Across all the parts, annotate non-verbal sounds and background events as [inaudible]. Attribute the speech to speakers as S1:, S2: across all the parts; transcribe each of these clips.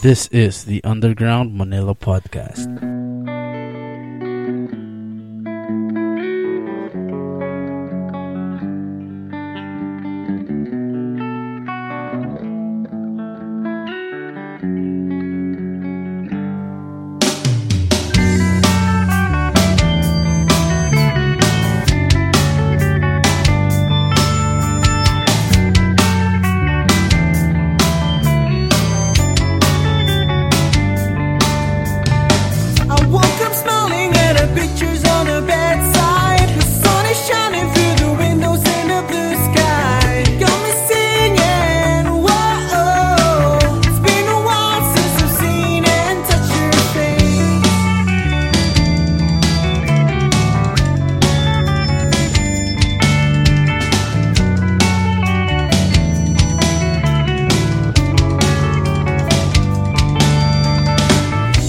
S1: This is the Underground Manila Podcast.
S2: I woke up smiling at her pictures on her bedside. The sun is shining through the windows in the blue sky. Got me singing, whoa. It's been a while since I've seen and touched your face.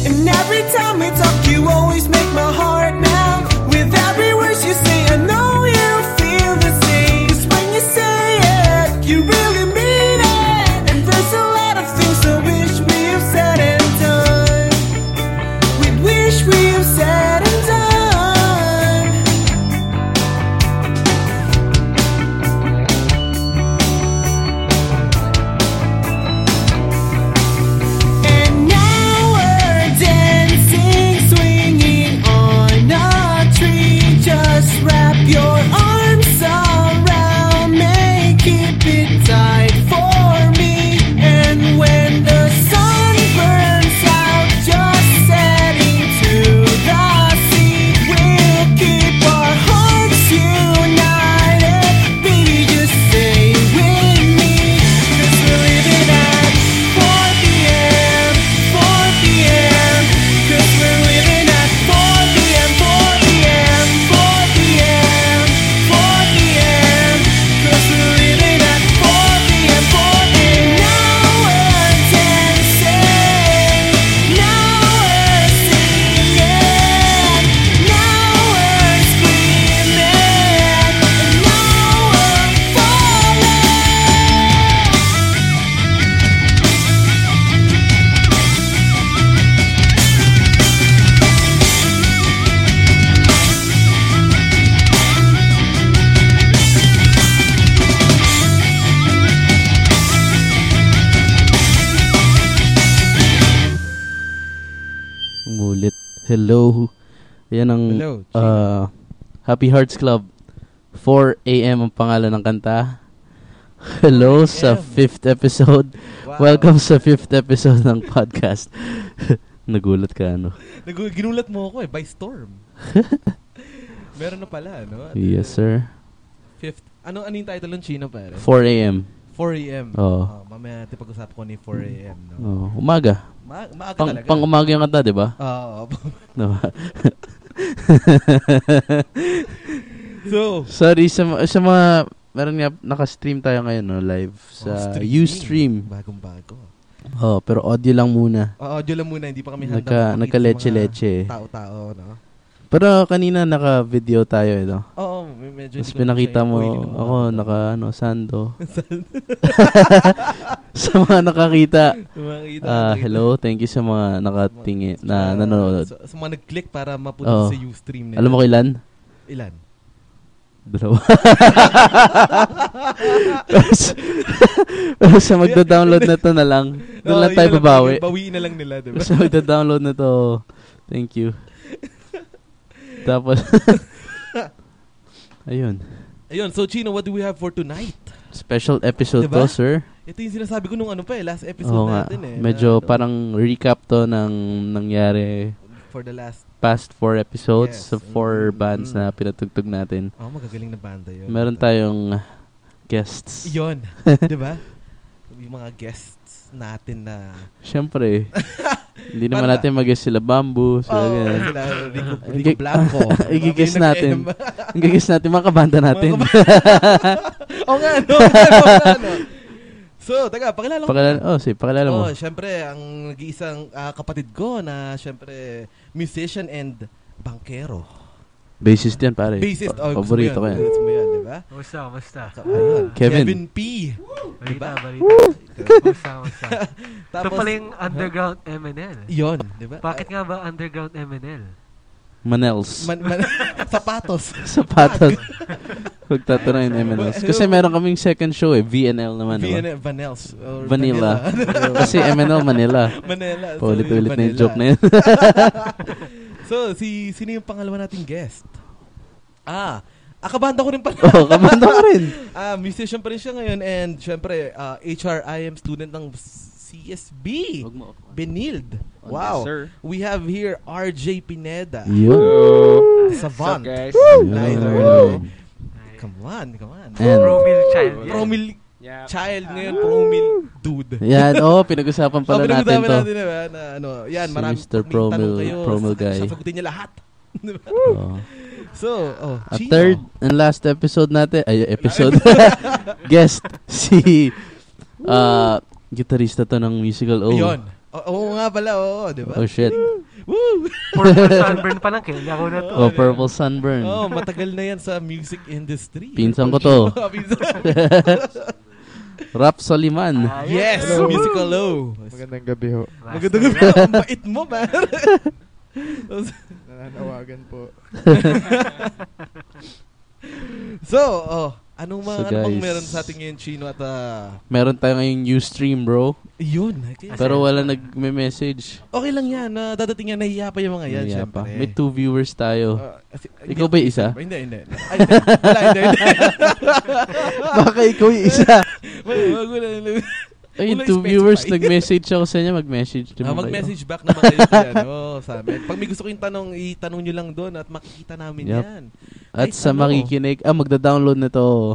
S2: And every time we talk, you always make my heart melt. With every word you say, I know you feel the same. 'Cause when you say it, you really mean it. And there's a lot of things I wish we have said and done. We wish we have said and done. And now we're dancing, swinging on a tree. Just wrap your arms around me, keep it tight for me. And when the sun burns out, just setting to the sea, we'll keep our hearts united. Baby, just stay with me, 'cause we're living at 4 p.m. 4 p.m. 'Cause we're living at 4 p.m. 4 p.m. 4 p.m. 4 p.m. 'Cause we're living at 4 p.m. 4 p.m. Now we're dancing. Now we're singing. Now we're screaming. And now we're falling.
S3: Mulit. Hello. Yan ang
S4: Hello, Gina.
S3: uh, Happy Hearts Club. 4 a.m. ang pangalan ng kanta. Hello sa fifth episode.
S4: Wow.
S3: Welcome sa fifth episode ng podcast. Nagulat ka, ano?
S4: Nagu- ginulat mo ako eh, by storm. [laughs] Meron na pala, no? At,
S3: Yes, sir.
S4: Fifth. Ano, ano yung title ng Chino,
S3: 4
S4: pare?
S3: a.m.
S4: 4 a.m.
S3: Oo.
S4: Ah, mamaya natin pag-usap ano ko ni 4 a.m. No?
S3: Oh, umaga.
S4: Ma- maaga
S3: Pang,
S4: talaga.
S3: pang umaga yung kanta, di ba?
S4: Ah, oo. [laughs]
S3: No.
S4: so,
S3: [laughs] Sorry sa, ma- sa mga... Meron nga, naka-stream tayo ngayon, no? Live sa
S4: Oh, streaming.
S3: Ustream.
S4: Bagong-bago.
S3: Oh, pero audio lang muna.
S4: Oo, Oh, audio lang muna, hindi pa kami handa.
S3: Nagka,
S4: makita sa
S3: nagka-leche-leche.
S4: mga Tao-tao, no?
S3: Pero kanina naka-video tayo, eh, no?
S4: Oo, may- medyo
S3: Tapos
S4: hindi ko na
S3: pinakita
S4: siya-
S3: mo,
S4: oh, hindi ko na
S3: ako
S4: makita.
S3: naka, ano,
S4: [laughs]
S3: sando. [laughs] sa mga nakakita,
S4: Makita,
S3: ah,
S4: nakita.
S3: hello, thank you sa mga nakatingi na
S4: Sa-
S3: nanonood.
S4: Sa, sa mga nag-click para mapunta
S3: Oo.
S4: sa Ustream nila.
S3: Alam mo kailan?
S4: Ilan? [laughs]
S3: Dalawa. pero, sa, pero sa magda-download na to na lang, doon lang
S4: Oo,
S3: tayo
S4: yun na lang,
S3: babawi.
S4: Bawiin na lang nila, di ba?
S3: [laughs] Pero sa magda-download na to, thank
S4: [laughs]
S3: you. Tapos, ayun.
S4: Ayun, so Chino, what do we have for tonight?
S3: Special episode to,
S4: Diba?
S3: sir.
S4: Ito yung sinasabi ko nung ano pa eh, last episode
S3: Oo nga.
S4: natin eh. na
S3: Medyo
S4: ano,
S3: parang recap to ng nangyari
S4: For the last...
S3: past four episodes
S4: Yes.
S3: sa four
S4: Mm,
S3: bands
S4: mm.
S3: na pinatugtog natin.
S4: Oh, magagaling na banda yun.
S3: Meron tayong guests.
S4: Yun,
S3: [laughs]
S4: di ba? Yung mga guests natin na... [laughs]
S3: Siyempre. hindi naman
S4: Para-
S3: natin mag-guess sila Bamboo, sila
S4: oh,
S3: ganyan.
S4: [laughs] sila Rico,
S3: Igi-
S4: Rico
S3: [laughs]
S4: Blanco.
S3: Igigis
S4: Marami [laughs]
S3: natin.
S4: nag-
S3: Ang guess natin, mga kabanda natin.
S4: [laughs] Oo nga, no? [laughs] Ano,
S3: [laughs]
S4: ano? So, taga, pakilala ko.
S3: pakilala, oh, sige, pakilala mo.
S4: Oh, syempre, ang nag-iisang ah, kapatid ko na syempre musician and bankero.
S3: Bassist yan, pare.
S4: Bassist. Oh, gusto
S3: Paborito
S4: mo
S3: ko yan.
S4: yun. Gusto mo yun, di ba?
S5: Kumusta, kumusta?
S4: Saka, ayun.
S3: Kevin.
S4: Kevin P.
S5: Balita,
S4: Diba?
S5: balita. Kumusta, kumusta? Ito
S4: Tapos,
S5: pala yung underground MNL.
S4: yun, di ba?
S5: Bakit nga ba underground MNL?
S3: Manels.
S4: Man, [laughs] man, sapatos. [laughs]
S3: Sapatos. Huwag tatanayin M&Ls. Kasi meron kaming second show eh. VNL naman. di ba?
S4: Van- Vanels. or
S3: Vanilla.
S4: Vanilla. [laughs]
S3: Kasi M&L Manila.
S4: Manila. sorry,
S3: Paulit-ulit na yung
S4: Vanilla.
S3: joke na yun. [laughs]
S4: so, si sino yung pangalawa nating guest? Ah, akabanda ko rin pala.
S3: Oo, kamanda ko Oh, rin.
S4: ah, musician pa rin siya ngayon and syempre, ah, HRIM student ng CSB. Benild. Wow. We have here RJ Pineda.
S3: Yun.
S4: Savant.
S6: guys?
S4: Neither.
S3: Yun.
S5: Ay,
S4: Come on, come on.
S3: And-
S5: Romil Child. yan.
S4: Promil
S6: Yeah.
S4: child ngayon, promil dude.
S3: Yan, oo, pinag-usapan pala
S4: Sabi
S3: natin
S4: namin
S3: to.
S4: Oh, natin, diba, na ano, yan,
S3: Si
S4: marami.
S3: Mr.
S4: may
S3: Promil-
S4: tanong kayo,
S3: Promil
S4: sasagutin-
S3: guy.
S4: Sasagutin niya lahat. [laughs] Diba?
S3: Oo.
S4: So, oh,
S3: At
S4: Chino.
S3: third and last episode natin, ay, episode, [laughs] guest, si, uh, gitarista to ng musical Oh. O.
S4: Ayun. O- Oo nga pala, oo, di ba?
S3: Oh, shit.
S4: Woo! [laughs]
S5: Purple sunburn pa lang, kailangan ko na to.
S3: Oh, Purple Sunburn.
S4: Oh, matagal na yan sa music industry. Ah,
S3: Pinsan ko
S4: [laughs]
S3: to.
S4: Pinsan-
S3: [laughs] Rap Soliman.
S4: yes,
S6: Hello.
S4: musical low.
S6: Magandang gabi ho.
S4: Maganda ka pala, ang bait mo, man.
S6: [laughs] Nananawagan po.
S4: [laughs] so, oh, anong mga,
S3: So,
S4: ano bang
S3: guys.
S4: meron sa atin ngayon, Chino, at ah,
S3: Meron tayo ngayong new stream, bro.
S4: yun. Okay.
S3: Pero wala nagme-message.
S4: Okay lang yan, na dadating yan, nahiya pa yung mga yan,
S3: Kaya pa.
S4: syempre.
S3: May two viewers tayo.
S4: Ah, kasi-
S3: Ikaw ba yung isa?
S4: [laughs] Ba? Hindi, hindi. Ay, hindi. Wala, hindi, hindi. [laughs]
S3: Baka ikaw yung isa.
S4: Wala, wag ko na-
S3: Ayun,
S4: Wala
S3: two
S4: specify.
S3: viewers. Nag-message ako sa inyo. Mag-message din
S4: Ah,
S3: mo kayo.
S4: mag-message back naman kayo sa ano, [laughs] sa amin. Pag may gusto kayong tanong, itanong nyo lang doon at makikita namin
S3: Yup.
S4: yan.
S3: At
S4: Ay,
S3: sa
S4: ano?
S3: makikinig, ah, magda-download na to.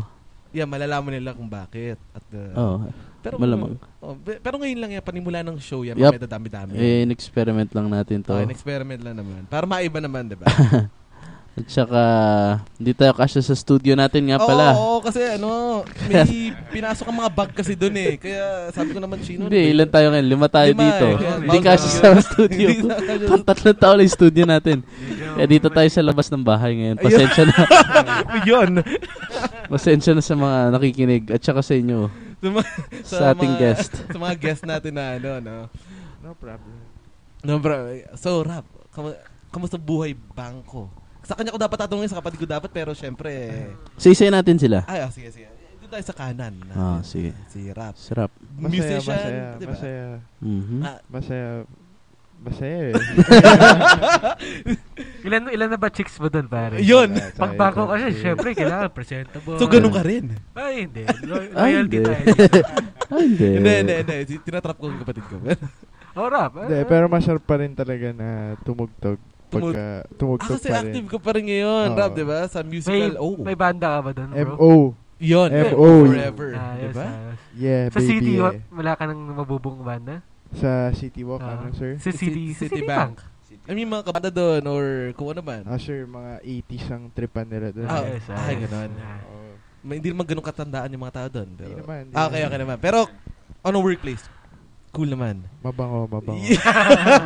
S4: Yeah, malalaman nila kung bakit. At, uh,
S3: Oh,
S4: pero,
S3: malamang.
S4: oh, pe- pero ngayon lang yan, panimula ng show yan.
S3: Yup.
S4: May dadami-dami.
S3: Eh, experiment lang natin to.
S4: Okay, experiment lang naman. Para maiba naman, di ba?
S3: At saka, hindi tayo kasya sa studio natin [laughs] nga
S4: Oo,
S3: pala.
S4: Oo, kasi ano,
S3: [laughs]
S4: may pinasok ang mga bug kasi doon eh. Kaya sabi ko naman, Chino.
S3: Hindi, ilan tayo ngayon? Lima tayo
S4: Lima
S3: dito.
S4: eh.
S5: Ayan,
S3: Hindi
S5: bawal
S3: kasya
S5: bawal.
S3: sa [laughs] studio.
S4: Hindi kasya sa-
S3: Pantatlong tao lang yung studio natin. Eh, dito tayo sa labas ng bahay ngayon. Pasensya na. [laughs]
S4: Yun.
S3: Pasensya na sa mga nakikinig at saka sa inyo,
S4: Sa mga-
S3: sa ating
S4: mga-
S3: guest.
S4: sa mga guest natin na ano, no?
S6: No problem.
S4: No, bro. So, Rap, kamu- kamusta buhay bangko? Sa kanya ko dapat tatanungin, sa kapatid ko dapat, pero syempre... eh,
S3: So, isa natin sila.
S4: Ay, oh, sige, sige. Doon tayo sa kanan. natin.
S3: Ah, sige.
S4: Si Rap.
S3: Sarap.
S6: Masaya,
S4: Musician,
S6: masaya,
S4: di ba?
S6: masaya.
S3: Mhm.
S4: Ah,
S6: Masaya. Masaya
S5: [laughs]
S6: eh.
S5: Ilan, ilan na ba chicks mo doon, pare?
S4: Yun.
S5: Pag bako kasi, syempre, kailangan presentable.
S6: Ah.
S4: So, ganun ka rin.
S5: Ay, hindi. Lo-
S3: Ay,
S5: Loyalty
S3: hindi.
S5: tayo. dito.
S3: Ay, hindi.
S4: Hindi, hindi, hindi. Tinatrap ko yung kapatid ko.
S5: Oh, rap.
S6: Hindi, pero masarap pa rin talaga na tumugtog. Pagka,
S4: ah,
S6: tumugtog
S4: kasi
S6: pa rin. Ah.
S4: active ko pa rin ngayon,
S6: Oo.
S4: Rap, di ba? Sa
S5: may,
S4: musical, oh.
S5: may banda ka ba doon, bro? Ah,
S6: M.O.
S4: Yun.
S6: MO.
S4: Forever.
S5: Ayos,
S4: Di ba?
S5: ayos.
S6: Yeah,
S5: Sa
S6: baby.
S5: city, wa-
S6: eh.
S5: wala ka ng mabubong banda?
S6: Sa City Walk,
S5: Ah.
S6: ano sir?
S5: Sa city, sa city bank.
S4: I mean, mga kabata doon or kung ano man.
S6: Ah, sir, mga 80s ang tripan nila doon.
S4: Ah,
S5: Ayos,
S4: ay,
S5: ayos.
S4: ganun.
S5: Ah.
S6: Oo.
S4: May, hindi naman ganun katandaan yung mga tao doon. Pero...
S6: Hindi naman, hindi
S4: Ah, okay,
S6: naman.
S4: okay naman. Pero, on a workplace, cool naman.
S6: Mabango,
S7: [laughs]
S4: [laughs]
S6: mabango.
S3: Ah,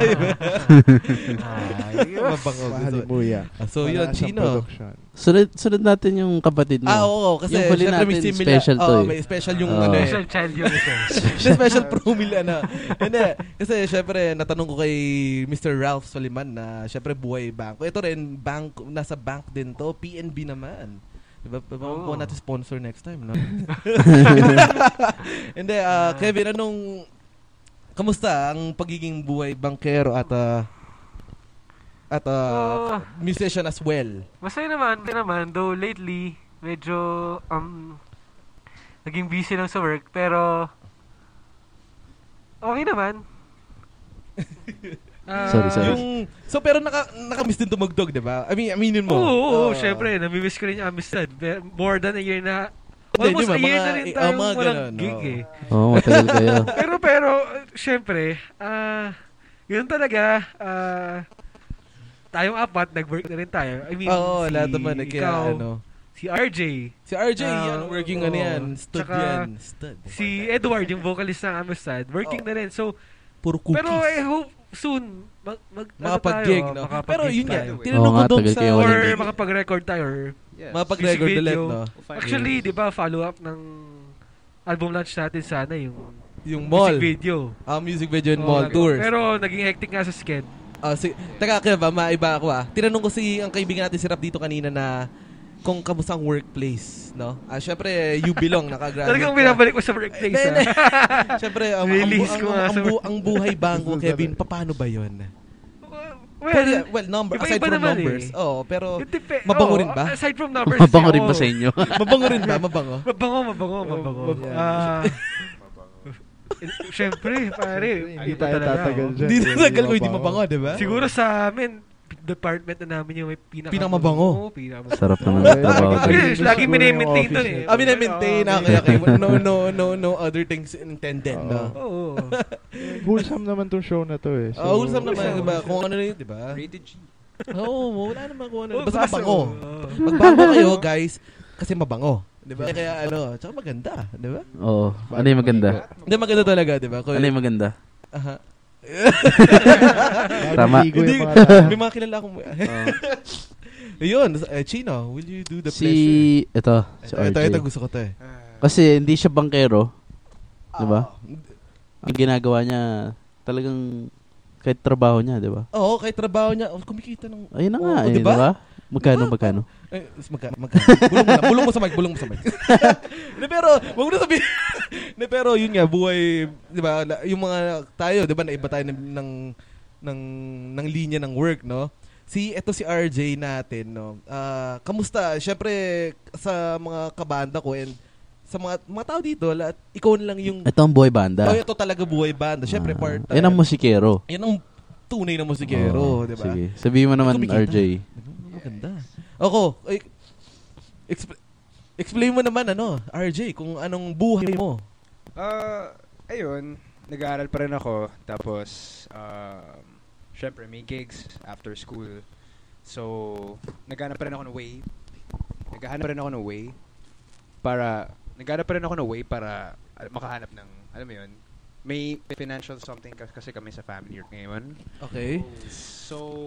S5: Ayos.
S4: Mabango. gusto.
S6: Mahalimuya.
S4: Ah, So,
S6: Malakas
S4: yun,
S6: ang
S4: Chino.
S6: production.
S3: Sunod, sunod natin yung kapatid mo.
S4: Ah, oo, kasi
S3: Yung huli
S4: syempre
S3: natin, special to
S4: Oo,
S3: eh.
S4: may special yung
S3: Oo.
S4: ano eh.
S5: Special child yung isa.
S4: [laughs] May special promil ano. Hindi, kasi syempre natanong ko kay Mr. Ralph Soliman na syempre buhay bangko. Ito rin bank nasa bank din to, PNB naman. Diba? Pabawang
S5: Oo.
S4: natin sponsor next time,
S5: [laughs]
S4: no? Hindi, ah, Kevin, anong... Kamusta ang pagiging buhay bankero at ah, at ah,
S5: Ah.
S4: musician as well?
S5: Masaya naman, masaya naman. Though lately, medyo, um, naging busy lang sa work. Pero, okay
S4: [laughs]
S5: naman. Ah,
S3: Sorry, sorry.
S4: Yung, so pero naka, naka-miss din tumugtog, di ba? I mean, aminin mo. Ah.
S5: Oo, oo, oo,
S4: Oo.
S5: syempre. Nami-miss ko rin yung amistad. Be- More than a year na.
S4: Hindi,
S5: Almost
S4: di ba?
S5: a year
S4: Mga-
S5: na rin
S4: eh,
S5: tayong
S4: ah, mga
S5: walang
S4: ganun,
S5: gig
S4: oo.
S5: eh.
S3: Oo, matagal
S4: [laughs]
S3: kayo.
S5: Pero, pero, uh, syempre, ah, yun talaga, ah, tayong apat, nag-work na rin tayo. I mean,
S4: Oo,
S5: si
S4: lahat naman. Eh, kaya,
S5: ikaw,
S4: ano,
S5: si RJ,
S4: Si RJ,
S5: Ah,
S4: yan, working
S5: oo.
S4: ano yan. Stud
S5: Tsaka
S4: yan. Stud. Oh
S5: si Edward, yung vocalist ng Amistad, working
S4: Oo.
S5: na rin. So,
S4: Puro cookies.
S5: pero eh, I hope, soon, mag, mag ano
S4: Makapag-gig,
S5: tayo,
S4: no?
S5: makapag-gig
S4: Pero yun nga,
S5: tayo. eh.
S4: tinanong
S3: Oo
S4: ko
S3: nga,
S4: doon
S3: tagal
S4: sa...
S3: kayo
S5: Or
S3: walang gig.
S5: makapag-record tayo. or-
S8: Yes.
S4: Mapag-record
S5: Music
S4: ulit,
S5: video.
S4: no?
S8: Five
S5: Actually,
S8: years.
S5: di ba, follow-up ng album launch natin sana yung
S4: Yung mall.
S5: music video.
S4: Ah, music video and
S5: Oo,
S4: mall
S5: nag-
S4: tours.
S5: Pero naging hectic nga sa sked.
S4: Ah, si, teka, kaya ba, maiba ako ah. Tinanong ko si ang kaibigan natin si Rap dito kanina na kung kamusta ang workplace, no? Ah, syempre, you belong, nakagraduate.
S5: Talagang
S4: ka.
S5: binabalik ko sa workplace. ah.
S4: Eh,
S5: ha?
S4: Syempre, ang, ang, bu-
S5: Release
S4: ang,
S5: ko nga
S4: ang,
S5: sa-
S4: bu- ang buhay bangko, Kevin, paano ba yun?
S5: [laughs]
S4: Well,
S5: well,
S4: well number,
S5: iba-iba
S4: aside from
S5: naman
S4: numbers.
S5: eh.
S4: Oo, pero
S5: it dep- oo,
S4: mabango rin ba?
S5: Aside from numbers.
S3: Mabango
S5: kasi,
S3: rin ba
S5: oo.
S3: sa inyo? [laughs]
S4: mabango rin ba? Mabango?
S5: Mabango, mabango, mabango.
S4: Yeah.
S5: Ah, [laughs] Siyempre, pare.
S6: Hindi
S5: iba
S6: tayo
S5: talaga,
S6: tatagal
S5: oo.
S6: dyan.
S4: Hindi na tagal ko, hindi mabango, di ba?
S5: Siguro sa amin, department na namin yung may pinaka-
S4: Pinakamabango.
S5: Oo, pinakamabango.
S3: Sarap naman
S6: Well,
S3: ng trabaho.
S6: Sarap.
S5: Kasi
S6: Sarap.
S5: lagi
S6: Sarap.
S5: minimaintain
S6: Sarap.
S5: doon eh.
S4: Ah, maintain
S5: Oo.
S4: ah, okay, okay. No, no, no, no other things intended, no?
S5: Oo.
S6: Wholesome naman tong show na to eh. So,
S4: Ah, wholesome naman, di ba? Kung ano na yun, di ba?
S8: Rated G.
S4: [laughs] Oo, wala naman kung ano.
S5: Oo,
S4: [laughs] Basta mabango.
S5: oo.
S4: Magbago kayo, guys, kasi mabango. Di ba? Kaya ano, tsaka maganda, di ba?
S3: Oo. Ano yung maganda?
S4: Hindi, maganda talaga, di ba? Kung-
S3: Ano yung maganda?
S4: Aha.
S3: Tama.
S6: Naliligo yung
S4: Hindi,
S6: mga tao.
S4: may mga kilala akong... Yun, eh, Chino, will you do the
S3: Si,
S4: pleasure?
S3: ito, si
S4: Ito,
S3: RJ.
S4: ito, ito, gusto ko to eh.
S3: Kasi hindi siya bangkero. Di ba?
S4: Ah,
S3: Ang ginagawa niya, talagang kahit trabaho niya, di ba?
S4: Oo, kahit trabaho niya, oh, kumikita ng...
S3: Ayun na nga,
S4: Oo,
S3: eh,
S4: di
S3: di
S4: ba?
S3: ba? Magkano,
S4: Di ba?
S3: magkano?
S4: Eh, magka, magka. bulong mo lang, bulong mo sa mic, bulong mo sa
S3: [laughs]
S4: mic. De, pero, wag mo na sabihin. [laughs] De, pero yun nga, buhay, di ba, la- yung mga tayo, di ba, naiba tayo ng, ng, ng, ng linya ng work, no? Si, eto si RJ natin, no? Ah, kamusta? Siyempre, sa mga kabanda ko and sa mga, mga tao dito, lahat, ikaw na lang yung,
S3: Ito ang boy banda.
S4: oh, ito talaga buhay banda. Siyempre,
S3: Ah,
S4: part
S3: Ayun ang musikero.
S4: Yan ang tunay na
S3: Oo,
S4: musikero, di ba?
S3: Sige. Sabihin mo naman,
S4: Kumikita.
S3: RJ.
S4: Maganda. Ako, ay, exp- explain mo naman ano, RJ, kung anong buhay mo.
S8: Ah, ayun, nag-aaral pa rin ako. Tapos, um, syempre may gigs after school. So, naghanap pa rin ako ng way. Naghahanap pa rin ako ng way para, naghanap pa rin ako ng way para ah, makahanap ng, alam mo yun, may financial something kas- kasi kami sa family ngayon.
S4: Okay.
S8: So,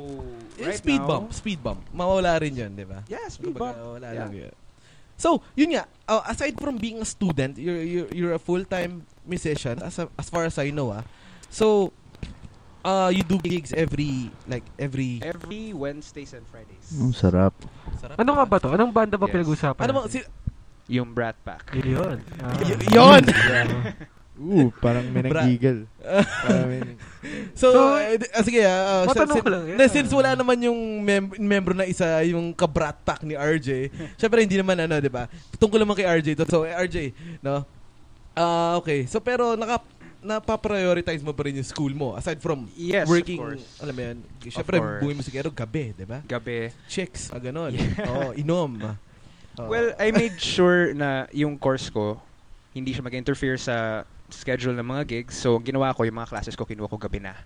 S4: Eh,
S8: right
S4: speed
S8: now,
S4: bump, speed bump. Mawala rin 'yun, 'di ba?
S8: Yeah, speed
S4: Kumbaga,
S8: bump.
S4: Wala
S8: Yeah.
S4: lang yun. So, yun nga, uh, aside from being a student, you're you're, you're a full-time musician as a- as far as I know, ah. So, uh you do gigs every like every
S8: Every Wednesdays and Fridays.
S3: Ang
S4: Hmm.
S3: Mm, sarap.
S5: Ano nga ba to? Anong banda ba
S8: Yes.
S5: pinag-usapan?
S4: Ano bang
S5: natin?
S4: si,
S8: Yung Brat Pack.
S5: Yun. Ah.
S4: y- 'yon.
S6: [laughs] Ooh, parang may
S4: Bra-
S6: nanggigil. Parang
S5: [laughs]
S6: may-
S4: So,
S5: So,
S4: eh, di- ah, sige, ah, ah,
S5: matanong
S4: sin-
S5: ko lang, eh. yeah.
S4: na since wala naman yung mem- membro na isa, yung kabrat pack ni RJ, syempre hindi naman ano, di ba? Tungkol naman kay RJ to. So, eh, RJ, no? Ah, okay. So, pero naka, napaprioritize mo pa rin yung school mo aside from
S8: Yes,
S4: working,
S8: of course.
S4: alam mo yan, syempre
S8: course.
S4: buhay mo siguro gabi, di ba?
S8: Gabi.
S4: Chicks, ah, ganon. Oo,
S8: [laughs]
S4: inom. Oo.
S8: Well, I made sure na yung course ko, hindi siya mag-interfere sa schedule ng mga gigs. So, ang ginawa ko, yung mga classes ko, kinuha ko gabi na.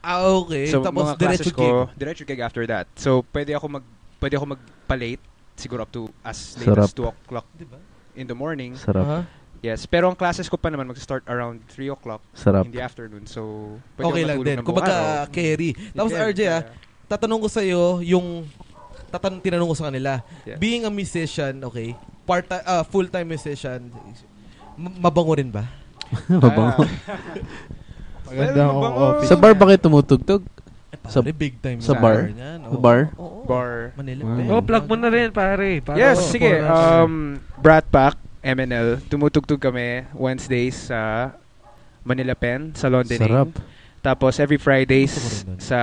S4: ah, okay.
S8: so,
S4: Tapos,
S8: mga classes
S4: diretso
S8: ko, diretso gig after that. So, pwede ako mag pwede ako magpa-late, siguro up to as late
S3: Sarap.
S8: as 2 o'clock
S4: Di ba?
S8: in the morning.
S3: Sarap.
S4: Aha.
S8: Yes, pero ang classes ko pa naman mag-start around 3 o'clock
S3: Sarap.
S8: in the afternoon. So, pwede
S4: Okay
S8: ako
S4: lang
S8: matulog
S4: din.
S8: ng buong
S4: Kumbaga,
S8: araw.
S4: carry. Tapos,
S8: Depende,
S4: RJ, ah, tatanong ko sa'yo yung tatan tinanong ko sa kanila.
S8: Yeah.
S4: Being a musician, okay, part ah, full-time musician, m- mabango rin ba?
S3: [laughs]
S8: [laughs]
S3: Mabango.
S6: Maganda
S8: Well,
S6: akong
S4: Ah,
S8: mabango.
S6: office.
S3: Sa bar ba kayo tumutugtog? Sa-
S4: Sa big time.
S3: Eh, sa
S4: na
S8: bar?
S4: niyan,
S3: Sa
S4: oo.
S3: bar?
S4: Oo.
S8: bar.
S4: Manila.
S6: Wow.
S4: Pen.
S5: Oh, plug mo na rin, pare. Para
S8: Yes,
S5: sa
S8: sige.
S5: foreigners.
S8: Um, Brat Pack, MNL. Tumutugtog kami Wednesdays sa Manila Pen, sa London.
S3: Sarap.
S8: Tapos every Fridays
S4: Gusto ko rin doon.
S8: sa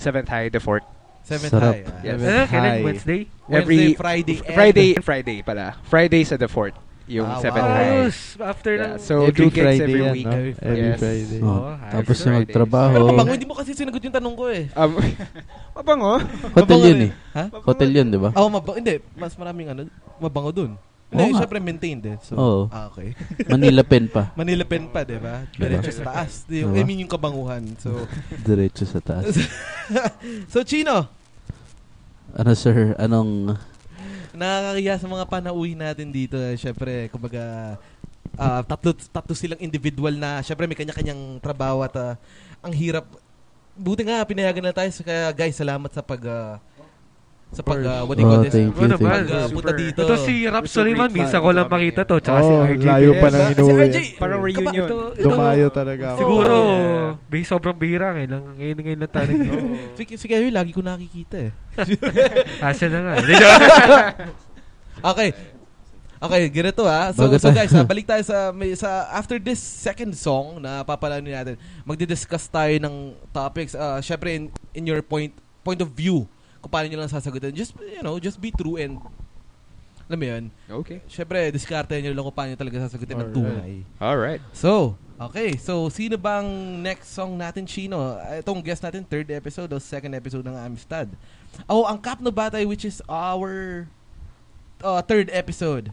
S8: 7th High, the 4th.
S4: Seventh
S3: Sarap.
S4: High, ah.
S8: Yes.
S5: Ano,
S6: Hi.
S5: kailan? Wednesday?
S8: Every-
S4: Wednesday, Friday, and-
S8: Friday and Friday pala. Friday sa the 4th. Yung
S4: Ah,
S8: 7th
S4: wow.
S8: High.
S5: Ayos. After ng...
S8: Yeah, so,
S6: Every
S8: two gigs
S6: Friday
S8: every
S7: ano?
S6: yan,
S8: week.
S6: no? Every
S8: Yes.
S6: Friday.
S3: Oh,
S5: Oh, hi,
S3: tapos
S8: Fridays.
S3: na magtrabaho.
S4: Pero mabango, hindi mo kasi sinagot yung tanong ko eh.
S8: Um, [laughs] mabango.
S3: Hotel
S4: Mabango
S3: yun
S4: rin.
S3: eh.
S4: Ha?
S3: Hotel yun, di ba?
S4: Oh, mabango. Hindi, mas maraming ano, mabango dun.
S3: Oo
S4: Hindi,
S3: nga.
S4: syempre maintained eh. So,
S3: Oo.
S4: ah, okay.
S3: Manila pen pa.
S4: Manila pen pa, di ba? Diretso sa taas. Yung,
S3: Diba?
S4: I mean, yung kabanguhan. So,
S3: Diretso sa taas.
S4: so Chino,
S3: Ano sir, anong...
S4: nakakakiya sa mga panauwi natin dito. eh, Siyempre, kumbaga, ah, tatlo, tatlo silang individual na, siyempre may kanya-kanyang trabaho at ah, ang hirap buti nga pinayagan na tayo. So, Kaya guys, salamat sa pag ah, sa pag ah, what do you call
S3: Oh,
S4: this?
S3: thank you,
S5: Ano ba?
S3: thank you.
S4: Pag, ah, punta dito.
S5: Ito si Rap
S8: We're so
S5: Suleiman,
S8: great
S5: minsan
S8: fans
S5: ko lang
S8: kami.
S5: makita to, tsaka si
S6: Oh,
S5: RJ.
S6: layo pa
S8: nang
S6: inuwi.
S8: [laughs] Parang reunion.
S5: Ito,
S7: Oh,
S5: ito,
S6: Dumayo talaga ako.
S5: Siguro,
S8: Yeah.
S5: bi- sobrang bihira ngayon. Ngayon, ngayon na tayo. Oh,
S4: Si, si Kayo, lagi ko nakikita eh.
S5: Asa na nga.
S4: Okay. Okay, ganito ha. So,
S3: Bago
S4: so
S3: tayo-
S4: guys, ha, balik tayo sa, may, sa after this second song na papalanin natin, magdi-discuss tayo ng topics. Uh, Siyempre, in, in your point point of view, kung paano nyo lang sasagutin. Just, you know, just be true and, alam mo yun,
S8: Okay.
S4: Siyempre, diskarte nyo lang kung paano nyo talaga sasagutin ng
S6: Alright.
S4: tunay.
S8: Alright.
S4: So, okay. So, sino bang next song natin, Chino? Itong guest natin, third episode o second episode ng Amistad. Oh, ang Kap na Batay, which is our uh, third episode.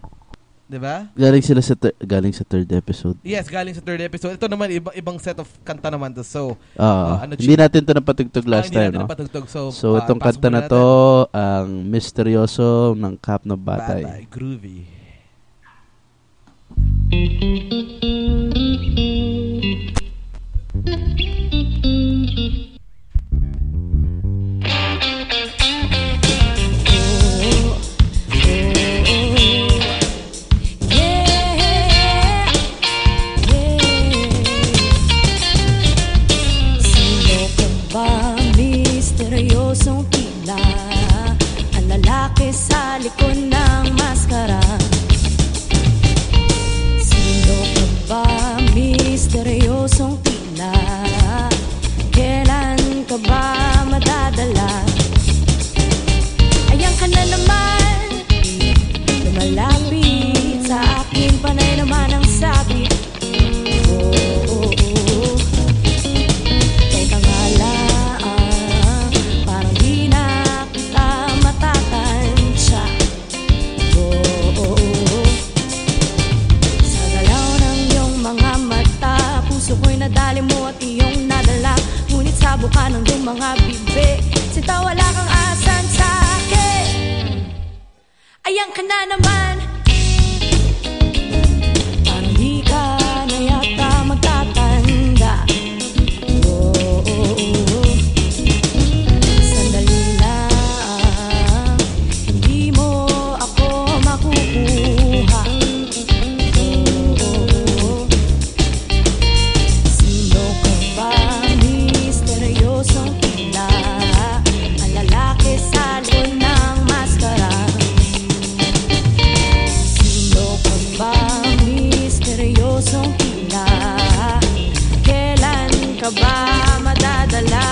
S4: 'Di ba?
S3: Galing sila sa thir- galing sa third episode.
S4: Yes, galing sa third episode. Ito naman, iba, ibang set of kanta naman to. So,
S3: Ah,
S4: Ah, ano,
S3: hindi
S4: Chino?
S3: natin 'to napatugtog
S4: ah,
S3: last
S4: hindi
S3: time,
S4: natin
S3: no?
S4: napatugtog. So,
S3: So,
S4: ah,
S3: itong
S4: pasok
S3: kanta
S4: muna
S3: na
S4: natin.
S3: to, ang misteryoso ng Kap na
S4: Batay,
S3: Batay.
S4: groovy.
S9: Sino ka ba, misteryosong tila? Ang lalaki sa likod ng maskara Sino ka ba, misteryosong tila? Kailan ka ba madadala? Ayan ka na naman, lumalapit sa akin Panay naman ang sabi Oh, oh, oh. Teka nga lang, parang di na kita matatansya Oo, Sa galaw ng iyong mga mata Puso ko'y nadali mo at iyong nadala Ngunit sa buka ng iyong mga bibig Sita wala kang asan sa akin Ayan ka na naman Parang di ka na yata magtatanda Sandali lang, hindi mo ako makukuha Sino ka ba, misteryosong tila? Ang lalaki sa loob ng maskara Sino ka ba, misteryosong tila? Kailan ka ba madadala?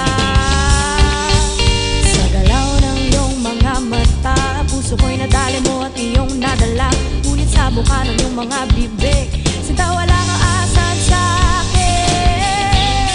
S9: Sa galaw ng iyong mga mata Puso ko'y nadali mo at iyong nadala Ngunit sa buka ng iyong mga bibig Sinta wala kang asan sa akin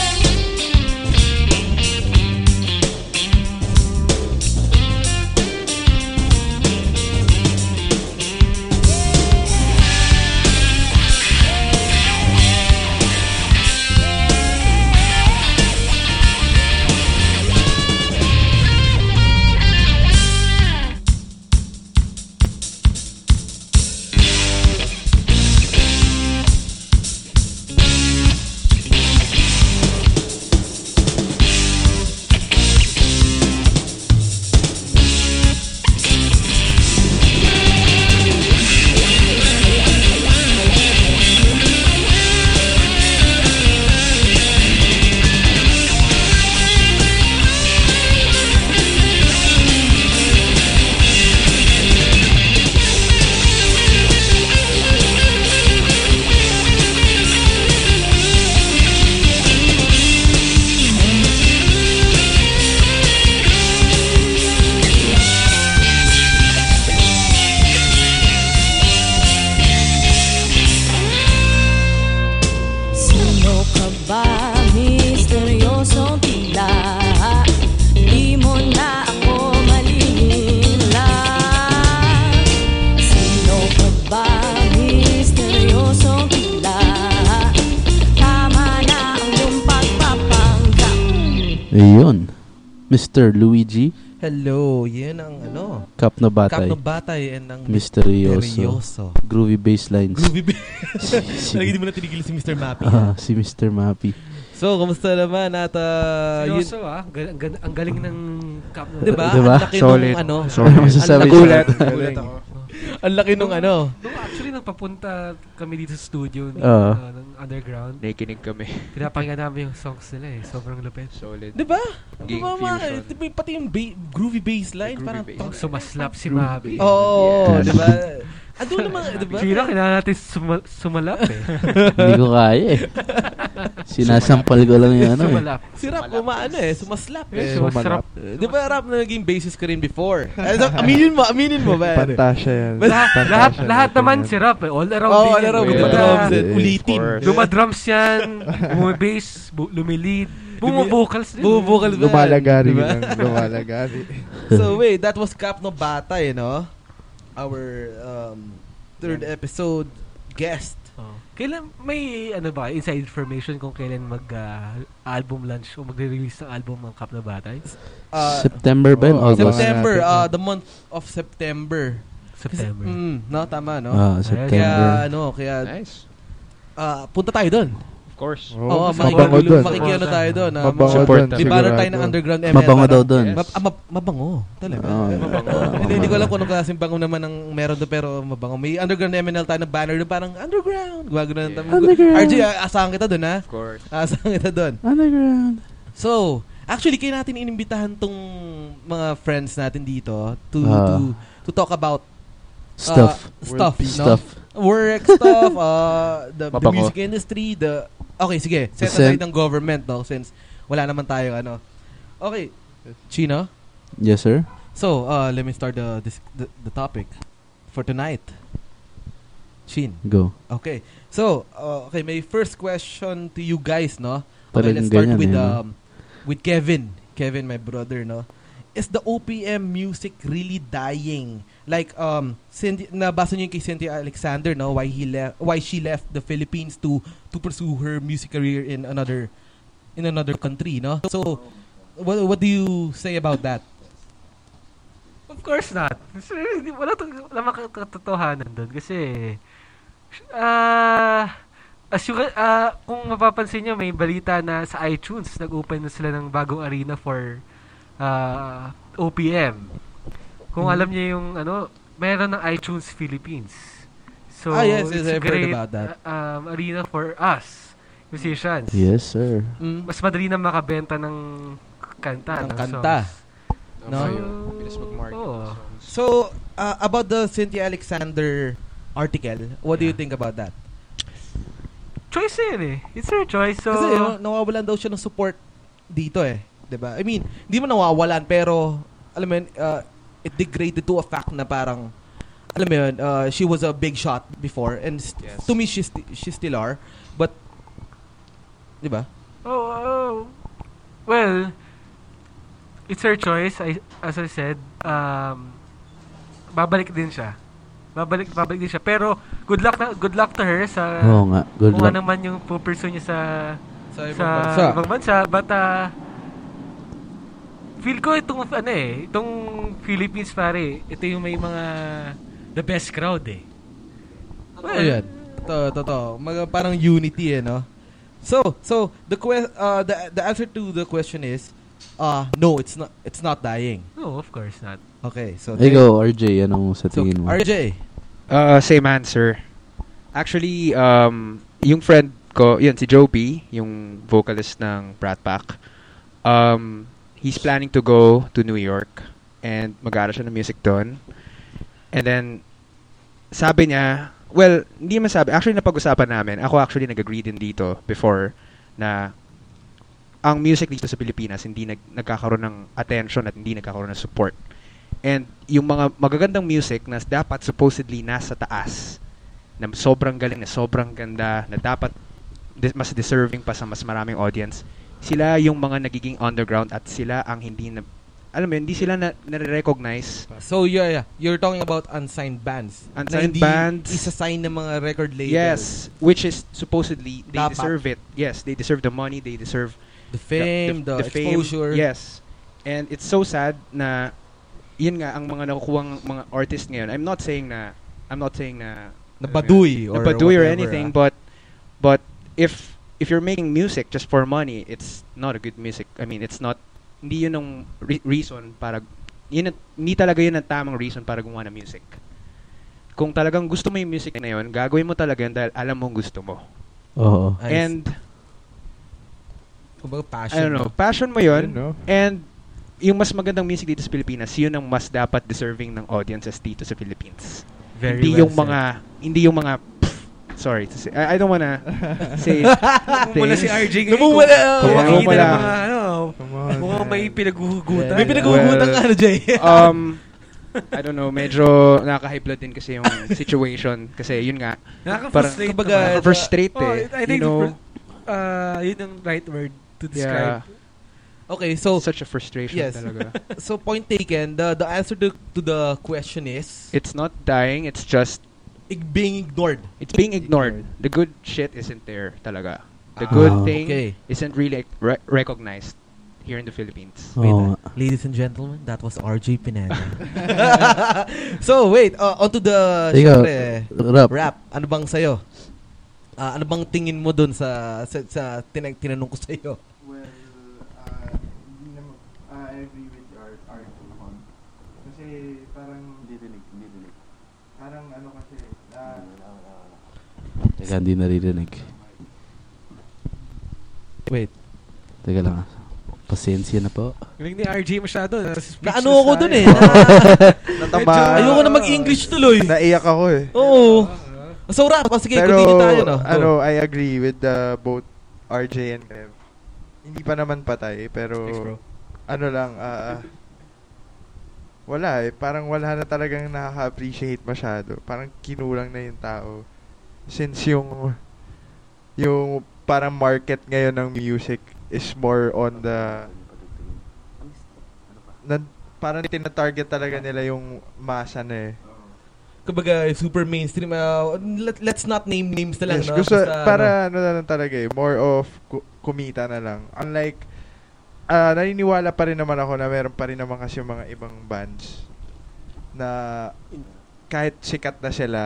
S9: Sino ka ba, misteryosong tila? Di mo na ako malihila Sino ka ba, misteryosong tila? Tama na ang iyong pagpapanggap
S3: Ayun. Mr. Luigi,
S4: Hello, yan ang ano.
S3: Kap na
S4: Kap
S3: Batay.
S4: ng Batay and ang
S3: Misteryoso.
S4: Misteryoso.
S3: Groovy bass lines. [laughs]
S4: Groovy. [laughs]
S3: Sige.
S4: Talaga hindi mo na tinigil si Mr. Mappy.
S3: Ah, si Mr. Mappy.
S4: So, kumusta naman at ah, yun,
S5: Seryoso ah. Gal- ang gan- ang galing ng cup na.
S4: 'di ba?
S3: Diba?
S4: Ang laki
S8: Solid.
S4: nung [laughs] ano,
S3: Solid. Ano masasabi
S4: ang laki- ano?
S3: Nagulat.
S8: Nagulat. Nagulat ako.
S4: Ang laki nung ano.
S5: Nung actually nang papunta kami dito sa studio ni,
S3: Oo.
S5: ano, ng underground,
S8: Nakikinig kami.
S5: pinapakinggan namin yung songs nila eh. Sobrang lupit.
S8: Solid.
S4: 'Di ba?
S8: Game
S4: Diba, mga-
S8: fusion.
S4: diba, pati yung ba- groovy bassline,
S8: Groovy
S4: parang
S8: bass.
S4: tong-
S5: Sumaslap si Mabi.
S4: Oo, oh,
S3: Yeah.
S4: 'di ba? Ano
S8: [laughs]
S4: naman, 'di ba?
S5: Gina, kailangan natin suma- sumalap eh.
S3: Hindi ko kaya
S4: [laughs]
S3: eh. Sinasampal ko lang yung ano eh.
S5: sumalap.
S4: Si rap umaano eh, sumaslap
S5: Eh,
S4: eh.
S5: sumasarap.
S4: Eh, 'Di ba rap na naging basis ko rin
S8: [laughs]
S4: before? Ano, aminin mo, aminin mo ba?
S6: Pantasya yan.
S5: Lahat,
S6: Pantasya
S5: lahat,
S6: na
S5: lahat
S6: ganyan.
S5: naman si rap eh. All around
S4: Oo,
S5: din
S4: oh,
S5: yan.
S4: laro with
S8: Yeah.
S4: the drums and
S6: Yeah.
S4: ulitin.
S8: Of course.
S5: Dumadrums yan, bumibase, bu- lumilid, bumubukals din.
S4: Bumubukal
S5: eh.
S4: ba?
S6: Lumalagari
S4: Diba?
S6: yun ang lumalagari.
S4: So wait, that was Cap no Bata, you know? Our um, third episode guest.
S5: Oh. Kailan may ano ba inside information kung kailan mag ah, album launch o magre-release ng album ng Kap na Batay?
S4: Uh,
S3: September ba yun?
S6: Oo,
S3: August?
S4: September,
S6: Abangan natin.
S4: uh, the month of September. Kasi-
S5: September.
S4: Mm, no, tama, no?
S3: Ah,
S4: Kaya
S3: September.
S4: ano, kaya
S8: Nice.
S4: ah, punta tayo doon.
S8: Of course.
S4: Oo,
S5: mas
S4: makik-
S6: Oh, mabango dun.
S4: makikiano tayo doon. ah,
S6: Mabango
S4: mga-
S8: Support
S6: dun,
S8: natin.
S4: May banner tayo ng
S6: sigurado. [laughs]
S4: underground ML.
S3: Mabango
S4: parang-
S3: daw Ah, doon.
S8: Yes.
S4: Mab- ah, mab- mabango. Talaga.
S3: Oo.
S8: Mabango.
S4: Hindi, hindi ko alam kung anong klaseng bango naman ang meron doon pero mabango. May underground MNL tayo na banner doon parang underground. Gwago na
S8: Yeah.
S4: natin.
S3: Underground.
S4: RJ, a- ah, asahan kita doon ha.
S8: Of course.
S4: Asahan kita doon. Ah,
S3: Underground.
S4: So, actually, kaya natin inimbitahan tong mga friends natin dito to
S3: Ah.
S4: to, to talk about uh,
S3: Stuff.
S4: stuff, no?
S3: Stuff.
S4: Work stuff, uh, the, the
S8: Mabango.
S4: music industry, the... Okay, sige.
S3: The
S4: Set
S3: sen-
S4: aside ng government, no? Since wala naman tayo, ano. Okay. Chino?
S3: Yes, sir.
S4: So, uh, let me start the, this, the, the topic for tonight. Chin.
S3: Go.
S4: Okay. So, uh, okay, may first question to you guys, no? Okay,
S3: Talagang
S4: let's start
S3: ganyan
S4: with
S3: eh, no?
S4: um with Kevin. Kevin, my brother, no. Is the OPM music really dying? Like um Cindy, nabasa niyo yung kay Cynthia Alexander, no, why he left why she left the Philippines to to pursue her music career in another in another country, no? So what what do you say about that?
S5: Of course not. Seriously, wala tong wala kang katotohanan doon kasi ah as you, can- ah, kung mapapansin niyo may balita na sa iTunes nag-open na sila ng bagong arena for ah, OPM.
S4: Hmm.
S5: Kung alam niyo yung ano, meron ng iTunes Philippines. So
S4: Ah, yes, yes,
S5: it's a
S4: I've heard
S5: great,
S4: about that.
S5: ah, um, arena for us musicians.
S3: Yes, sir.
S4: Mm.
S5: Mas madali na makabenta ng kanta. ng
S4: Ng kanta.
S5: songs.
S4: No.
S8: Tama yun. Bilis mag-market.
S5: Oo.
S4: So uh, about the Cynthia Alexander article, what do you think about that?
S5: Choice na yun eh. It's her choice. So,
S4: Kasi no, nawawalan daw siya ng support dito eh. 'Di ba? I mean, hindi man nawawalan pero alam mo yun, uh, it degraded to a fact na parang alam mo yun, uh, she was a big shot before and st-
S8: Yes.
S4: to me she st- she still are but diba? 'di ba?
S5: Oh, oh. Well, it's her choice. I, as I said, um, babalik din siya. Babalik, babalik din siya. Pero, good luck na, good luck to her sa
S3: Oo nga. Good
S5: kung
S3: luck.
S5: ano man yung pupursue niya sa
S4: Sa
S5: sa ibang bansa. But, ah, feel ko itong, ano eh, itong Philippines pare, ito yung may mga the best crowd eh.
S4: Well, yan. To, totoo. Mag, parang unity eh, no? So, so the que- uh, the the answer to the question is uh no, it's not it's not dying.
S5: No, of course not.
S4: Okay, so
S3: Ikaw, RJ, anong sa
S4: So,
S3: tingin mo?
S4: RJ,
S8: Uh, same answer. Actually, um, yung friend ko, yun, si Joby, yung vocalist ng Brat Pack, um, he's planning to go to New York and mag-aaral siya ng music doon. And then, sabi niya, well, hindi masabi. Actually, napag-usapan namin. Ako actually nag-agree din dito before na ang music dito sa Pilipinas hindi nag nagkakaroon ng attention at hindi nagkakaroon ng support. And yung mga magagandang music na dapat supposedly nasa taas, na sobrang galing, na sobrang ganda, na dapat de- mas deserving pa sa mas maraming audience, sila yung mga nagiging underground at sila ang hindi na, alam mo yun, hindi sila na, nare-recognize.
S4: So yeah, yeah, you're talking about unsigned bands.
S8: Unsigned
S4: na hindi
S8: bands.
S4: Isa-sign ng mga record labels.
S8: Yes, which is supposedly they
S4: Dapat.
S8: deserve it. Yes, they deserve the money, they deserve
S4: The fame, the,
S8: fame,
S4: exposure.
S8: Yes. And it's so sad na yun nga ang mga nakukuhang mga artist ngayon. I'm not saying na I'm not saying na uh,
S4: Nabaduy or
S8: nabaduy or
S4: whatever,
S8: anything
S4: ah.
S8: but but if if you're making music just for money, it's not a good music. I mean, it's not, hindi yun ang re- reason para, yun, ang- hindi talaga yun ang tamang reason para gumawa ng music. Kung talagang gusto mo yung music na yun, gagawin mo talaga yun dahil alam mong gusto mo.
S3: Oo.
S8: And,
S4: Kumbaga passion.
S8: I don't know, passion mo yun,
S7: Yun, no?
S8: and yung mas magandang music dito sa Pilipinas, yun ang mas dapat deserving ng audiences dito sa Philippines.
S5: Very
S8: hindi
S5: well
S8: yung mga hindi yung mga pff, sorry to say, I, I don't wanna
S7: [laughs]
S8: say
S10: Wala si RJ ngayon.
S4: Lumumula.
S8: Kung
S10: Kung makikita
S8: lumumula.
S10: ng mga ano,
S7: Come on.
S10: mukhang may pinaghuhugutan.
S4: May pinagugumutan
S8: [laughs] Well,
S4: ka ano,
S8: [laughs]
S4: Jay?
S8: um I don't know, medyo nakaka-high blood din kasi yung situation kasi yun nga
S10: Nakaka-frustrate.
S4: Parang- kumbaga,
S10: naman.
S8: frustrate
S5: Oh,
S8: eh.
S5: I
S8: you
S5: think
S8: know,
S5: uh, yun ang right word to
S8: yeah,
S5: describe.
S4: Okay, so [laughs]
S8: such a frustration
S4: Yes.
S8: talaga.
S4: so point taken. The the answer to, to the question is
S8: It's not dying, it's just
S4: ig- being ignored.
S8: it's being ignored. The good shit isn't there talaga. The
S4: Ah,
S8: good thing
S4: okay.
S8: isn't really re- recognized here in the Philippines.
S4: Oh. uh,
S3: Oo.
S4: Ladies and gentlemen, that was RJ
S5: [laughs]
S4: Pineda. [laughs] so wait, uh, on to the
S3: Teka,
S4: syempre,
S3: Rap. [laughs]
S4: rap. Ano bang sayo? Ah, ano bang tingin mo dun sa sa, sa tina- tinanong ko sa'yo?
S7: Well, uh, hindi naman, uh, I agree with art, art naman. Kasi parang... Didinig, didinig. Parang ano kasi, ah,
S3: Teka, hindi naririnig.
S4: Wait.
S3: Teka lang. ah. Pasensya na po.
S5: Galing ni RJ masyado. Na,
S4: Na ano ako dun eh. [laughs]
S7: nataba.
S4: Ah, Ayoko na mag-English tuloy.
S7: Naiyak ako eh.
S4: Oo. So rap, oh, sige,
S7: Pero,
S4: continue tayo. No? Go.
S7: ano, I agree with the both RJ and Kev. Hindi pa naman patay, pero... Ano lang, ah... ah, wala eh. Parang wala na talagang nakaka-appreciate masyado. Parang kinulang na yung tao. Since yung... Yung parang market ngayon ng music is more on the... Na, parang tinatarget talaga nila yung masa na eh.
S4: Kumbaga, super mainstream. ah, let, let's not name names na lang.
S7: Yes,
S4: no?
S7: gusto,
S4: Basta, ano.
S7: para ano na lang talaga eh, more of ku- kumita na lang. Unlike, ah naniniwala pa rin naman ako na meron pa rin naman kasi mga ibang bands na kahit sikat na sila,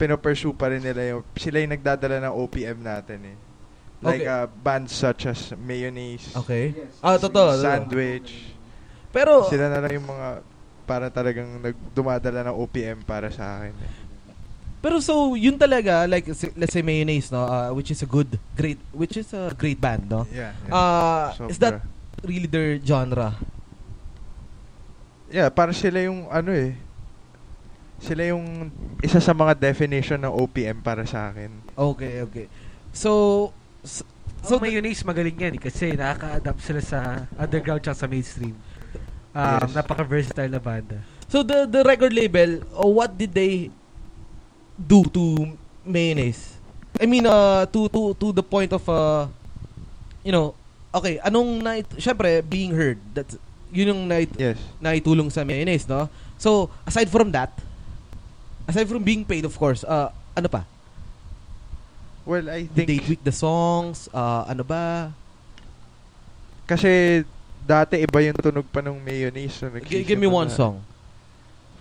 S7: pinopursue pa rin nila yung, sila yung nagdadala ng OPM natin eh. Like
S4: Okay.
S7: ah, bands such as Mayonnaise,
S4: Okay. Ah, totoo. totoo.
S7: Sandwich,
S4: Pero,
S7: sila na lang yung mga para talagang nagdumadala ng OPM para sa akin. eh.
S4: pero so, yun talaga, like, si- let's say Mayonnaise, no? ah, which is a good, great, which is a great band, no?
S7: Yeah, yeah.
S4: Oh. Ah, is
S7: Sobra.
S4: that really their genre?
S7: Yeah, para sila yung ano eh. Sila yung isa sa mga definition ng OPM para sa akin.
S4: Okay, okay. So, so,
S5: So,
S4: so
S5: oh, mayonnaise, magaling yan eh, kasi nakaka-adapt sila sa underground at sa mainstream. Um,
S7: Yes.
S5: Napaka-versatile na banda.
S4: So the the record label, uh, what did they do to Mayonnaise? I mean, uh, to to to the point of uh, you know, okay, anong night? Syempre, being heard. That's yun yung night
S7: Yes.
S4: naitulong sa Mayonnaise, no? So, aside from that, aside from being paid, of course, uh, ano pa?
S7: Well, I
S4: Did they
S7: think
S4: tweak the songs? Uh, ano ba?
S7: kasi dati iba yung tunog pa ng mayonnaise. nung
S4: G-
S7: nagsisipa
S4: give me one
S7: na.
S4: song.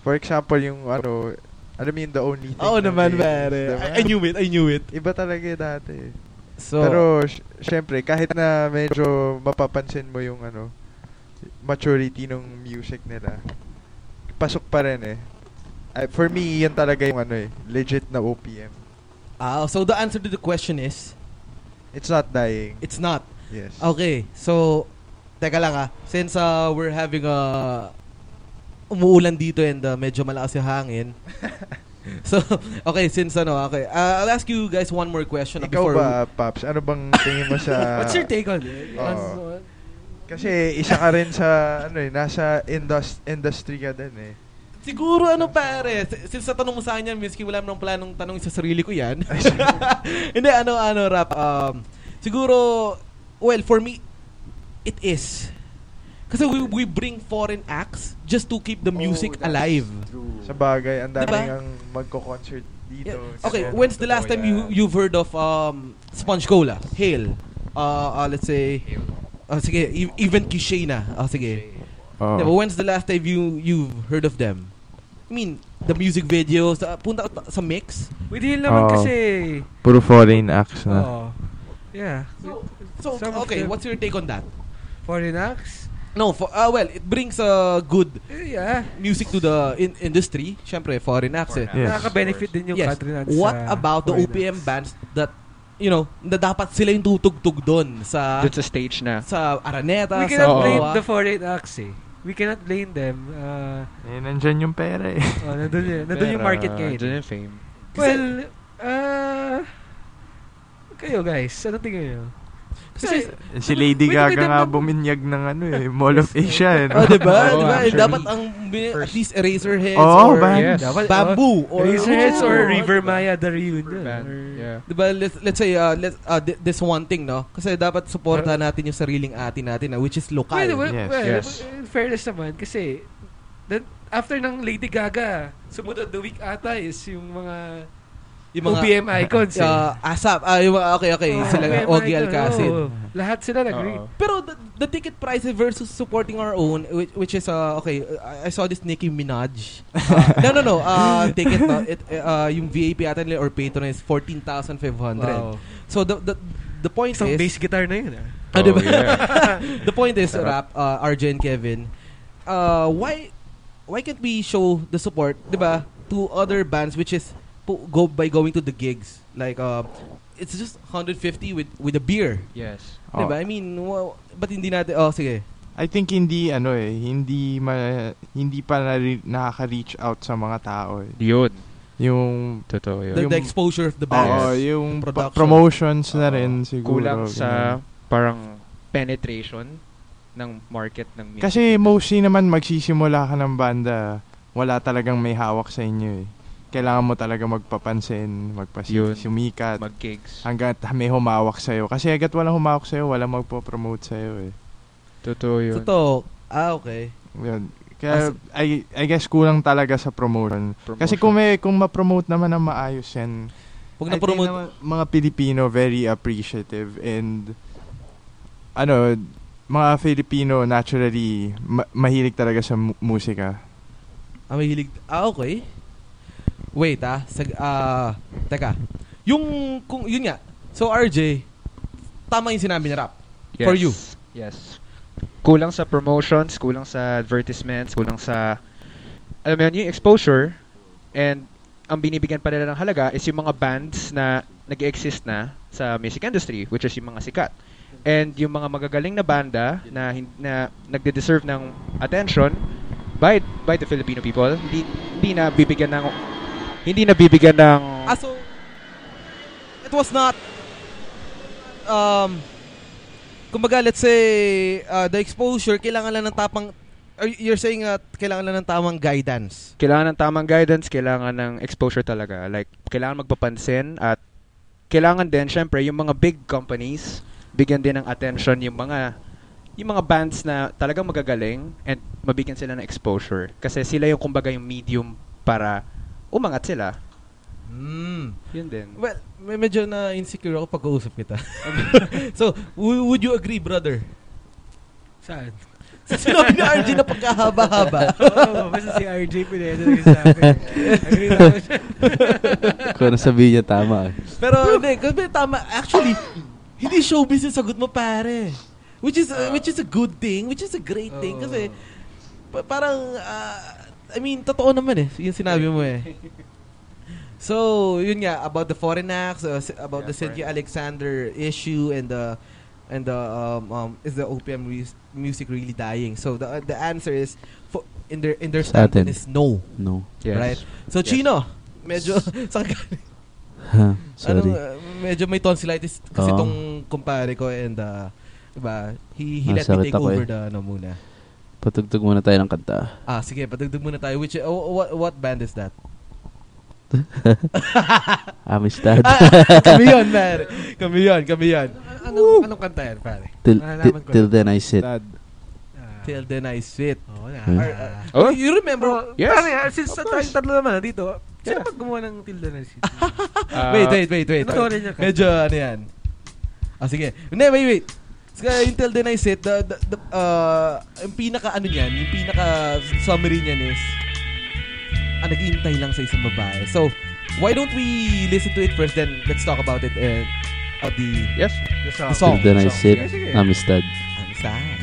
S7: For example, yung ano, alam mo yun, the only thing. ng Mayonnaise, diba?
S4: it, I knew it.
S7: Iba talaga eh dati. eh.
S4: So,
S7: Pero, sy- syempre, kahit na medyo mapapansin mo yung ano, maturity ng music nila, pasok pa rin eh. Ay, for me, yan talaga yung ano eh, legit na OPM.
S4: ah, so the answer to the question is,
S7: It's not dying.
S4: it's not.
S7: yes.
S4: Okay, so, teka lang ah. Since uh, we're having a... umuulan dito and uh, medyo malakas yung
S5: [laughs]
S4: hangin. so, okay, since ano, okay. Uh, I'll ask you guys one more question ah,
S7: Ikaw
S4: before...
S7: ba, Paps? Ano bang tingin mo sa...
S4: [laughs]
S5: What's your take on it?
S7: Oo.
S5: On-
S7: Kasi isa ka rin sa, ano eh, nasa indus- industry ka din eh.
S4: Siguro ano pare, si- since sa tanong mo sa akin yan, miski wala nang planong tanong sa sarili ko yan. [laughs] Hindi, ano, ano, rap. Um, siguro, well, for me, it is. Kasi we, we bring foreign acts just to keep
S8: Oh,
S4: the music alive.
S7: Sa bagay, ang daming
S4: Diba?
S7: ang magko-concert dito.
S4: Yeah. Okay,
S7: Ganyan.
S4: when's the last
S8: Totoo
S4: time you
S8: yan.
S4: you've heard of um Sponge Cola? Hail. Uh, uh, let's say ah, sige, e- even Kishay na. Ah, sige.
S7: Oo.
S4: Diba, when's the last time you you've heard of them? I mean, the music videos, ah, punta ka ta- sa mix.
S5: With Hill naman
S7: Oo.
S5: kasi...
S4: Oh.
S7: Puro foreign acts
S5: Oo. Yeah.
S4: So,
S5: Some of
S4: okay,
S5: them-
S4: what's your take on that?
S5: Foreign acts?
S4: No, for, ah, well, it brings a good
S5: Eh, Yeah.
S4: music to the in- industry. Siyempre, foreign acts eh.
S1: Yes.
S5: Nakaka-benefit din yung
S4: Yes.
S5: country natin
S4: What
S5: sa
S4: about the
S5: foreign
S4: OPM
S5: acts.
S4: bands that, you know, na dapat sila yung tutugtog doon sa
S8: That's a stage na.
S4: sa Araneta,
S5: We
S4: sa
S5: cannot
S8: Oo.
S5: blame
S4: Wawa.
S5: the foreign acts eh. We cannot blame them. Uh,
S7: Eh, nandyan yung pera eh. [laughs]
S5: oh, nandun, yun. nandun yung market ngayon.
S8: Nandun yung fame.
S5: Well, uh, kayo guys, ano tingin nyo?
S4: Kasi,
S7: Eh, Si Lady
S5: Wait, wait,
S7: Gaga nga
S5: wait.
S7: buminyag ng ano eh, Mall of Asia eh. no?
S4: oh,
S7: [laughs]
S4: diba?
S5: [laughs]
S8: Oo,
S4: diba? Eh,
S8: actually.
S4: Dapat ang, bin- at least Eraserheads
S7: Oo,
S4: or
S7: ba?
S8: Yes.
S5: Dapat,
S4: Bamboo. Or,
S5: Razorheads Oh, or
S4: Oo.
S5: River Maya the reunion.
S8: Band.
S5: or-
S8: Yeah.
S4: Diba, let's, let's say, uh, let's, uh, thi- this one thing, no? Kasi dapat supporta natin yung sariling atin natin, na, which is local.
S5: Well, well,
S7: Yes.
S5: well,
S8: Yes.
S5: in fairness naman, kasi then, after ng Lady Gaga, sumunod the week ata is yung mga,
S4: yung mga,
S5: OPM icons. eh.
S4: uh, ASAP. Ah, yung mga, okay, okay. oh.
S5: Oo,
S4: sila,
S5: OPM
S4: Ogie
S5: icon,
S4: Alcacid.
S5: oo. lahat sila nag-read.
S8: Oo.
S4: Pero the, the ticket price versus supporting our own, which, which is, uh, okay, I, I saw this Nicki [laughs] Minaj. Uh, no, no, no. Uh, ticket, no, it, uh, yung VIP ata nila or patron is 14,500. So the, the, the point
S5: Isang
S4: is,
S5: bass guitar na yun. ah.
S4: Ah,
S8: Oh,
S5: [laughs]
S4: diba?
S8: yeah.
S4: the point is, rap, uh, RJ and Kevin, uh, why why can't we show the support, di ba, to other bands which is po- go by going to the gigs? Like, uh, it's just 150 with with a beer.
S8: Yes.
S7: Oh,
S4: Diba? I mean, wow, ba't hindi natin, oh, sige.
S7: I think hindi ano eh, hindi ma, hindi pa nari- nakaka-reach out sa mga tao eh.
S8: Yun.
S7: Yung
S8: Totoo yun.
S4: The, the
S7: Yung- Oh,
S4: exposure of the
S7: Oo,
S4: band.
S7: yung pa-
S4: Production.
S7: promotions na
S8: Oo.
S7: rin siguro.
S8: Kulang sa
S7: ganun.
S8: parang penetration ng market ng music.
S7: Kasi mostly naman magsisimula ka ng banda, wala talagang may hawak sa inyo eh. Kailangan mo talaga magpapansin,
S8: Yun.
S7: magpasik, sumikat,
S8: mag-gigs.
S7: hanggat may humawak sa'yo. Kasi hanggat walang humawak sa'yo, walang magpo-promote sa'yo eh.
S8: Totoo yun.
S4: Totoo. Ah, okay.
S7: Yun. Kaya, I, I guess kulang talaga sa promotion. Kasi kung, may, kung ma-promote naman ng maayos yan, I
S4: Pag
S7: think
S4: na-promote,
S7: naman, mga Pilipino very appreciative and ano, mga Filipino naturally ma- mahilig talaga sa mu- musika.
S4: ah, may hilig. Ah, okay. Wait, ah. Sag, ah, teka. Yung, kung, yun nga. So, RJ, tama yung sinabi ni Rap.
S8: Yes.
S4: for you.
S8: Yes. Kulang sa promotions, kulang sa advertisements, kulang sa alam mo yun, yung exposure and ang binibigyan pa nila ng halaga is yung mga bands na nag-exist na sa music industry which is yung mga sikat. And yung mga magagaling na banda na hin- na nagde-deserve ng attention by by the Filipino people, hindi hindi na bibigyan ng hindi na bibigyan ng
S4: Ah, so, it was not, um, kumbaga, let's say, uh, the exposure, kailangan lang ng tapang, or you're saying that kailangan lang ng tamang guidance.
S8: kailangan ng tamang guidance, kailangan ng exposure talaga. Like, kailangan magpapansin at kailangan din, syempre, yung mga big companies, bigyan din ng attention yung mga yung mga bands na talagang magagaling and mabigyan sila ng exposure. Kasi sila yung kumbaga yung medium para umangat sila.
S5: Hmm.
S4: Mm.
S8: Yun din.
S4: Well, may- medyo na insecure ako pag kausap
S5: [laughs]
S4: kita. [laughs] so, w- would you agree, brother?
S5: Saan?
S4: Sa sinabi ni RJ na pagkahaba-haba.
S5: [laughs] Oo, basta si RJ Pineda na sa akin. Agree na ako siya.
S3: [laughs] Kung ano sabihin niya, tama. eh.
S4: Pero hindi, kasi tama. Actually, hindi showbiz yung sagot mo, pare. Which is
S8: Ah.
S4: uh, which is a good thing, which is a great
S5: Oo.
S4: thing kasi pa- parang ah, I mean, totoo naman eh yung sinabi
S8: [laughs]
S4: mo eh. So, yun nga about the foreign acts, uh, s- about the Cynthia Alexander issue and the and the um, um is the OPM mus- music really dying? So the uh, the answer is for, in their in their
S3: Sa atin.
S4: standpoint is no,
S3: No.
S8: Yes.
S4: right? So
S8: Yes.
S4: Chino,
S8: [laughs]
S4: medyo [laughs] sa
S3: Ha,
S4: ano,
S3: sorry.
S4: uh, medyo may tonsillitis kasi
S3: Oo.
S4: tong kumpare ko and uh, diba, he, he
S3: Ah,
S4: let me
S3: sakit
S4: take
S3: ako
S4: over
S3: eh.
S4: the ano muna.
S3: Patugtog muna tayo ng
S4: [laughs]
S3: kanta.
S4: Ah, sige, patugtog muna tayo. Which, oh, what, what band is that?
S3: Amistad. [laughs]
S4: ah, [laughs] kami yun, pare. Kami yun, kami yun.
S5: Anong, anong kanta yan, pare?
S3: till,
S5: Malalaman ko
S3: till
S5: lang.
S3: then I sit.
S7: Dad,
S5: Ah,
S4: Till then I sit.
S5: Oo na.
S3: Hmm.
S5: Or, ah,
S8: Oh,
S4: You remember?
S5: Bro,
S8: Yes.
S5: pare, ah, since
S8: Of
S5: na
S8: course.
S5: tayong tatlo naman nandito, sino
S8: Yeah.
S5: pag gumawa ng Tilda na si
S8: uh,
S4: wait, wait, wait, wait.
S5: Ano niya ka?
S4: Medyo ano yan. Ah, sige. Hindi, wait, wait. So, uh, yung Till Then I Sit, the, the, the, uh, yung pinaka ano niyan, yung pinaka summary niyan is, ah, naghihintay lang sa isang babae. So, why don't we listen to it first, then let's talk about it. And of the
S6: Yes.
S4: the
S8: um,
S4: song. The song.
S3: Then I sit,
S8: Sige, sige.
S3: amistad.
S4: Ang sad.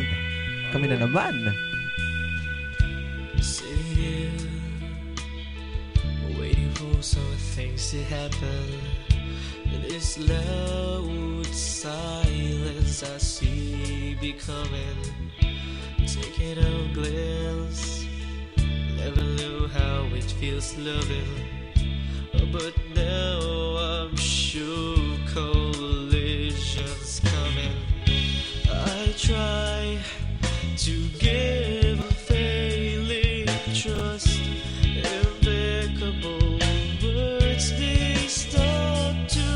S4: Kami na naman.
S2: Sitting here, waiting for some things to happen. In this loud silence, I see becoming. Taking a glance, never knew how it feels loving. Oh, But now I'm sure collision's coming. I try to give a failing trust. Impeccable words, they start to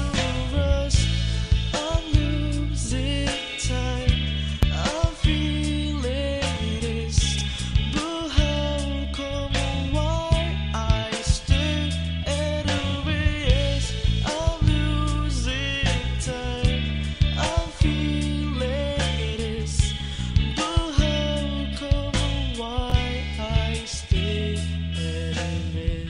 S2: rust. I'm losing time. I'm feeling this. But how come why I stay at a ways? I'm losing time. I'm feeling this. But how come why I stay at a ways?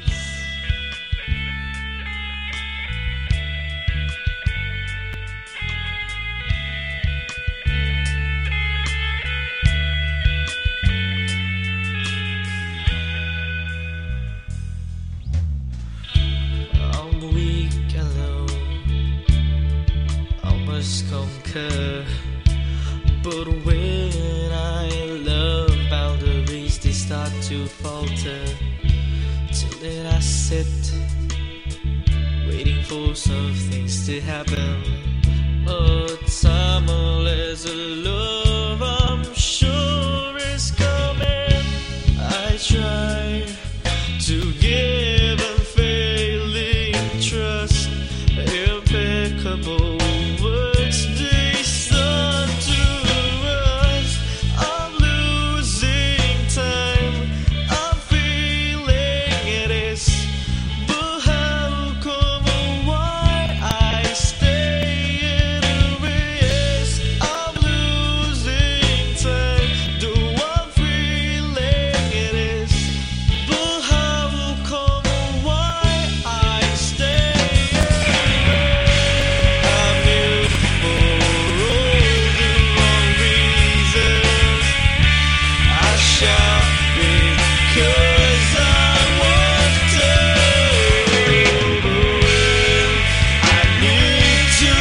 S2: I'm weak and low. I must conquer. But when I love boundaries, they start to falter. Till then I sit, waiting for some things to happen. A timeless love, I'm sure is coming. I try to give unfailing trust, impeccable words. They start to rust. I'm losing time. I'm feeling this, but how come or why I stay in a race? I'm losing time. Do I'm feeling this? But how come or why I stay I'm here for all the wrong reasons I shout because I want to I need to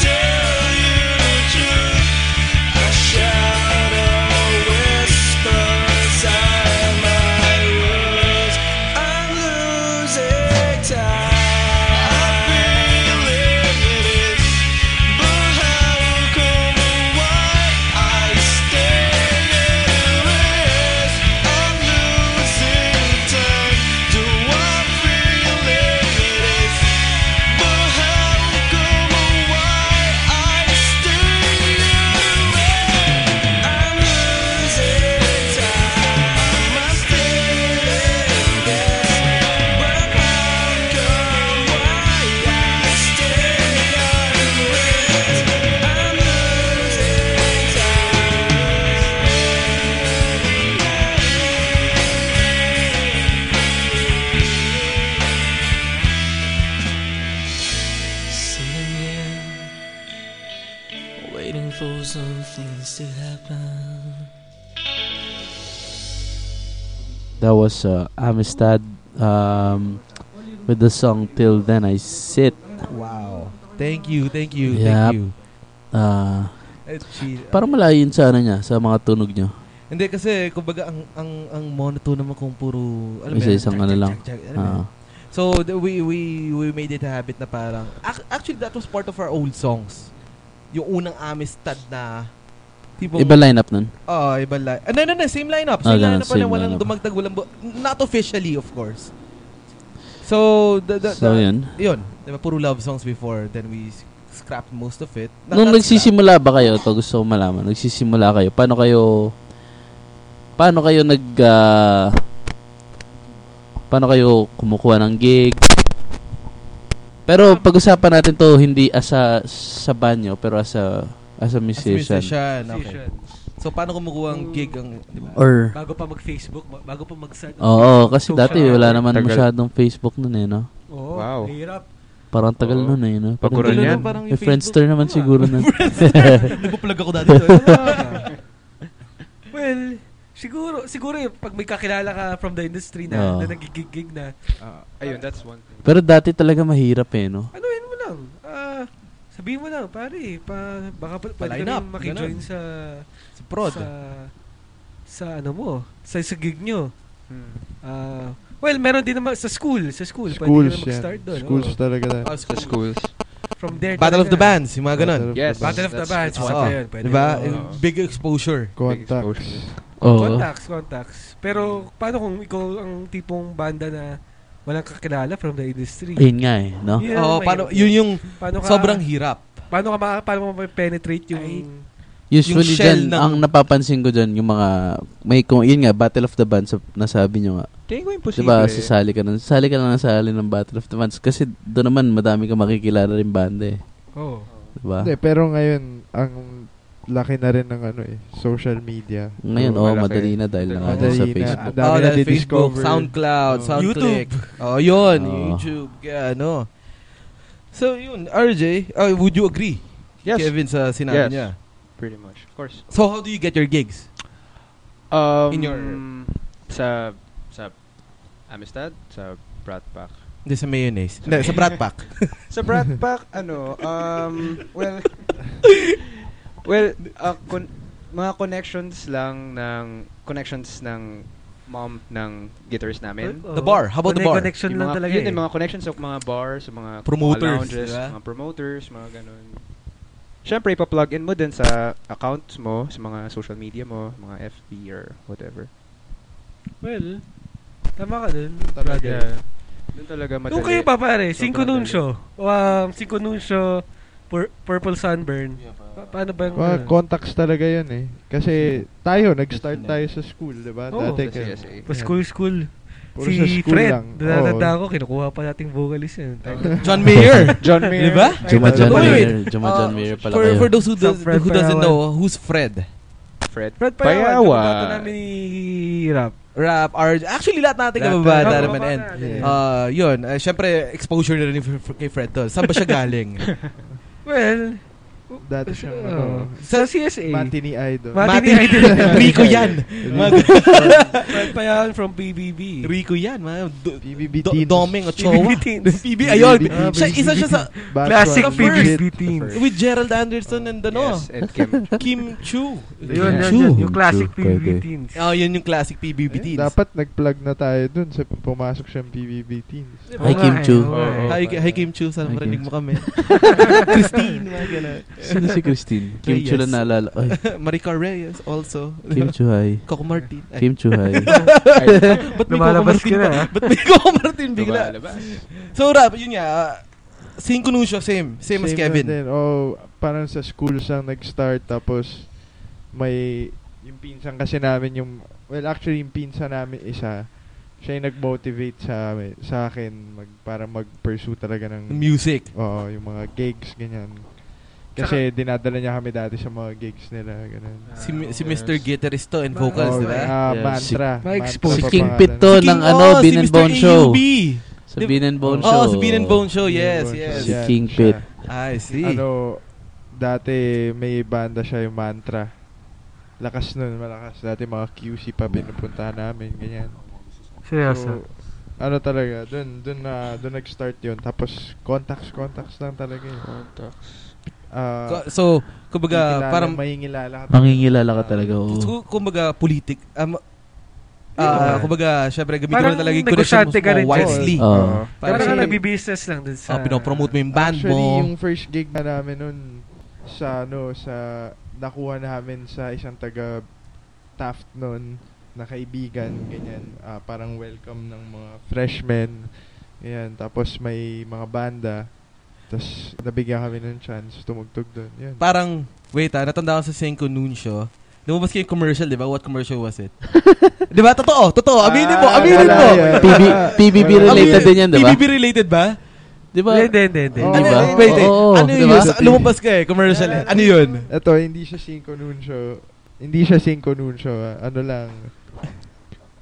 S2: tell you the truth I shout or whisper inside my words. I'm losing time. I'm feeling it, but how come why I stay in this? I'm losing time. Do I feel it? But how come why I stay in I'm losing time. I must feel this, but how come why I stay unaware? I'm losing time. Sitting here, waiting for some things to happen.
S3: That was uh, Amistad um, with the song Till Then I Sit.
S4: Wow. Thank you, thank you,
S3: Yep.
S4: thank you.
S3: Ah,
S4: Eh, chi-
S3: parang malayo yun sa ano niya, sa mga tunog niyo.
S4: Hindi kasi kumbaga ang ang ang monotone naman kung puro alam mo yun,
S3: Isa-isang
S4: jag,
S3: ano
S4: jag,
S3: lang.
S4: jag, jag, alam mo yun.
S3: Ah,
S4: So the- we we we made it a habit na parang ac- actually that was part of our old songs. Yung unang Amistad na tipong
S3: iba lineup nun.
S4: Oh, iba li- Ah, no, no, no, same lineup.
S3: Ah,
S4: Same
S3: ganun,
S4: lineup pa na
S3: same
S4: walang
S3: lineup.
S4: dumagdag, walang bu- not officially of course. So the, the,
S3: So
S4: the-
S3: yun.
S4: yun, di ba, puro love songs before then we s- scrapped most of it. Not-
S3: Nung
S4: not scrapped.
S3: nagsisimula ba kayo, to gusto ko malaman, nagsisimula kayo, paano kayo, paano kayo nag, ah, paano kayo kumukuha ng gig? Pero pag-usapan natin to hindi as a, sa banyo, pero as a, as a
S4: As
S3: musician.
S4: musician, okay.
S5: Decision.
S4: So paano kumukuha ang gig ang di
S3: [laughs]
S4: ba?
S3: Or,
S5: Bago pa mag-Facebook, ma- bago pa mag-start. ng
S3: oo,
S5: Facebook,
S3: kasi
S5: social
S3: dati
S5: media.
S3: wala naman
S6: Tagal.
S3: masyadong Facebook nun eh, no?
S5: Oo,
S6: Wow.
S5: Oh, hirap.
S3: Parang ang tagal
S8: Oo.
S3: nun eh. No? Parang
S8: Pagkuran
S3: ganun.
S8: yan.
S4: Parang
S3: Eh,
S4: yung
S3: Friendster
S4: Facebook.
S3: naman
S4: Ah,
S3: siguro na.
S4: Nagpo-plug ako
S3: [laughs]
S4: dati.
S5: [laughs] Well, siguro, siguro yung pag may kakilala ka from the industry na,
S3: Oo.
S5: na nagigigig na,
S8: Ah, ayun, that's one thing.
S3: Pero dati talaga mahirap eh, no?
S5: anuhin mo lang. Ah, sabihin mo lang, pare, pa, baka pa, pwede
S4: Pa-line
S5: ka
S4: up,
S5: rin makijoin sa,
S4: Sa prod.
S5: sa, sa ano mo, sa, sa gig nyo.
S8: Hmm.
S5: Ah, well, meron din naman sa school, sa school.
S7: Schools,
S5: pwede ka na
S7: yeah.
S5: mag-start oh. doon.
S7: Schools
S5: oo.
S7: talaga tayo.
S4: Ah,
S8: Sa schools.
S5: From there
S4: Battle of the
S5: talaga.
S4: Bands, yung mga ganun.
S8: Yes.
S5: Battle of the
S8: That's-
S5: Bands,
S8: that's
S5: what's
S4: one.
S5: up yun? Pwede
S4: Diba?
S5: yun.
S8: Oo.
S4: Big exposure.
S7: Contacts.
S8: exposure.
S3: Oo.
S5: Contacts, contacts. Pero paano kung ikaw ang tipong banda na walang kakilala from the industry?
S3: Ayun nga eh, no?
S5: Yeah,
S4: Oo,
S5: mahirap
S4: paano,
S5: yun.
S4: yun yung
S5: paano Ano ka,
S4: sobrang hirap.
S5: paano ka ma, paano mo penetrate yung
S4: Ay.
S3: Usually
S4: yung shell
S3: dyan,
S4: ng-
S3: ang napapansin ko dyan, yung mga, may, kung, yun nga, Battle of the Bands, sab- nasabi nyo nga.
S8: Tingin ko imposible.
S3: Diba, sasali ka na, sasali ka na ng sali ng Battle of the Bands. Kasi doon naman, madami ka makikilala rin banda eh.
S5: oh.
S3: Diba?
S7: Hindi, pero ngayon, ang laki na rin ng ano eh, social media.
S3: Ngayon,
S8: Oo,
S3: oh,
S8: malaki.
S3: madali na dahil na
S7: Madali
S3: sa
S7: na.
S3: Facebook.
S7: Dami na
S4: Oh, dahil Facebook,
S7: di-discover.
S4: SoundCloud,
S7: Oh.
S4: SoundClick. Oh, yun.
S3: Oh.
S4: YouTube. Kaya ano. So, yun. RJ, uh, would you agree?
S8: Yes.
S4: Kevin sa
S8: Yes.
S4: sinabi niya.
S8: Pretty much. Of course.
S4: So, how do you get your gigs?
S8: Um,
S4: In your-
S8: Sa... Sa... Amistad? Sa Brat Pack.
S4: Hindi, sa mayonnaise. Hindi, sa Brat Pack.
S8: Sa Brat Pack, ano, um, well, well, uh, con- mga connections lang ng, connections ng mom ng guitars namin.
S5: Oo.
S4: The bar. How about the
S5: Oh. Connect-
S4: bar?
S5: Connection
S8: Yung
S5: lang
S8: mga,
S5: talaga
S8: yun,
S5: eh.
S8: yung mga connections sa mga bars, sa mga
S4: Promoters,
S8: mga lounges,
S4: diba?
S8: mga promoters, mga ganun. Siyempre, ipa-plug in mo din sa accounts mo, sa mga social media mo, mga FB or whatever.
S5: Well, tama ka dun.
S8: Yeah. Doon talaga madali.
S5: Nung kayo pa pare,
S8: Sobrang
S5: Cinco
S8: madali.
S5: Nuncio. Um, Cinco Nuncio, pur- Purple Sunburn. Pa- paano ba yung...
S8: Hmm.
S7: Mga
S5: ano?
S7: contacts talaga yun eh. Kasi tayo, nag-start tayo sa school, di ba?
S5: Oo.
S8: Sa
S7: Dati ka-
S8: CSA.
S5: Pa school, school.
S7: Puro sa
S5: Si
S7: school
S5: Fred,
S7: lang.
S5: natatanda ko, kinukuha pa nating vocalist yun.
S4: [laughs] John Mayer.
S8: [laughs] John Mayer.
S4: Diba?
S3: Juma John
S4: Wait, wait.
S3: Mayer, Juma John
S4: Uh,
S3: Mayer pala
S4: For,
S3: kayo.
S4: for those who, does,
S5: Sa Fred
S4: who doesn't
S5: Payawan.
S4: know, who's Fred?
S8: Fred.
S5: Fred Payawan.
S8: Payawan.
S5: Payawan. namin ni Rap.
S4: Rap, RJ. Actually, lahat natin
S8: Lahat
S4: kababa
S8: tayo.
S4: na naman. Ah, And,
S7: Yeah.
S4: uh, yun, uh, syempre, exposure na rin f- f- kay Fred to. Saan ba siya galing?
S5: Well,
S7: Dati siyang
S5: Oo.
S7: ano,
S4: Uh-huh.
S5: sa CSA.
S7: Matini Idol.
S5: Mati
S4: Mati-
S5: ni Idol.
S4: Rico yan. Mga-
S5: Fred Payawan from PBB.
S4: Rico yan. Mga do-
S7: PBB
S4: do-
S7: teens.
S4: Doming at Chowa.
S5: PBB teens.
S4: PB, ayun.
S7: Ah,
S4: Siya, isa siya sa,
S7: Batch
S5: Classic
S7: one,
S4: PBB
S7: legit.
S5: PBB teens.
S4: with Gerald Anderson and ano,
S8: Yes, and [laughs] Kim.
S4: Kim Chu.
S5: Yun,
S4: Kim
S5: yun,
S4: Chu.
S5: yun. Yung classic
S3: Pwede.
S5: PBB teens.
S4: Oh, yun yung classic PBB
S7: Eh,
S4: teens.
S7: Dapat nag-plug na tayo dun sa pumasok siyang PBB teens.
S3: Hi, Kim Chu.
S4: Hi, hi Kim Chu,
S3: Hi,
S4: sana marinig
S3: Kim.
S4: mo kami. [laughs] Christine, mga ganun. [laughs]
S3: Sino si Christine? Kim Chu
S4: Reyes.
S3: lang naalala. Ay,
S4: Marika Reyes also.
S3: Kim Chu, hi.
S4: Coco Martin. Ay,
S3: Kim Chu, hi.
S4: Ba't may Coco
S5: Lumalabas
S4: Martin
S5: ka na,
S4: pa?
S5: ah.
S4: Ba't may Coco Martin bigla?
S8: Lumalabas.
S4: So, rap, yun nga. ah, Cinco Nuncio, same. Same, as
S7: Same
S4: Kevin.
S7: lang din. Oh, parang sa school siyang nag-start tapos may yung pinsan kasi namin yung well actually yung pinsan namin isa siya yung nag-motivate sa amin, sa akin mag para mag-pursue talaga ng
S4: Music.
S7: oo, yung mga gigs ganyan. Kasi dinadala niya kami dati sa mga gigs nila ganun.
S4: Si, si Mr. Guitarist to and vocals,
S7: Oo,
S4: di ba?
S7: ah,
S3: Yeah,
S7: mantra.
S5: si-
S7: mantra
S5: Ma-expose.
S3: Si
S7: pa
S3: King
S7: pangalan.
S3: Pito ng
S4: King-
S3: ano,
S4: oh,
S3: Bean and
S4: Mr.
S3: Bone Show.
S4: AUB.
S3: Sa
S4: Di-
S3: Bean and Bone Show.
S4: Oh, si Bean and Bone Show. Yes,
S7: Yun,
S4: yes.
S7: siya,
S3: King
S7: siya.
S3: Pit.
S4: I see.
S7: ano, dati may banda siya yung Mantra. Lakas nun, malakas. Dati mga QC pa pinupuntahan namin, ganyan.
S5: Seryoso.
S7: So,
S4: Oh.
S7: ano talaga, dun, dun na, dun nag-start yun. Tapos, contacts, contacts lang talaga yun.
S4: Ko-
S7: Ah,
S4: so, kumbaga,
S7: kilala,
S4: parang,
S7: mahingilala ka.
S3: Mangingilala ka talaga, oh. oo.
S4: so, kumbaga, politik, um,
S5: Yeah.
S4: ah, kumbaga, syempre, gamitin mo
S5: Parang
S4: na talaga yung connection mo
S5: negosyante ka
S4: mo
S5: rin dyan.
S4: wisely.
S3: Oo.
S7: Oo.
S5: Parang
S4: Parang,
S5: ka nagbi-business lang dun sa...
S4: ah, pinopromote mo yung band
S7: Actually,
S4: mo.
S7: yung first gig na namin nun, sa ano, sa, nakuha namin sa isang taga Taft nun, na kaibigan, ganyan, ah, parang welcome ng mga freshmen, ganyan, tapos may mga banda, tapos nabigyan kami ng chance, tumugtog dun, yun.
S4: Parang, wait ah, natanda ko sa Senko Nuncio. Lumabas kayo yung commercial, di ba? What commercial was it? di ba? Totoo, totoo. Aminin mo,
S8: Ah,
S4: aminin
S8: wala
S4: mo.
S8: yan.
S3: PB, PBB
S7: Wala.
S3: related din yan, di ba?
S4: PBB related ba?
S3: Di ba?
S5: Hindi, hindi, hindi, hindi.
S7: Oo.
S4: Ano,
S7: Diba?
S4: wait, wait.
S3: Oo,
S4: ano yun?
S3: diba?
S4: Sa- Lumabas ka eh, commercial eh. Ano yun?
S7: Ito, hindi siya Cinco Nuncio, hindi siya Cinco Nuncio, ah, ano lang,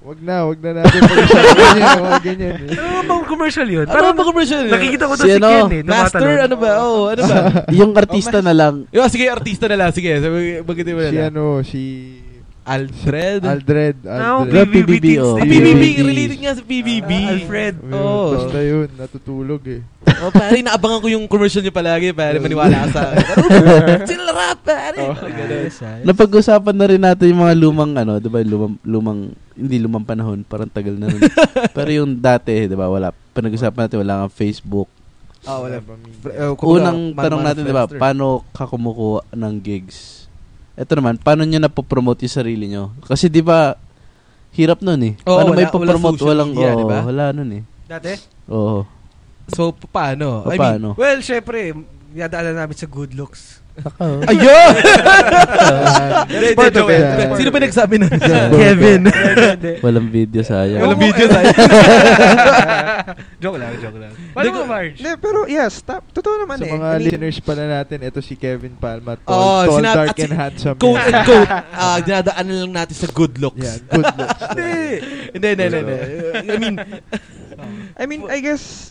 S7: Wag na, wag na natin pag-usapan yung mga ganyan. eh.
S5: [laughs]
S4: [laughs]
S5: Ano ba ang commercial yun?
S4: Ano
S5: Parang
S4: ba commercial? yun?
S5: nakikita ko
S3: Si
S5: doon si,
S3: ano,
S5: Ken eh.
S4: Master,
S5: tumatalon.
S4: ano ba? Oo, ano
S7: [laughs]
S4: ba?
S3: Yung
S4: Oh
S3: artista na lang.
S4: Yo, sige, artista na lang. Sige, sabi, magkita mo na
S7: si
S4: lang.
S7: ano, si
S4: Alfred.
S7: Aldred.
S5: Ah,
S7: Aldred.
S5: okay.
S3: Grabe,
S5: PBB
S3: PBB, oh.
S5: teens
S4: Ah,
S5: din.
S4: PBB,
S3: PBB.
S4: related nga sa PBB.
S5: Ah, Alfred.
S7: Ayun,
S4: Oo.
S7: Basta yun, natutulog eh.
S4: Oh, pare, inaabangan ko yung commercial niyo palagi, pare. Maniwala ka sa akin. Chill rap, pare. Ganun.
S3: Napag-usapan na rin natin yung mga lumang ano, 'di ba? yung Lumang lumang hindi lumang panahon, parang tagal
S4: [laughs]
S3: na nun. Pero yung dati, 'di ba? Wala. Pinag-usapan natin wala kang Facebook.
S4: Ah, wala.
S7: pamilya.
S4: Eh, kumbaga,
S3: Unang
S4: man-
S3: tanong natin, 'di ba?
S4: manifester.
S3: Paano ka kumukuha ng gigs? Ito naman, paano niyo napopromote yung sarili niyo? Kasi 'di ba hirap nun eh.
S4: Oo,
S3: paano
S4: wala-
S3: may
S4: wala
S3: popromote
S4: social
S3: walang
S4: media,
S3: oo,
S4: 'di ba?
S3: wala nun eh.
S5: Dati?
S3: Oo.
S4: So, pa- paano?
S3: Oh,
S4: I mean,
S3: Paano?
S5: Well, syempre, yadaanan namin sa good looks.
S4: Ayun! Hindi,
S6: part of
S4: hindi, joke.
S6: it.
S7: That's part
S4: Sino
S7: of
S4: ba
S7: it.
S4: nagsabi nun?
S5: Kevin. Hindi.
S3: Walang video sayang.
S4: Walang video tayo.
S5: eh. [laughs] joke lang, joke lang. Paano mo, Marge?
S8: Hindi, pero yes, ta- totoo naman
S7: Sa
S8: eh.
S7: mga
S8: I mean,
S7: listeners pala
S4: [laughs]
S7: natin, ito si Kevin Palma. Tall,
S4: Oo,
S7: tall
S4: sinabi-
S7: dark,
S4: at si-
S7: and handsome.
S4: Quote
S7: yan.
S4: and quote. Ah, dinadaan lang natin sa good looks.
S7: Yeah, good
S4: [laughs]
S7: looks.
S4: Hindi, hindi, hindi. hindi. I [laughs] mean,
S8: I mean, I guess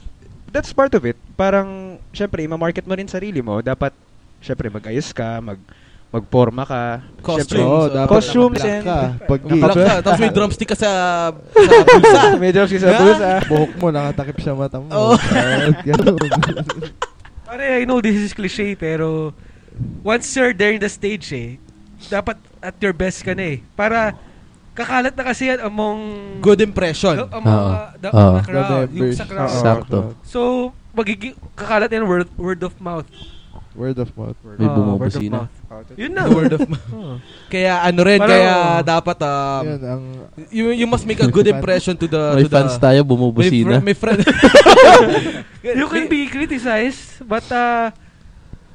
S8: that's part of it. Parang syempre, i-market mo rin sarili mo. Dapat syempre mag-ayos ka, mag magporma ka.
S4: Costume.
S8: Syempre,
S7: Oo,
S4: So,
S7: dapat
S8: costumes
S7: naka-black
S8: and- [laughs]
S7: ka. Pag
S4: black
S5: [laughs]
S4: ka, tapos may
S7: [laughs]
S4: drumstick ka sa, sa bulsa.
S8: Medyo sa
S4: Ah. Oh.
S8: bulsa.
S7: Buhok mo, nakatakip sa mata mo.
S4: Oo.
S7: Ayun,
S4: [laughs]
S7: ganun.
S5: Pare, I know this is cliche, pero once you're there in the stage eh, dapat at your best ka na eh. Para kakalat na kasi yan among...
S4: Good impression.
S5: Among
S3: Oo.
S5: uh, the,
S3: Oo.
S5: the crowd. Yung
S7: members.
S5: sa crowd.
S7: Oo,
S3: Sakto.
S5: So, magiging kakalat yan word, word of mouth.
S7: Word of mouth.
S3: May
S5: Ah, word of
S3: bumubusina.
S5: mouth. Yun na.
S4: The word [laughs] of mouth.
S5: Ah.
S4: Kaya ano rin,
S5: Parang-
S4: kaya dapat, um,
S7: Yan, ang
S4: you, you must make a good impression to the...
S3: May
S4: to the-
S3: fans tayo,
S4: May,
S3: bumubusina.
S4: fr- may friend.
S5: [laughs] You can be criticized, but uh,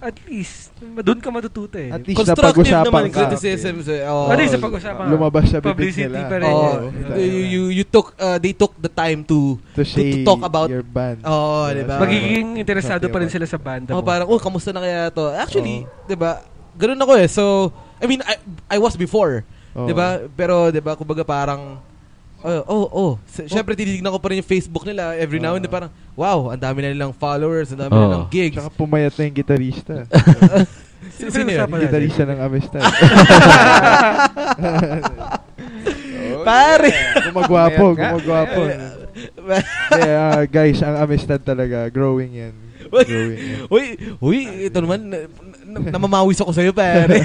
S5: at least, doon ka matututo eh.
S7: At least
S4: Constructive
S7: napag-usapan
S4: naman
S7: ka.
S4: criticism. eh, oo.
S5: Pati sa pag-usapan.
S4: Ah,
S7: Lumabas sa bibig
S5: Publicity
S7: nila.
S5: pa rin. eh.
S4: Oo.
S5: Oo.
S4: Oh, you, you, you took, uh, they took the time to,
S7: to, say
S4: talk about-
S7: your band.
S4: oh, di ba?
S5: Magiging interesado pa rin sila sa banda
S4: Oh,
S5: mo.
S4: parang, oh, kamusta na kaya to? Actually,
S5: Oh.
S4: di ba, ganun ako eh. So, I mean, I, I was before.
S7: Oo.
S4: Di ba? Diba? Pero, di ba, kumbaga parang, oh, oh, oh. S- Siyempre, tinitignan ko pa rin yung Facebook nila every now and then. Parang, wow, ang dami na nilang followers, ang dami na
S3: Oo.
S4: nilang gigs.
S7: Ah. Tsaka pumayat na yung
S4: [laughs]
S7: gitarista.
S4: Sino- Sino yun?
S5: Pinag-usapan
S7: yung gitarista ng
S4: [laughs]
S7: Amistad.
S4: Pare!
S7: gumagwapo,
S8: Pumayat nga.
S7: gumagwapo. Kaya guys, ang Amistad talaga, growing yan.
S4: Uy.
S7: Growing yan.
S4: [laughs] Uy, uy, ito naman, na, na- namamawis ako sa'yo,
S7: [laughs]
S4: pare.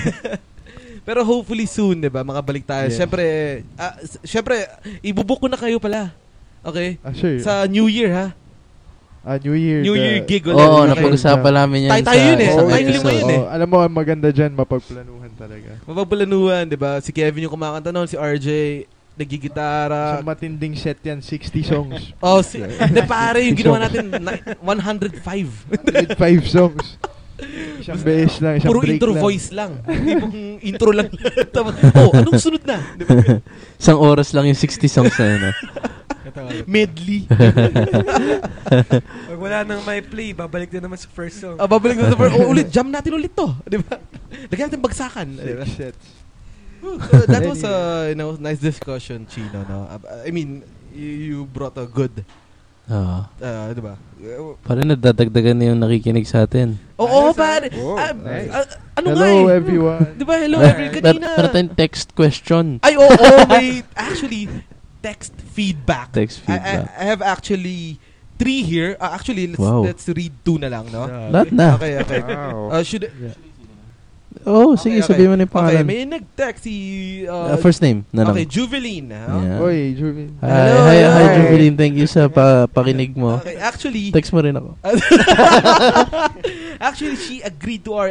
S4: Pero hopefully soon, di ba, makabalik tayo.
S7: Yes.
S4: Siyempre, ah, s- siyempre, ibubuk ko na kayo pala. Okay?
S7: Ah, sure.
S4: Sa New Year, ha?
S7: Ah, New Year.
S4: New
S7: the-
S4: Year gig
S3: Oo,
S4: ulit.
S7: Oo,
S4: Okay.
S3: napag-usapan namin yan
S4: Tayo- tayo
S3: sa
S4: yun eh.
S3: isang
S7: Oo,
S4: Tayo feeling mo
S3: episode.
S4: yun eh.
S7: oo, alam mo, ang maganda dyan, mapagplanuhan talaga.
S4: Mapagpalanuan, di ba? diba? Si Kevin yung kumakanta noon, si RJ, nagigitara.
S7: Isang matinding set yan, 60 songs.
S4: Oh,
S7: [laughs]
S4: si, de pare, yung ginawa natin, na- 105.
S7: 105
S4: [laughs]
S7: songs. Isang beses lang, isang
S4: Puro
S7: break
S4: intro
S7: lang.
S4: voice lang. Tipong intro lang. [laughs] Tapos, oh, anong sunod na? Di ba?
S3: [laughs] Isang oras lang yung 60 songs na yun.
S4: [laughs]
S3: ah.
S4: Medley.
S5: Pag wala nang may play, babalik na naman sa first song.
S4: Ah, babalik na sa first. Oh, ulit, jam natin ulit to. Di ba? Lagyan natin bagsakan. Di
S7: Six
S4: ba?
S7: sets.
S4: [laughs] So, that was a you know, nice discussion, Chino. No? Ab- I mean, you, you brought a good,
S3: Oo.
S4: uh, di ba?
S3: Parang nadadagdagan na yung nakikinig sa atin.
S4: Oo, oh, pare. Ah, ah, ano nga
S7: Hello,
S4: eh?
S7: everyone.
S4: [laughs] Di ba? Hello, every
S3: Mer-
S4: kanina.
S3: meron tayong text question.
S4: Ay, oo, oh, may actually text feedback.
S3: Text
S4: I- I-
S3: feedback.
S4: I, have actually three here. Ah, actually, let's,
S3: Wow.
S4: let's read two na lang, no?
S3: Lahat na.
S4: Okay, okay.
S8: Wow.
S4: Uh, should,
S3: Oh,
S4: Okay,
S3: sige,
S4: okay.
S3: sabihin mo na yung
S4: okay,
S3: pangalan.
S4: may nag-text si... Uh,
S3: Ah, first name na lang.
S4: Okay, Juveline. ah.
S3: Yeah.
S7: Oy, Juvin.
S3: Hi,
S4: Hello,
S3: hi,
S4: hello.
S3: hi, Jubilin. Thank you sa pa- pakinig mo.
S4: Okay, actually,
S3: Text mo rin ako.
S4: [laughs] actually she agreed to our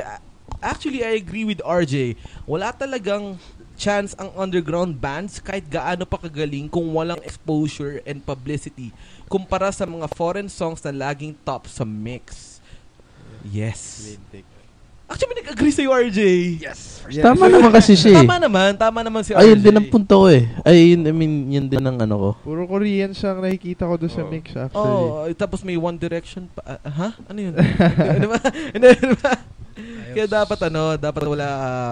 S4: Actually, I agree with RJ. Wala talagang chance ang underground bands kahit gaano pa kagaling kung walang exposure and publicity kumpara sa mga foreign songs na laging top sa mix. Yes. Actually, nag-agree sa'yo, RJ.
S8: [laughs] Yes.
S3: Tama naman kasi siya eh.
S4: Tama naman, tama naman si RJ.
S3: Ayun din ang punto ko eh. Ayun, I mean, yun din ang ano ko.
S7: Puro Koreans ang nakikita ko doon sa
S8: Oo.
S7: mix actually.
S4: Oh, tapos may One Direction pa. ah, ha? [laughs] Ano yun? Ano ba? Ano ba? Kaya dapat ano, dapat wala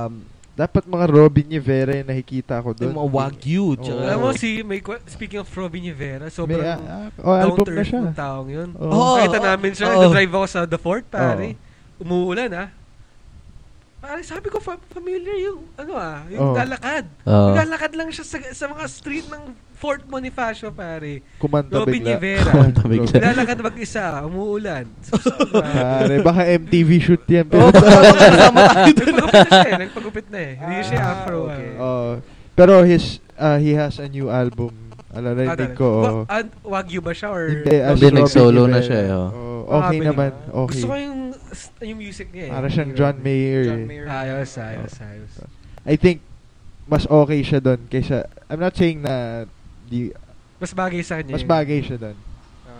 S4: um,
S7: Dapat mga Robin Rivera yung nakikita ko doon. ah,
S4: Yung mga wagyu.
S3: Oh.
S4: tsaka-
S7: Oo.
S5: Alam mo si, may, kwa- speaking of Robin Rivera,
S7: May,
S5: sobrang
S7: ah, ah, oh, album na
S5: down-to-earth
S7: siya. Oh,
S5: ng taong yun.
S7: Oo.
S4: Oo,
S5: Nakita namin siya,
S4: oo.
S5: nag-drive ako sa The Fort, pare. Umuulan, ah. Pare, sabi ko, fa- familiar yung, ano ah,
S7: Oo.
S5: yung lalakad.
S3: Oo.
S5: Naglalakad lang siya sa, sa mga street ng Fort Bonifacio, pare.
S7: Kumanta
S5: Robin
S7: bigla. [laughs]
S5: Rivera.
S3: Kumanta bigla.
S5: Naglalakad mag-isa, umuulan. ah,
S7: Pare, baka MTV shoot
S4: [laughs]
S7: yan.
S4: Oo,
S7: Pero,
S4: baka kasama tayo doon.
S5: Nagpagupit na siya eh. Nagpagupit na eh. Hindi siya
S8: Ah,
S5: afro.
S8: okay.
S5: Okay.
S7: [laughs] oh, pero his, ah, he has a new album.
S4: Ah,
S7: Alalayin ko. oh.
S5: Wagyu ba siya or...
S7: Hindi, as
S3: Hindi,
S7: Robin
S3: nag-solo
S7: Rivera.
S3: na siya eh, oh.
S7: Oo,
S5: Baka
S7: okay
S5: happening.
S7: naman. Okay.
S5: Gusto ko yung, s- yung music niya eh.
S7: Para siyang John Mayer.
S8: John
S7: eh.
S8: Mayer.
S5: Ayos, ayos, ayos.
S7: I think mas okay siya doon kaysa I'm not saying na di,
S5: Mas bagay sa kanya.
S7: mas
S5: yun.
S7: bagay siya doon.
S8: Ah.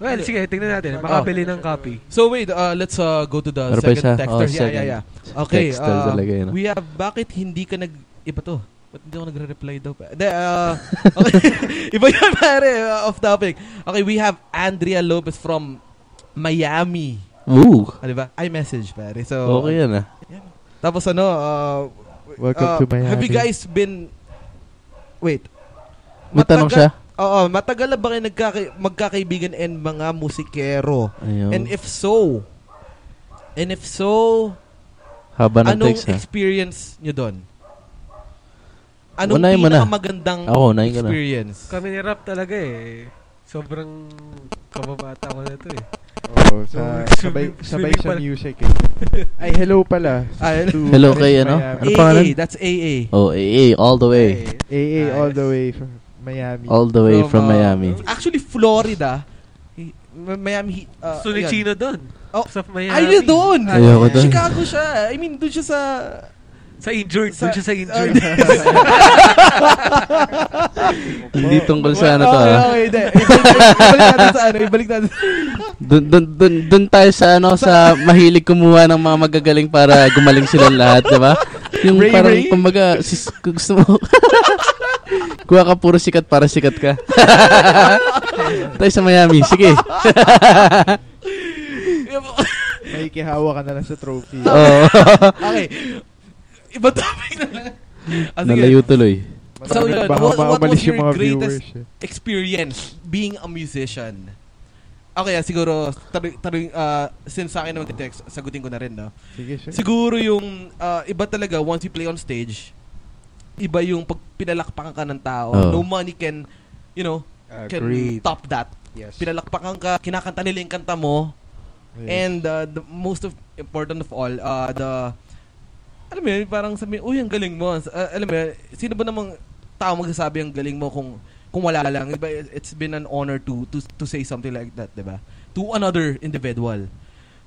S5: Well, sige, tingnan natin. Makabili ng copy.
S4: So wait, uh, let's uh, go to the
S3: Pero pa isa,
S4: second
S3: oh,
S4: texter. yeah,
S3: second
S4: yeah, yeah. Okay,
S3: texter
S4: uh,
S3: talaga yun.
S4: we have, bakit hindi ka nag, iba to? Ba't hindi ako nagre-reply daw? pa? Hindi,
S3: [laughs]
S4: uh, okay. [laughs] iba yan pare, uh, off topic. Okay, we have Andrea Lopez from Miami.
S3: Ooh,
S4: Ah, di ba? iMessage pare. So,
S3: okay yan ah.
S4: Tapos ano, uh,
S7: Welcome
S4: uh,
S7: to Miami.
S4: Have you guys been, wait.
S3: May tanong
S4: Mataga-
S3: siya.
S4: Oo, matagal na ba kayo nagkaka- magkakaibigan and mga musikero?
S3: Ayun.
S4: And if so, and if so,
S3: Haba ng
S4: anong
S3: text ah.
S4: experience nyo doon? Anong
S3: Unahin mo na.
S4: pinakamagandang
S3: Ako, unahin ka na.
S4: experience?
S5: Kami ni Rap talaga eh. Sobrang kababata ko na to eh.
S7: Oo, sa,
S5: So,
S7: sabay,
S5: swimming-
S7: sabay
S5: swimming
S7: sa
S5: pala.
S7: music eh. Ay, hello pala.
S4: Ay,
S7: To
S3: [laughs] Hello
S7: Miss
S3: kay ano?
S7: Miami.
S3: Ano pangalan?
S4: AA, that's AA.
S3: Oh, eh, eh, all the way.
S7: AA all
S8: Nice.
S7: the way from Miami.
S3: All the way from
S4: uh,
S3: Miami.
S4: Actually, Florida. eh, Miami. Uh,
S5: Gusto ni
S4: ayan.
S5: Chino doon.
S4: Oh,
S5: Sa Miami.
S4: Ay, yun doon!
S3: Ayoko doon.
S4: Chicago siya. I mean, doon siya sa...
S5: Sa injured. Doon siya
S4: [laughs]
S5: sa
S4: Ah,
S5: injured.
S4: hindi.
S5: [laughs]
S3: Hindi tungkol sa ano to
S4: Okay,
S3: ah.
S4: okay, hindi. Ibalik natin sa ano. Ibalik
S3: [laughs]
S4: natin.
S3: Dun, dun, dun, dun tayo sa ano sa mahilig kumuha ng mga magagaling para gumaling sila lahat, 'di ba? Yung
S4: Ray
S3: parang
S4: Ray?
S3: kumbaga sis, kung gusto mo. [laughs] Kuha ka puro sikat para sikat ka. [laughs] tayo sa Miami, sige. [laughs]
S7: May kihawa ka na lang sa trophy.
S3: Oo.
S4: Okay. Iba topic na lang. Ah, sige.
S3: Nalayo tuloy.
S4: So, yun.
S7: Baka
S4: What- what
S7: maumalis
S4: was
S7: yung
S4: your
S7: mga
S4: greatest-
S7: viewers. eh.
S4: experience being a musician. Okay, ah, siguro, taru- taru- ah, since sa akin naman text, sagutin ko na rin, no?
S7: Sige, sure.
S4: Siguro yung, ah, iba talaga, once you play on stage, iba yung pag pinalakpakan ka ng tao.
S3: Oo.
S4: No money can, you know, can
S8: Agreed.
S4: top that.
S8: Yes.
S4: Pinalakpakan ka, kinakanta nila yung kanta mo,
S7: Yeah.
S4: and ah, the most of, important of all, ah, the, alam mo yun, parang sabi, uy, ang galing mo. Ah, alam mo yun, sino ba namang tao magsasabi ang galing mo kung kung wala lang, Diba, it's been an honor to to to say something like that, 'di ba? To another individual.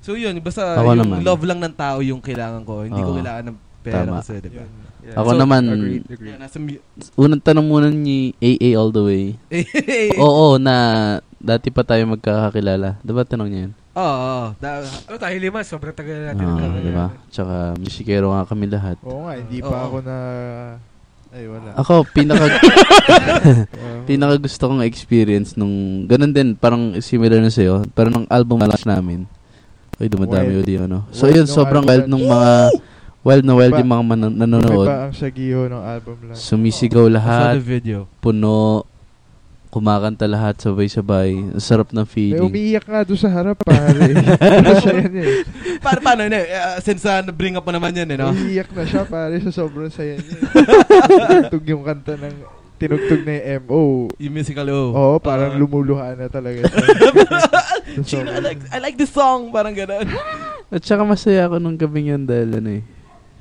S4: So 'yun, basta
S3: Ako
S4: yung
S3: naman.
S4: love lang ng tao yung kailangan ko. Hindi ko
S3: Oo.
S4: kailangan ng pera
S3: Tama.
S4: kasi, 'di ba?
S7: Yun.
S8: Yeah.
S3: Ako naman,
S8: Agreed,
S4: Yeah,
S8: agreed.
S4: nasa
S3: [laughs]
S4: mu-
S3: unang tanong muna ni AA all the way. Oo, na dati pa tayo magkakakilala. Diba tanong niya yun?
S4: Oo, da-
S5: Ano tayo lima, sobrang tagal na natin.
S3: Oo,
S5: nagkakilala.
S3: diba? Tsaka musikero nga kami lahat.
S7: Oo nga, hindi pa
S4: Oo.
S7: ako na... Ay, wala.
S3: Ako, pinaka... [laughs]
S7: Oo.
S3: pinaka gusto kong experience nung ganun din parang similar na sa'yo pero nung album launch namin ay dumadami
S7: Wild.
S3: uli ano so
S7: Wild
S3: yun
S7: nung
S3: sobrang
S7: album
S3: wild
S7: launch.
S3: nung mga wild na wild
S7: Iba.
S3: yung mga man-
S7: Iba
S3: nanonood
S7: ang sagiho ng album lang.
S3: sumisigaw
S4: I saw the
S3: lahat [laughs]
S4: video.
S3: puno kumakanta lahat sabay-sabay Ang sarap ng
S7: May
S3: feeling
S7: umiiyak nga doon sa harap, pare. Nasa yan eh.
S4: Para paano na since ah, na-bring up mo naman 'yan, eh, no?
S7: Iiyak na siya, pare, sa sobrang saya niya. eh. Tinugtog yung kanta ng... Tinugtog na yung MO.
S4: Yung musical oh.
S7: Oo, parang
S4: Ah.
S7: lumuluha na talaga siya.
S4: [laughs]
S7: Sa
S4: Chino, I
S7: sobrang-
S4: like, I like this song. Parang gano'n.
S3: at saka masaya ako nung gabing yun dahil ano eh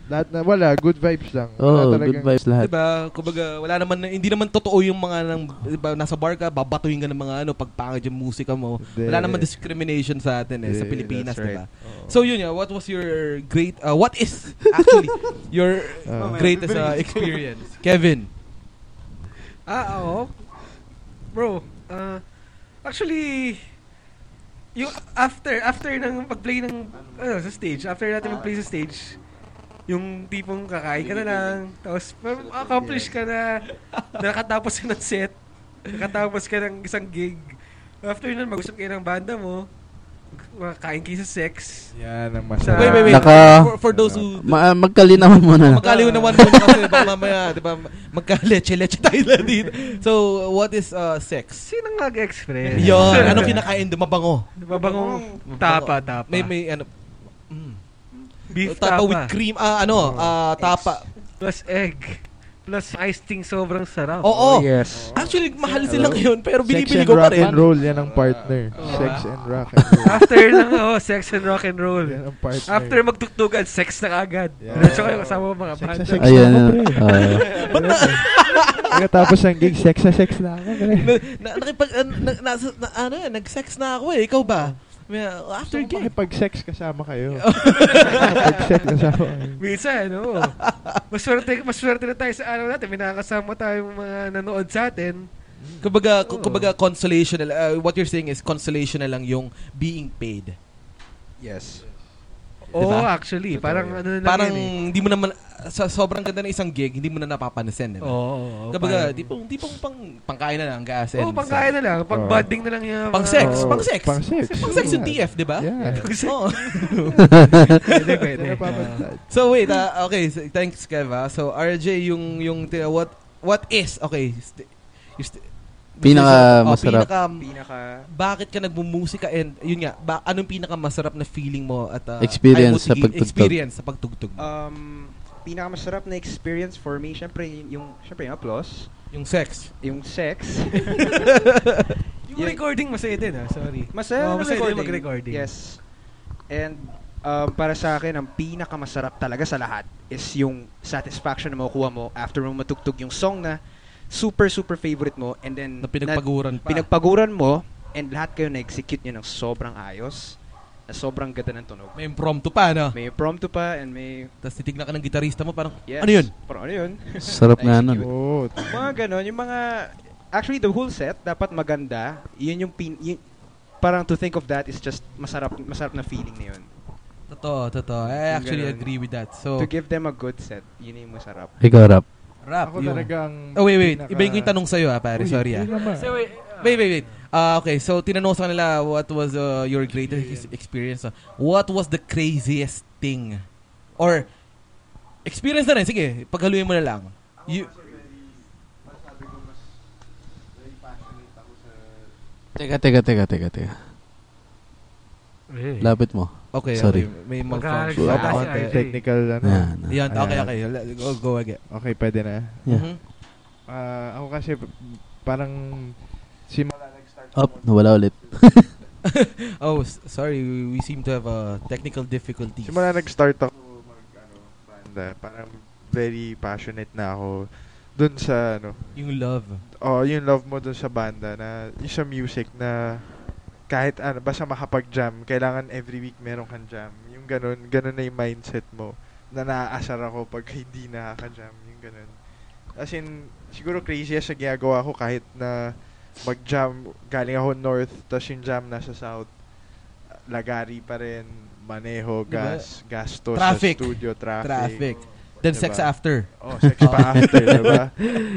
S7: Lahat na, wala, good vibes lang.
S3: oh
S7: Wala
S3: good
S7: talagang-
S3: vibes lahat
S4: diba? Kumbaga, wala naman, na- hindi naman totoo yung mga nang, diba, nasa bar ka, babatuhin ka ng mga ano, pagpangit yung musika mo.
S7: Hindi.
S4: Wala naman discrimination sa atin eh, sa
S7: Yeah,
S4: Pilipinas,
S8: that's
S4: diba?
S8: right.
S4: So yun nga, what was your great, uh, what is actually your
S7: Ah.
S4: greatest uh, experience? Kevin.
S5: Ah, oo. Bro, ah, actually, yung after, after ng pag-play ng, ano, sa stage, after
S4: Ah.
S5: natin mag-play sa stage, yung tipong kakain ka na lang, tapos parang accomplish ka
S4: [laughs]
S5: na, nakatapos ka ng set, nakatapos ka ng isang gig, after nun, mag-usap kayo ng banda mo, mga kain kayo sa sex.
S7: Yan ang
S5: Sa-
S7: masarap.
S4: Wait, wait, wait.
S3: Naka-
S4: for, for those who...
S3: Ma- ah, magkalinawan muna.
S4: Magkaliw naman muna
S7: [laughs]
S4: kasi baka mamaya, di ba, magka-leche-leche tayo na dito. So, what is uh, sex?
S5: Sino nga nag-express?
S4: Yun,
S7: ano
S5: [laughs]
S4: anong kinakain doon? Mabango.
S5: Babangong
S4: Mabango.
S5: tapa, tapa.
S4: May, may, ano, mm,
S5: beef tapa.
S4: tapa,
S5: Oh.
S4: with cream, ah, ano, ah, tapa.
S5: Plus egg. Plus iced ting sobrang sarap.
S4: Oo.
S8: Yes.
S4: Actually, mahal sila ngayon,
S7: Sex
S4: pero binibili
S7: and
S4: ko pa
S7: rock
S4: rin. Ah.
S7: and roll, yan ang partner.
S5: Oo.
S7: Sex and rock and roll.
S5: After ng oh, sex and rock and roll.
S7: yan ang partner.
S5: After magtugtugan, sex na agad.
S7: Yeah.
S5: Diretso kayo kasama mga
S7: Sex
S5: banda.
S7: na sex
S3: Ayan.
S7: na ako, pre.
S3: ah.
S7: [laughs] Pagkatapos ng gig, sex na sex na ako, pre.
S4: na, na, nakipag, an- na, nasa- na, ano, eh, nag-sex na ako eh. Ikaw ba? May, uh, after
S7: Gusto ko
S4: game.
S7: makipag-sex kasama kayo. Makipag-sex kasama kayo.
S5: Minsan,
S7: [laughs]
S5: ano, maswerte, maswerte na tayo sa araw natin. May nakakasama tayong mga nanood sa atin.
S4: Kumbaga,
S5: Oo.
S4: kumbaga consolational, uh, what you're saying is consolational lang yung being paid.
S8: Yes.
S5: Oo,
S4: Diba?
S5: actually. Parang ano na lang
S4: Parang
S5: yan eh.
S4: hindi mo naman, sa sobrang ganda ng isang gig, hindi mo na napapansin.
S5: Oo,
S4: Diba?
S5: oo, oo,
S4: Kumbaga,
S5: parang-
S4: tipong, tipong pang, pangkain na lang, gaasin.
S5: Oo, pangkain na lang. Pang
S7: Oo.
S5: bonding na lang yung...
S4: Pang sex,
S7: Oo,
S4: pang sex.
S7: Pang sex.
S4: Pang sex yung TF, di ba? [laughs]
S7: Yeah.
S4: Oo.
S5: Pwede,
S7: [laughs]
S5: pwede.
S7: Hindi napapantay.
S4: So wait, ah, okay, so, thanks Kev. ah. So RJ, yung yung tina- what what is okay? St- you st-
S3: Pinaka
S4: Oh,
S3: masarap.
S4: Pinaka,
S8: Pinaka
S4: bakit ka nagmumusika and yun nga, ba, anong pinaka masarap na feeling mo at ah,
S3: Experience sa
S4: ay, buti-
S3: pagtugtog.
S4: Experience sa pagtugtog. mo?
S8: um pinakamasarap na experience for me, syempre y- yung syempre yung applause,
S4: yung sex.
S8: yung
S5: [laughs]
S8: sex.
S5: Yung recording masaya din ah, sorry.
S8: Masaya
S5: Oo,
S8: na
S5: masaya din
S8: recording.
S5: mag-recording.
S8: Yes. And um, para sa akin, ang pinakamasarap talaga sa lahat is yung satisfaction na makukuha mo after mo matugtog yung song na super, super favorite mo and then
S4: [laughs] Na pinagpaguran pa.
S8: pinagpaguran mo and lahat kayo na-execute nyo ng sobrang ayos na sobrang ganda ng tunog.
S4: May impromptu pa, ano?
S8: May impromptu pa and may...
S4: Tapos titignan ka ng gitarista mo, parang,
S8: Yes,
S4: ano yun?
S8: Parang ano yun? [laughs]
S3: Sarap nga
S4: Ano?
S3: nun.
S7: Oo.
S8: mga ganon, yung mga... Actually, the whole set dapat maganda. Yun yung pin... yun- parang to think of that is just masarap masarap na feeling na yun.
S4: Totoo, totoo. I
S8: Yung
S4: actually
S8: ganun.
S4: agree with that. So,
S8: to give them a good set, yun yung masarap.
S3: Ikaw, Rap.
S4: rap.
S7: Ako
S4: yun.
S7: talagang...
S4: Oh, wait, wait.
S7: pinaka-
S4: Ibayin ko yung tanong sa'yo, ha, pare.
S7: Uy,
S4: Sorry, ah.
S7: yun naman.
S5: So, wait,
S4: Wait, wait, wait. Ah, okay, so tinanong sa kanila what was uh, your greatest ex- experience. ah. What was the craziest thing? Or, experience na rin. Sige, paghaluin mo na lang. You,
S3: Teka, teka, teka, teka, teka.
S5: Eh.
S3: Lapit mo.
S4: okay,
S3: Sorry.
S4: okay, May
S7: So,
S4: malfunction.
S5: Wala
S7: ako
S5: si
S7: konti
S5: RJ.
S7: technical, ano.
S3: Ayan. ah.
S4: Yan, okay,
S7: Ayan.
S4: okay. Let- Go, go again. [laughs]
S7: Okay, pwede na.
S3: Yeah.
S4: Mhm.
S7: Ah, ako kasi parang simula nag-start
S3: Up, nawala
S4: [laughs]
S3: ulit.
S4: Oh, s- sorry. We we seem to have a technical difficulties.
S7: Simula nag-start ako mag ano, banda, parang very passionate na ako dun sa ano,
S4: Yung love.
S7: oh, yung love mo dun sa banda na yung sa music na kahit ano, basta makapag-jam, kailangan every week meron kang jam. Yung ganun, ganun na yung mindset mo na naaasar ako pag [laughs] hindi nakaka-jam, yung ganun. As in, siguro crazy sa ginagawa ko kahit na mag-jam, galing ako north, tapos yung jam nasa south, lagari pa rin, maneho,
S4: Diba?
S7: gas, gastos
S4: Traffic.
S7: sa studio,
S4: Traffic. Then
S7: Diba?
S4: sex after.
S7: Oh, sex pa after, diba?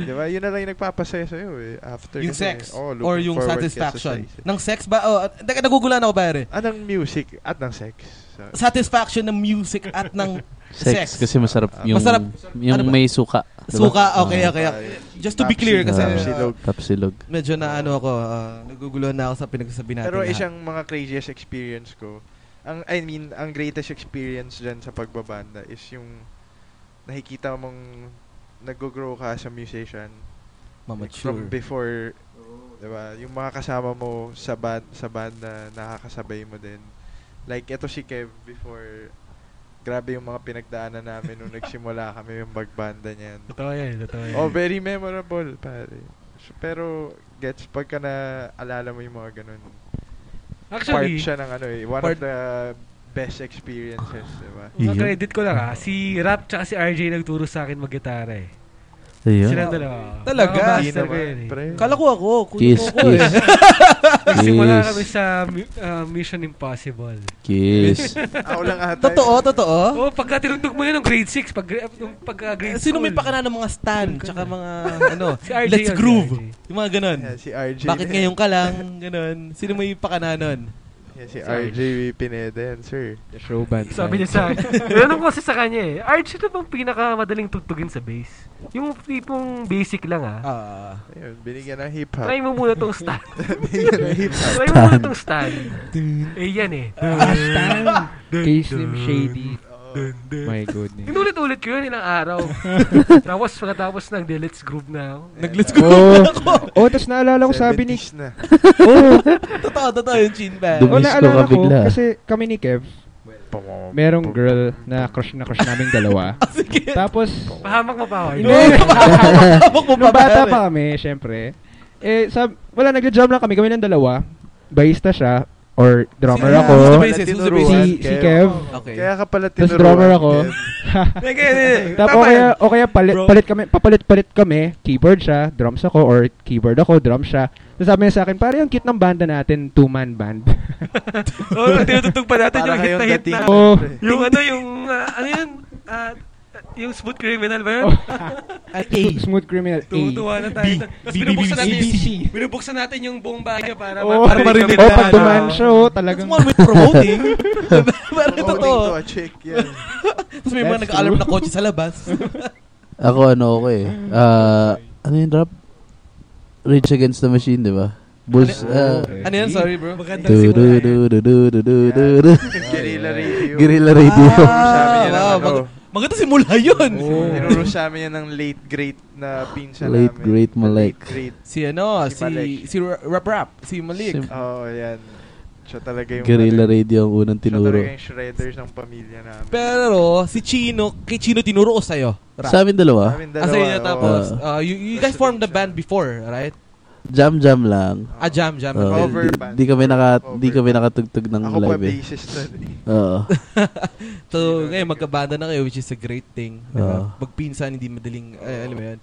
S7: diba? Yun na lang yung nagpapasaya sa'yo eh. After
S4: Yung
S7: kasi,
S4: sex.
S7: oh,
S4: Or
S7: looking
S4: yung
S7: forward ka sa
S4: satisfaction.
S7: sex.
S4: Ng sex ba? Oh, nag- nagugulan ako, pare.
S7: Ah, ng music at ng sex. So,
S4: Satisfaction ng music at ng [laughs]
S3: Sex.
S4: Sex. Ah,
S3: Kasi masarap yung,
S4: Masarap.
S3: yung
S4: Ano ba?
S3: may suka. diba?
S4: suka. Okay, okay. okay. Just to be clear, kasi
S3: Tapsilog.
S7: Tapsilog.
S4: uh,
S3: Tapsilog.
S4: medyo na ano ako, uh, naguguluhan na ako sa pinagsasabi natin.
S7: Pero
S4: lahat.
S7: isang mga craziest experience ko, ang I mean, ang greatest experience dyan sa pagbabanda is yung nakikita mong nag-grow ka as a musician from
S4: mamature.
S7: before, diba? Yung mga kasama mo sa band, sa band na nakakasabay mo din. Like, eto si Kev before, grabe yung mga pinagdaanan namin
S4: [laughs]
S7: nung nagsimula kami yung magbanda niyan.
S5: Totoo yan, totoo yan.
S7: Oh, very memorable, pare. So, pero, gets, pagka na alala mo yung mga ganun. Part
S5: Actually,
S7: siya ng ano eh. One of
S4: part-
S7: the best experiences,
S4: [laughs]
S7: diba?
S5: mga credit ko lang ah, si Rap tsaka si RJ nagturo sa akin mag-gitara eh. Sila
S3: Ayan.
S5: dalawa. Mga
S4: Talaga?
S7: Hindi
S5: master ko
S7: naman,
S5: yan eh.
S7: pre.
S4: Kala ko ako, kuya
S3: Kiss,
S4: ko ako
S3: kiss.
S4: eh.
S5: Nagsimula
S3: Yes.
S5: kami sa mi- ah, Mission Impossible.
S4: [laughs]
S3: Kiss.
S7: Ako lang ata.
S4: Totoo, totoo.
S5: Oo, oh, pagka tinugtog mo yun ng grade 6, pag, gra- nung pagka uh, grade
S4: Sino may
S5: school.
S4: pakana ng mga stan, tsaka
S7: [laughs]
S4: mga ano,
S5: Si RJ
S4: let's
S5: yun,
S4: groove.
S5: si RJ.
S4: Yung mga ganun.
S7: Yeah, si RJ.
S4: Bakit
S7: na yan.
S4: ngayon ka lang? Ganun. Sino may pakana nun?
S7: Yan Yan, si
S2: Si
S7: RJ Pineda yan, sir.
S8: The show band.
S5: Sabi niya sa Ganun kasi sa kanya eh. Arch, ito bang pinakamadaling tugtugin sa bass? Yung tipong basic lang ah.
S4: Ah.
S7: Ayun, binigyan ng hip-hop. [laughs]
S5: Try mo muna tong stand.
S7: binigyan ng hip-hop.
S5: Try mo muna tong stand. Eh yan eh.
S8: Slim Shady. My
S5: [laughs]
S8: goodness.
S5: Inulit-ulit ko yun ilang araw. tapos pagkatapos ng Delets group na ako.
S4: Nag-let's
S7: [laughs]
S4: go.
S8: oh, oh, tapos naalala ko sabi ni...
S7: 70s na.
S8: Oh,
S4: Totoo, totoo yung chin bag.
S3: Dumi-
S8: oh
S3: Miss ko
S8: naalala
S3: ka
S8: ko,
S3: bigla.
S8: kasi kami ni Kev, merong girl na crush na crush naming [laughs] dalawa.
S4: Sige.
S8: Tapos,
S5: Pahamak mo pa
S8: hindi,
S5: ako.
S4: Tapos mo
S8: nung bata pa kami, syempre, eh, sab wala, nagja-jam lang kami, kami ng dalawa. Bassista siya, or drummer
S7: Kaya
S8: ako.
S7: ka pala
S4: Bassist, who's the
S7: tinuruan,
S8: Si, si Kev.
S4: Okay.
S7: Kaya ka pala
S8: Tapos
S7: tinuruan.
S8: drummer ako. [laughs]
S7: Kev.
S8: Tapos o kaya, o kaya palit,
S4: Bro.
S8: palit kami, papalit-palit kami, keyboard siya, drums ako, or keyboard ako, drums siya. Tapos sabi niya sa akin, pare, ang cute ng banda natin, two-man
S5: [laughs]
S8: band.
S5: Oo, oh, tinutugtog pa natin
S7: Para
S5: yung
S7: kayong
S5: hit-hit
S7: dating.
S5: na.
S8: oh,
S5: Yung ano, yung, ah, ano yun? Ah, yung smooth criminal ba yun? [laughs]
S8: oh, [laughs] smooth criminal. A.
S5: Tutuwa na tayo. Tapos binubuksan natin, binubuksan natin yung buong bahay niya para
S8: Oh,
S5: para marinig
S8: oh,
S5: na,
S8: pag
S5: ano.
S8: dumaan siya, oh, talagang.
S4: That's one way to promoting. Diba? Parang
S7: Promoting
S4: totoo.
S7: to a chick yan.
S4: Tapos may mga
S8: That's
S4: nag-alarm
S8: true.
S4: na kotse sa labas.
S3: Ako ano ako eh. Ah, ano yung drop? Rage Against the Machine, di ba? Bulls, ah,
S4: Ano yan? Sorry bro. Maganda
S3: du du du du du du du du du
S7: Guerrilla
S3: [laughs]
S7: radio.
S3: Guerrilla Radio.
S7: Sa amin yan ang
S4: Ah, wow,
S7: ano.
S4: mag- maganda simula yun.
S8: Oh.
S7: Tinuro sa amin yan ng late great na pinsan
S3: Late
S7: namin.
S3: great Malek.
S7: Late great.
S4: Si ano,
S7: Si Malik.
S4: si si Ra- Rap Rap, si Malik.
S3: Si-
S7: Oo, oh, yan. Siya talaga yung... ano,
S3: Guerrilla Radio ang unang
S7: Siya
S3: tinuro.
S7: talaga yung shredders ng pamilya namin.
S4: Pero si Chino, kay Chino tinuro o sa'yo? Rap.
S3: Sa amin dalawa,
S7: Namin
S4: Ah,
S7: dalawa.
S4: sa inyo
S7: oo.
S4: tapos.
S3: Oo.
S4: ah, you, you guys formed the band before, right?
S3: jam jam lang.
S7: Oo.
S4: Ah, Jam Jam.
S3: Oo,
S4: Until-
S7: Cover
S3: di-
S7: band.
S3: di, kami naka
S7: Cover.
S3: di kami nakatugtog ng
S7: Ako pa
S3: live eh.
S7: basis nun. eh.
S3: Oo.
S4: So, ngayon, magkabanda na kayo, which is a great thing. di
S3: Oo.
S4: ba? Magpinsan, hindi madaling, ay, alam mo yun.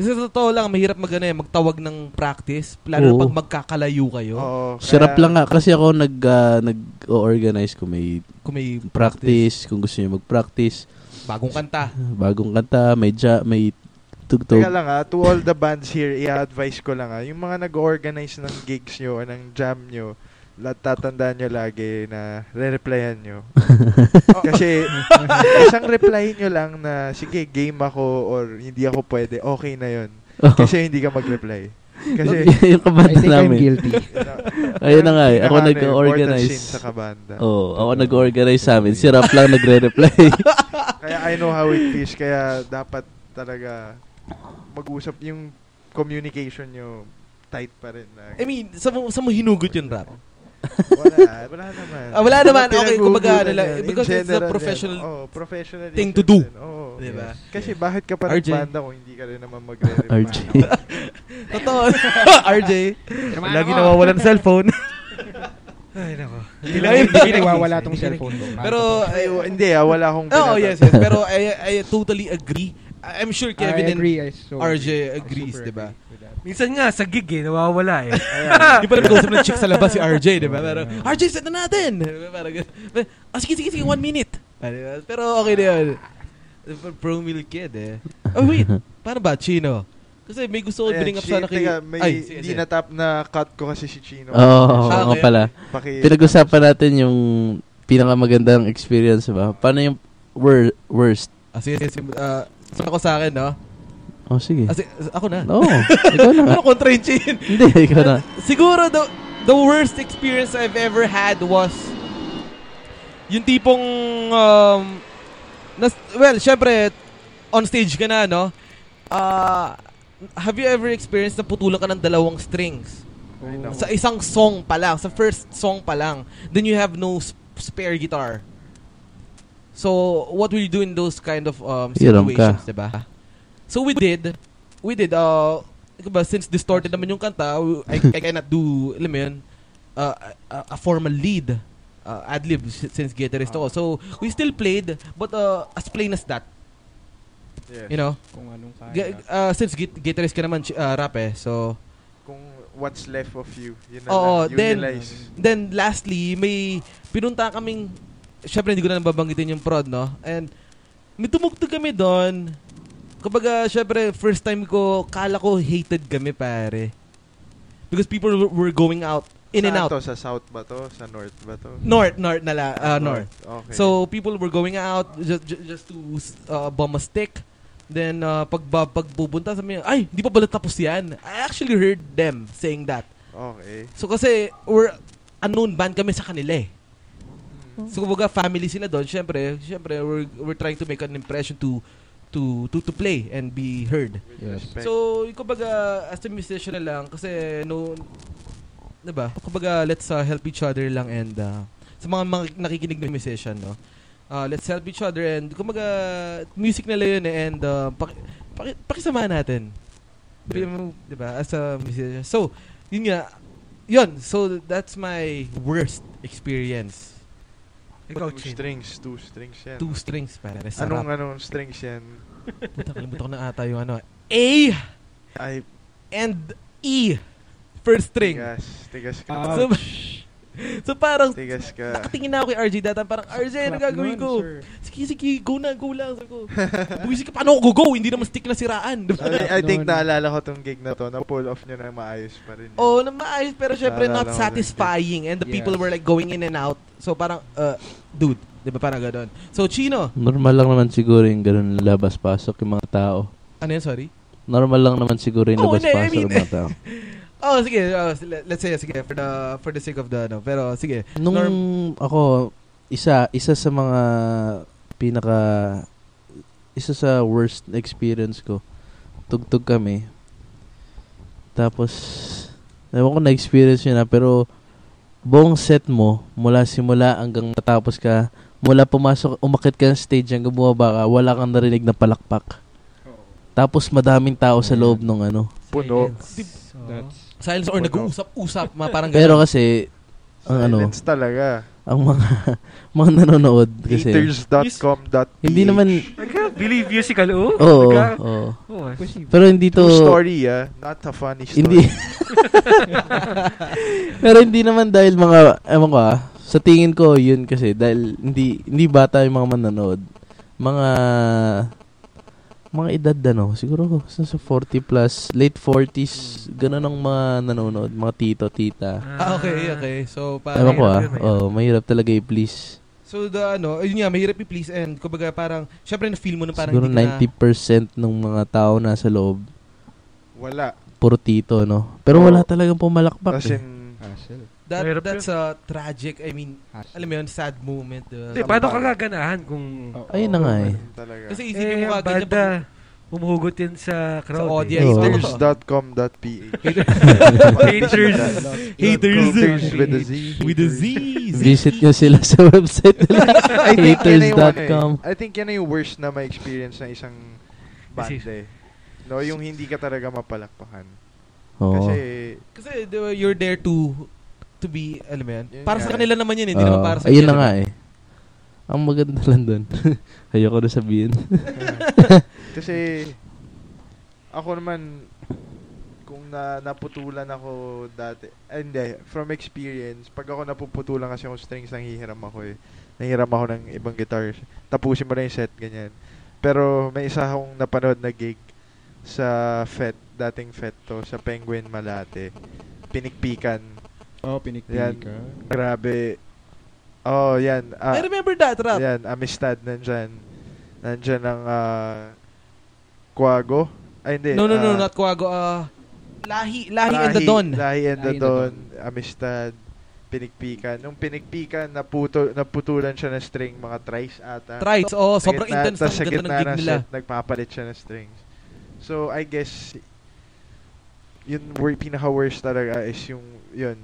S4: Kasi sa totoo lang, mahirap mag, ano, eh, magtawag ng practice, lalo
S3: Oo.
S4: pag magkakalayo kayo,
S7: Oo, kaya-
S3: Sarap lang nga kasi ako nag ah, nag-organize ko may
S4: kung may
S3: practice kung gusto niyo mag-practice,
S4: bagong kanta.
S3: bagong kanta, may ja, may tugtog.
S7: Teka
S3: [laughs]
S7: lang ah, to all the bands here, i-advise ko lang ah, yung mga nag-organize ng gigs nyo, o ng jam nyo, la- tatandaan nyo lagi na re-replyan
S3: [laughs]
S7: nyo. Kasi, isang reply nyo lang na, sige, game ako or hindi ako pwede, okay na yon
S3: Oo.
S7: Kasi hindi ka mag-reply. Kasi,
S3: [laughs] yung
S8: I
S3: kabanda
S8: think I'm
S3: namin.
S8: guilty.
S3: [laughs] Ayun na nga eh, ako
S7: Pinaka- ano,
S3: nag-organize. Oh.
S7: important scene sa kabanda.
S3: Oo, ako nag-organize sa amin. Si Rap lang nagre-reply.
S7: Kaya I know how it is, kaya dapat talaga mag-usap yung communication nyo tight pa rin. Lagi.
S4: I mean, sa, mo- sa mo hinugot yung rap?
S7: wala, wala naman.
S4: Ah, wala naman. Okay,
S7: Pinag-uugulan
S4: kumbaga, ano lang,
S7: yan. In
S4: because it's a
S7: general Oh, yan.
S4: professional
S7: Oo, professionalism
S4: thing to do.
S7: din. Oo.
S4: Di ba?
S7: Oh, Kasi bakit ka pa
S4: RJ.
S7: nagbanda kung hindi ka rin naman magre
S4: [laughs]
S3: RJ.
S4: Totoo. RJ, lagi
S2: ako.
S4: nawawalan ng cellphone.
S2: Hindi lang hindi nawawala tong
S4: Hindi
S2: cellphone ko.
S4: Pero,
S7: Ay, w- hindi ah, wala akong
S4: oh,
S7: pinata-
S4: yes, yes. Pero I, I totally agree. I- I'm sure Kevin
S8: I
S4: and
S8: agree. I so
S4: RJ agrees, di ba?
S5: Minsan nga, sa gig eh, nawawala
S4: [laughs]
S5: eh.
S4: [laughs] Di ba nag-usap ng chick sa labas si RJ, di ba? Pero, RJ, set na natin! Di ba? Parang, ganun. ah, sige, sige, sige, one minute. Ah, di ba? Pero okay na yun. Pro meal kid eh. Oh, wait. Paano ba? Chino? Kasi may gusto ko
S7: Ayan,
S4: bring up
S7: shit,
S4: sana kay...
S7: teka, may hindi na tap na cut ko kasi si Chino.
S3: Oo, oh,
S4: Ah, okay.
S3: pala.
S7: Paki-
S3: Pinag-usapan natin yung pinakamagandang experience ba? Paano yung wor- worst?
S4: Ah, sige, sige. sige. Ah, sa ako sa akin, no?
S3: Oh, sige.
S4: Ah, si- ako na.
S3: Oo, ikaw
S4: [laughs]
S3: na.
S4: Ano kontra yung chin?
S3: Hindi, ikaw na.
S4: Siguro the the worst experience I've ever had was yung tipong um nas, well, syempre on stage ka na no. Ah, have you ever experienced na putulan ka ng dalawang strings
S7: Ay, naku.
S4: sa isang song pa lang, sa first song pa lang? Then you have no s- spare guitar. So, what will you do in those kind of um,
S3: Hiram
S4: situations, di ba? So we did, we did, uh, diba, since distorted naman yung kanta, w- I, I cannot do, alam mo yun, uh, a, a formal lead, uh, ad-lib si- since guitarist ako. So, we still played, but uh, as plain as that,
S7: Yes.
S4: you know?
S2: kung anong
S4: G-
S2: kaya.
S4: uh, since git- guitarist ka naman, ch- uh, rap eh, so...
S7: Kung what's left of you, yun na
S4: Oo,
S7: lang,
S4: then-
S7: utilize.
S4: Then lastly, may pinunta kaming syempre hindi ko na babanggitin yung prod, no? And may tumugtog kami doon. Kapag syempre first time ko, kala ko hated kami pare. Because people were- were going out in
S7: Saan
S4: and out.
S7: to? Sa south ba to? Sa north ba to?
S4: North, north nala, uh, north.
S7: Okay.
S4: So people were going out just just, just to uh, bomb a stick. Then uh, pag pagpupunta sa mga, ay, hindi pa pala tapos 'yan. I actually heard them saying that.
S7: okay.
S4: So kasi we're unknown band kami sa kanila eh. So kumbaga family sila doon, syempre, syempre we're we're trying to make an impression to to to, to play and be heard.
S11: Yes.
S7: Respect.
S4: So, yung kumbaga, as a musician na lang, kasi no, di ba? Kumbaga, let's uh, help each other lang and uh, sa mga, mga nakikinig na musician, no? Uh, let's help each other and kumbaga, music nila yun eh, and uh, paki, paki, pakisamahan natin. Sabi mo, Di ba? As a musician. So, yun nga, yun. So, that's my worst experience.
S5: Ikaw,
S7: two
S5: Chin.
S7: strings, two strings yan.
S4: Two strings, pare.
S7: Ano? anong,
S4: Sarap.
S7: anong strings yan?
S4: Puta, kalimutan ko na ata yung ano. A
S7: Ay,
S4: and E. First string.
S7: tigas. Tigas ka.
S6: Ah,
S4: So, [laughs] so parang
S7: tigas ka.
S4: nakatingin na ako kay RJ data parang RJ ano
S6: Crap
S4: gagawin
S6: nun,
S4: ko?
S6: sir.
S4: Sige sige go na go lang sabi
S3: [laughs]
S4: ko. Buwisi ka paano ako go go hindi naman stick na siraan.
S7: I, I think
S6: Nun.
S7: naalala ko tong gig na to. Na-pull off nyo na maayos pa rin. yun.
S4: oh, na maayos pero syempre
S7: Naalala
S4: not
S7: ko din.
S4: satisfying and the people
S6: Yes.
S4: were like going in and out. So parang uh, dude, 'di ba parang ganoon. So Chino,
S11: Normal lang naman siguro yung ganun labas-pasok yung mga tao.
S4: ano yun sorry?
S11: Normal lang naman siguro yung
S4: Oo,
S11: labas-pasok
S4: hindi, I mean-
S11: yung mga tao.
S4: Oh, sige, oh, le- let's say sige for the for the sake of the ano, pero sige.
S3: Nung
S4: Norm-
S3: ako, isa, isa sa mga pinaka, isa sa worst experience ko, tugtog kami. Tapos, ewan ko na-experience yun na, pero buong set mo, mula simula hanggang natapos ka, mula pumasok, umakit ka ng stage hanggang bumaba ka, wala kang narinig na palakpak. Tapos madaming tao sa loob nung ano.
S7: Puno.
S5: Silence. Oo.
S6: That's
S4: silence or
S7: Puno.
S4: nag-uusap-usap, mga parang
S3: Pero
S4: ganun.
S3: kasi, ang ano,
S7: Silence talaga.
S3: ang mga, [laughs] mga nanonood kasi.
S7: Haters.com.ph
S3: Hindi naman,
S5: I can't believe musical, oh.
S3: Oo.
S5: Nagka-
S3: oo.
S5: Oo, ah.
S3: Pero hindi to
S7: True story, ah. Not a funny story.
S3: hindi Pero hindi naman dahil mga ewan ko ah. Sa tingin ko 'yun kasi dahil hindi hindi bata yung mga manonood. Mga mga edad ano, siguro sa sa 40 plus, late 40s, ganun ang mga nanonood, mga tito, tita.
S4: Ah, okay, okay. So
S3: Ewan
S4: parang
S3: ko ah.
S5: mahirap yun, mahirap.
S3: Oh, mahirap talaga i-please.
S4: So the ano, ayun nga, mahirap i-please and kumbaga parang, syempre na-feel mo na parang
S3: Siguro
S4: hindi ka
S3: 90%
S4: na-
S3: ng mga tao nasa loob, [laughs]
S7: Wala.
S3: puro tito, no? Pero wala talagang pumalakpak.
S7: As
S3: eh.
S7: in,
S6: hassle.
S4: That,
S5: Mahirap
S4: that's a tragic, I mean,
S6: Hassle.
S4: alam mo yun, sad moment. uh,
S5: Eh, paano ka gaganahan kung...
S6: Oo.
S3: Ayun na nga eh.
S7: talaga.
S4: Kasi
S5: Eh,
S4: isipin mo
S5: ang
S4: kagad
S5: bad
S4: na pag...
S5: na humuhugot yan sa crowd.
S4: Sa audience.
S5: Eh.
S3: Oo.
S7: Haters.com.ph
S5: Haters.
S4: Haters.
S7: Haters with a Z.
S4: With the Z.
S3: [laughs] Visit nyo sila [laughs] sa website nila.
S7: I think yan na yung ano
S3: Haters.com.
S7: eh. I think yan na yung worst na may experience ng isang band eh. No, yung hindi ka talaga mapalakpakan.
S3: Oo.
S7: Kasi,
S4: Kasi di ba, you're there to to be, alam mo yun,
S7: Yun
S4: para
S7: nga
S4: sa
S7: eh.
S4: kanila naman yun, hindi
S3: Oo,
S4: naman para
S3: Oh.
S4: sa
S3: Ayun na
S4: kanya, di ba?
S3: nga eh. Ang maganda lang doon. [laughs] Ayoko na sabihin. [laughs]
S7: [laughs] kasi, ako naman, kung na, naputulan ako dati, eh, hindi, from experience, pag ako napuputulan kasi yung strings, nanghihiram ako eh. Nanghihiram ako ng ibang guitar. Tapusin mo na yung set, ganyan. Pero, may isa akong napanood na gig sa FET, dating FET to, sa Penguin Malate. Pinikpikan.
S6: Oh,
S7: Yan.
S6: pinikpik ka.
S7: Grabe. Oh, yan. Ah,
S4: I remember that, Rap.
S7: yan, Amistad nandyan. Nandyan ang ah, Quago. Ay, hindi.
S4: No, no,
S7: ah,
S4: no, not Kwago. ah, lahi, lahi, and the Don.
S7: Lahi and the
S6: Lahi and the
S7: Don.
S6: Don.
S7: Amistad. Pinikpikan. Nung pinikpikan, naputo, naputulan siya ng string. Mga tries ata.
S4: Trites, oh,
S7: Sa
S4: sobrang
S7: gitna-
S4: intense
S7: tas
S4: ng ganda ng gig nila.
S7: set, nagpapalit siya ng strings. So, I guess, yun wor- pinaka-worst talaga is yung, yun,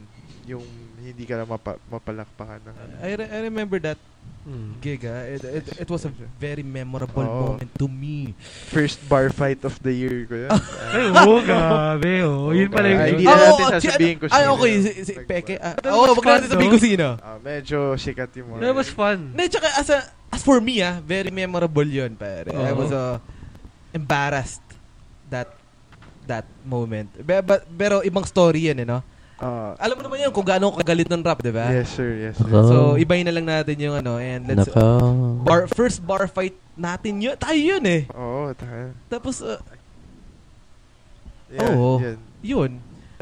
S7: yung hindi ka na mapa- mapalakpakan
S4: [laughs]
S7: ng ano.
S4: I, re- I remember that
S5: Hmm.
S4: gig, ah. It, it, it was a very memorable
S7: Oo.
S4: moment to me.
S7: First bar fight of the year ko yun.
S4: [laughs]
S5: Ay, oo, grabe,
S3: [laughs]
S5: oh. Yun pala yung...
S7: Ay, hindi na
S4: Ah, oo,
S7: natin
S4: oo,
S7: sasabihin
S4: si-
S7: kung
S4: Ay,
S7: sino
S4: okay.
S7: yun.
S4: Si, si
S7: Nagpa-
S4: Peke. ah,
S5: That
S4: oo,
S5: was
S4: wag
S5: fun,
S4: natin sabihin
S5: no?
S4: kung sino.
S7: Ah, medyo sikat yung mga.
S5: That was fun.
S4: Hindi, tsaka as, a, as for me, ah, very memorable yun, pare. I
S5: Oo.
S4: was uh, embarrassed that that moment. Be- but- pero ibang story yan, eh, no?
S7: Ah,
S4: Alam mo naman yun kung gaano ako kagalit ng rap, di ba?
S7: yes, sir. Yes, sir.
S3: Ako.
S4: So, ibahin na lang natin yung ano, and let's...
S3: Naka.
S4: Bar, first bar fight natin yun. Tayo yun, eh.
S7: Oo, oh, taka.
S4: Tapos, uh,
S7: Yeah,
S4: Oo.
S7: Yan.
S4: yun.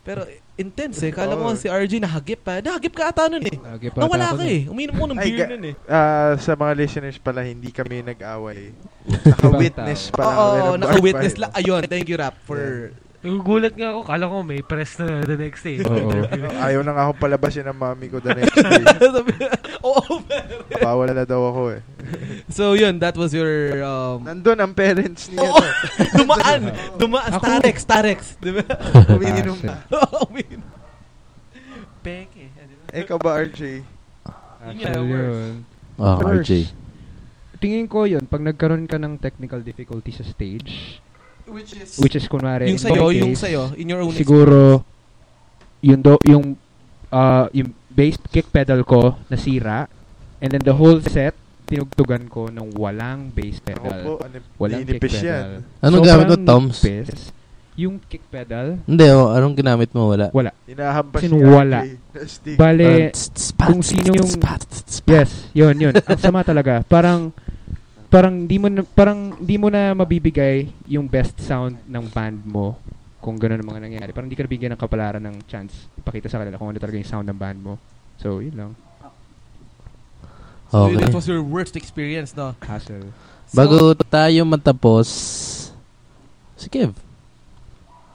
S4: Pero intense eh. Kala
S7: Oo.
S4: ko nga si RJ nahagip pa. Nahagip ka ata nun eh.
S8: Okay, bata
S4: Nawala
S8: ako
S4: ka
S8: nun.
S4: eh. Uminom ko ng
S7: Ay,
S4: beer
S7: ga-
S4: nun eh.
S7: Ah, sa mga listeners pala, hindi kami
S8: [laughs]
S7: nag-away. Naka-witness pala.
S4: Oo,
S7: Meron
S4: oh,
S7: bar
S4: naka-witness
S7: pa,
S4: lang. Ayun, thank you Rap for...
S5: Nagugulat nga ako. Kala ko may press na the next day.
S8: Oo.
S7: eh. Ayaw na nga akong palabasin ng mami ko the next day.
S4: Sabi, [laughs] Oo.
S7: Bawal na daw ako eh.
S4: so yun, that was
S7: [laughs]
S4: your... Um,
S7: Nandun ang parents niya. eh.
S4: Oo. dumaan! Dumaan!
S8: Ako-
S4: Starex! Starex! [laughs] Di ba?
S7: Umiinom
S8: Ah,
S7: na.
S4: Umiinom. Peke.
S5: eh,
S7: Ikaw ba, RJ?
S8: Actually, yun.
S3: Oh,
S8: First,
S3: RJ.
S8: Tingin ko yun, pag nagkaroon ka ng technical difficulty sa stage,
S4: Which is...
S8: which is kunwari, in
S4: Yung sa'yo,
S8: my
S4: yung
S8: case,
S4: sa'yo, in your own
S8: siguro, yung, do, yung, ah, yung bass kick pedal ko nasira, and then the whole set, tinugtugan ko ng walang bass
S7: Ako po,
S8: pedal.
S7: ano,
S8: Walang kick
S7: ninipis yan.
S8: pedal.
S3: Anong Ano gamit mo,
S8: Sobrang
S3: Toms?
S8: nipis. Yung kick pedal,
S3: Hindi, oh, anong ginamit mo? Wala.
S8: wala.
S7: Hinahampas
S8: Sino
S7: ni RJ
S8: wala?
S7: na stick.
S8: Bale,
S3: Parang tss, tss,
S8: kung
S3: pat,
S8: sino
S3: tss,
S8: yung-
S3: pat, tss, tss, pat.
S8: Yes, yun, yun. Ang sama talaga. Parang parang di mo na, parang di mo na mabibigay yung best sound ng band mo kung gano'n ang mga nangyayari. Parang di ka nabigyan ng kapalaran ng chance ipakita sa kanila kung ano talaga yung sound ng band mo. So, yun lang.
S4: So,
S3: Okay.
S4: That was your worst experience, no?
S8: Hassle.
S4: So,
S3: Bago tayo matapos, si Kev.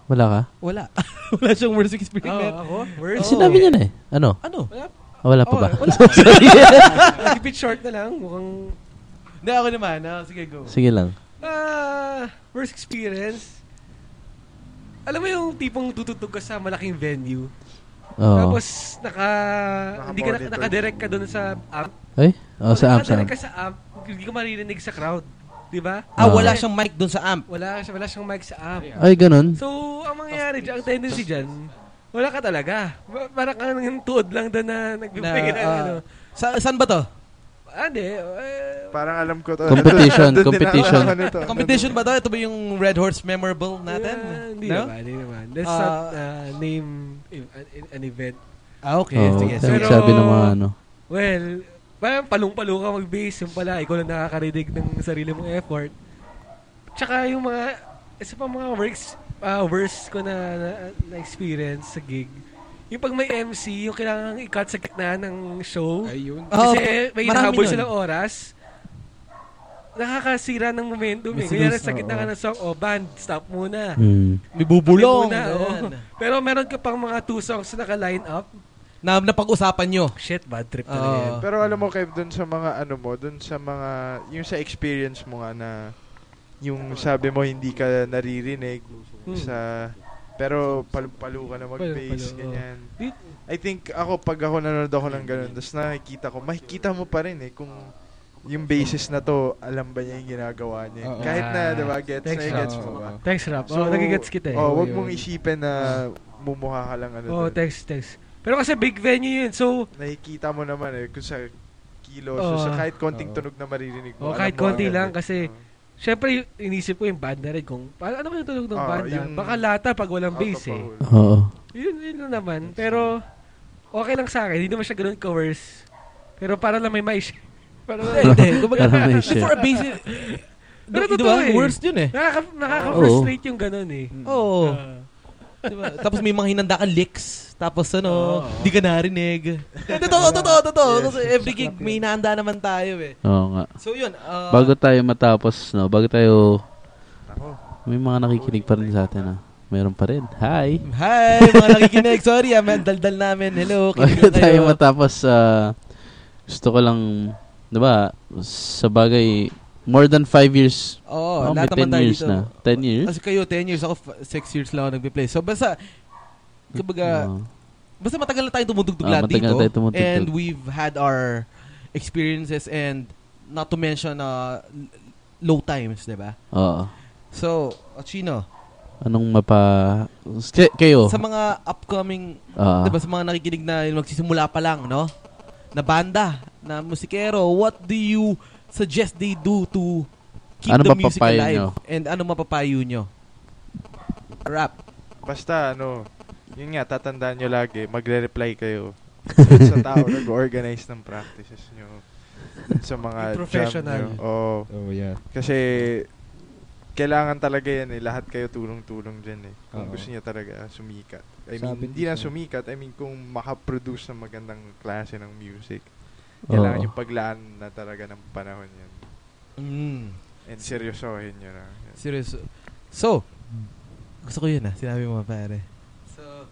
S3: Wala ka?
S4: Wala. [laughs] wala siyang worst experience.
S5: Oo,
S4: man.
S5: Ah, ako?
S4: Worst?
S5: Oo.
S3: Sinabi
S5: [laughs]
S3: niya na eh. Ano?
S4: Ano?
S3: Ah, Wala pa
S5: Oo,
S3: ba?
S5: wala.
S3: [laughs] Sorry.
S5: Keep it short na lang. Mukhang...
S4: Hindi, ako naman. Ah, sige, go.
S3: Sige lang.
S5: Ah, worst experience. Alam mo yung tipong tututog ka sa malaking venue.
S3: Oo.
S5: Tapos naka hindi ka
S7: Naka-monitor.
S5: naka, direct ka doon sa amp.
S3: Ay? Oh,
S5: Pag
S3: sa amp, sa
S5: nakadirect
S3: amp.
S5: ka sa amp, hindi ka maririnig sa crowd, 'di ba?
S4: Ah,
S3: Oo.
S4: wala siyang mic dun sa amp.
S5: Wala siya, wala siyang mic sa amp.
S3: Ay, ganun.
S5: So, [laughs] ang mangyayari dyan, ang tendency dyan, wala ka talaga. Ma- Parang ka nang tuod lang doon na nagpiplay
S4: Na,
S5: na,
S4: ah,
S5: ano.
S4: Sa, saan ba to?
S5: Ah, hindi. eh,
S7: Parang alam ko to. [laughs]
S3: Competition,
S7: Nandun din ako.
S3: competition.
S7: Ano to?
S4: Competition ba to? Ito ba yung Red Horse memorable natin?
S5: ah, hindi
S4: No?
S5: naman, hindi naman. Let's
S4: Ah,
S5: not ah, name i- an- an event.
S4: Ah, okay.
S3: Oo,
S4: sige.
S3: sabi-
S4: Sige.
S5: Pero-
S3: sabi ng mga ano.
S5: Well, parang palong-palo ka mag-base. Yung pala, ikaw lang nakakarinig ng sarili mong effort. Tsaka yung mga, isa pa mga works, ah, worst ko na, na, experience sa gig. Yung pag may MC, yung kailangan i-cut sa gitna ng show.
S8: Ayun.
S4: Oh,
S5: kasi may
S4: marami
S5: hinahabol oh.
S4: nun.
S5: silang oras. Nakakasira ng momentum eh.
S4: May
S5: Kaya
S4: seduce,
S5: sa gitna ka ng song, oh band, stop muna.
S3: Hmm.
S4: May bubulong.
S5: Muna, oh.
S4: Ayan.
S5: [laughs] Pero meron ka pang mga two songs na naka-line up.
S4: Na napag-usapan nyo.
S5: Shit, bad trip
S4: Oo.
S5: talaga yan.
S7: Pero alam mo, Kev, dun sa mga ano mo, dun sa mga, yung sa experience mo nga na, yung sabi mo hindi ka naririnig
S5: Hmm.
S7: sa, pero palu-palu ka na
S5: Palu-palo,
S7: mag-bass,
S5: oo.
S7: ganyan.
S5: Di-
S7: I think ako, pag ako nanonood ako ng ganun, tapos nakikita ko, makikita mo pa rin eh, kung yung basis na to, alam ba niya yung ginagawa niya.
S8: Oo.
S7: Kahit na,
S5: Ah,
S7: di ba, gets na,
S5: thanks,
S8: Oo.
S7: gets mo.
S5: Thanks, Rap. oh, nagigets kita eh.
S7: Oh, wag
S8: Oo,
S7: mong
S8: yun.
S7: isipin na mumukha ka lang ano.
S5: Oh,
S7: dun.
S5: text, text. Pero kasi big venue yun, so
S7: Nakikita mo naman eh kung sa kilo,
S5: Oo.
S7: so sa kahit konting
S8: Oo.
S7: tunog na maririnig mo.
S5: Ah. oh,
S7: alam
S5: kahit
S7: mo
S5: konti
S7: agad
S5: lang
S7: eh.
S5: kasi syempre y- inisip ko yung banda rin kung pa- ano ba yung tunog ng
S7: Ah,
S5: banda?
S7: yung- Ah,
S5: Baka lata pag
S7: Out
S5: walang bass
S7: of
S5: eh.
S7: power.
S3: Oo.
S5: Yun, yun lang naman. Pero okay lang sa akin, hindi naman siya ganun coerce. Pero para lang may mais. [laughs] para lang.
S4: Hindi, kumbaga,
S3: Parang may shit.
S4: for a bass,
S5: Pero
S4: di
S5: totoo
S4: ba?
S5: eh.
S4: Worst yun eh.
S5: Nakaka, nakaka-frustrate yung ganun eh.
S4: Oo.
S5: Ah.
S4: Diba? Tapos may mga hinanda kang licks. Tapos ano,
S5: Oo.
S4: di ka
S5: [laughs]
S4: narinig. Eh, totoo, totoo, totoo. Kasi every gig may hinanda naman tayo eh.
S3: Oo nga.
S4: So yun. ah,
S3: Bago tayo matapos, no? Bago tayo... May mga nakikinig pa rin sa atin, ah. Meron pa rin. Hi!
S4: Hi, mga nakikinig. Sorry, ah, man, daldal namin. Hello,
S3: Bago
S4: kinig
S3: tayo
S4: tayo.
S3: matapos, ah, gusto ko lang, di ba, sa bagay, more than 5 years,
S4: Oo,
S3: oh, may
S4: lahat naman
S3: 10
S4: tayo
S3: years
S4: dito.
S3: na. 10 years?
S4: Kasi kayo, 10 years ako, 6 years lang ako nagpe-play. So, basta, kumbaga,
S3: Oo.
S4: basta matagal na tayong tumutugtog
S3: Ah,
S4: lahat
S3: matagal
S4: dito.
S3: na tayo tumutugtog.
S4: And we've had our experiences and not to mention uh, l- low times, di ba?
S3: Oo.
S4: So, uh, Chino,
S3: Anong mapa... Kay- kayo?
S4: sa mga upcoming,
S3: Oo.
S4: di ba, sa mga nakikinig na yung magsisimula pa lang, no? Na banda, na musikero, what do you suggest they do to keep
S3: Ano
S4: the music
S3: mapapayo
S4: alive?
S3: nyo?
S4: And ano mapapayo nyo? Rap.
S7: Basta ano, yun nga, tatandaan nyo lagi, magre-reply kayo. Doon sa tao nag-organize ng practices nyo. Doon Sa mga
S5: Yung professional.
S7: Jam nyo. Oo.
S8: Oh, yeah.
S7: Kasi,
S6: kailangan talaga yan eh. Lahat kayo tulong-tulong dyan eh. Kung
S8: Oo.
S6: gusto niya talaga ah, sumikat. I mean,
S8: Sabi
S6: hindi
S8: dito.
S6: na sumikat. I mean, kung makaproduce ng magandang klase ng music,
S3: Oo.
S6: kailangan yung paglaan na talaga ng panahon yan.
S4: Mm.
S6: And seryosohin nyo na. Yan.
S4: Serious. So, gusto ko yun ah. Sinabi mo pare. So,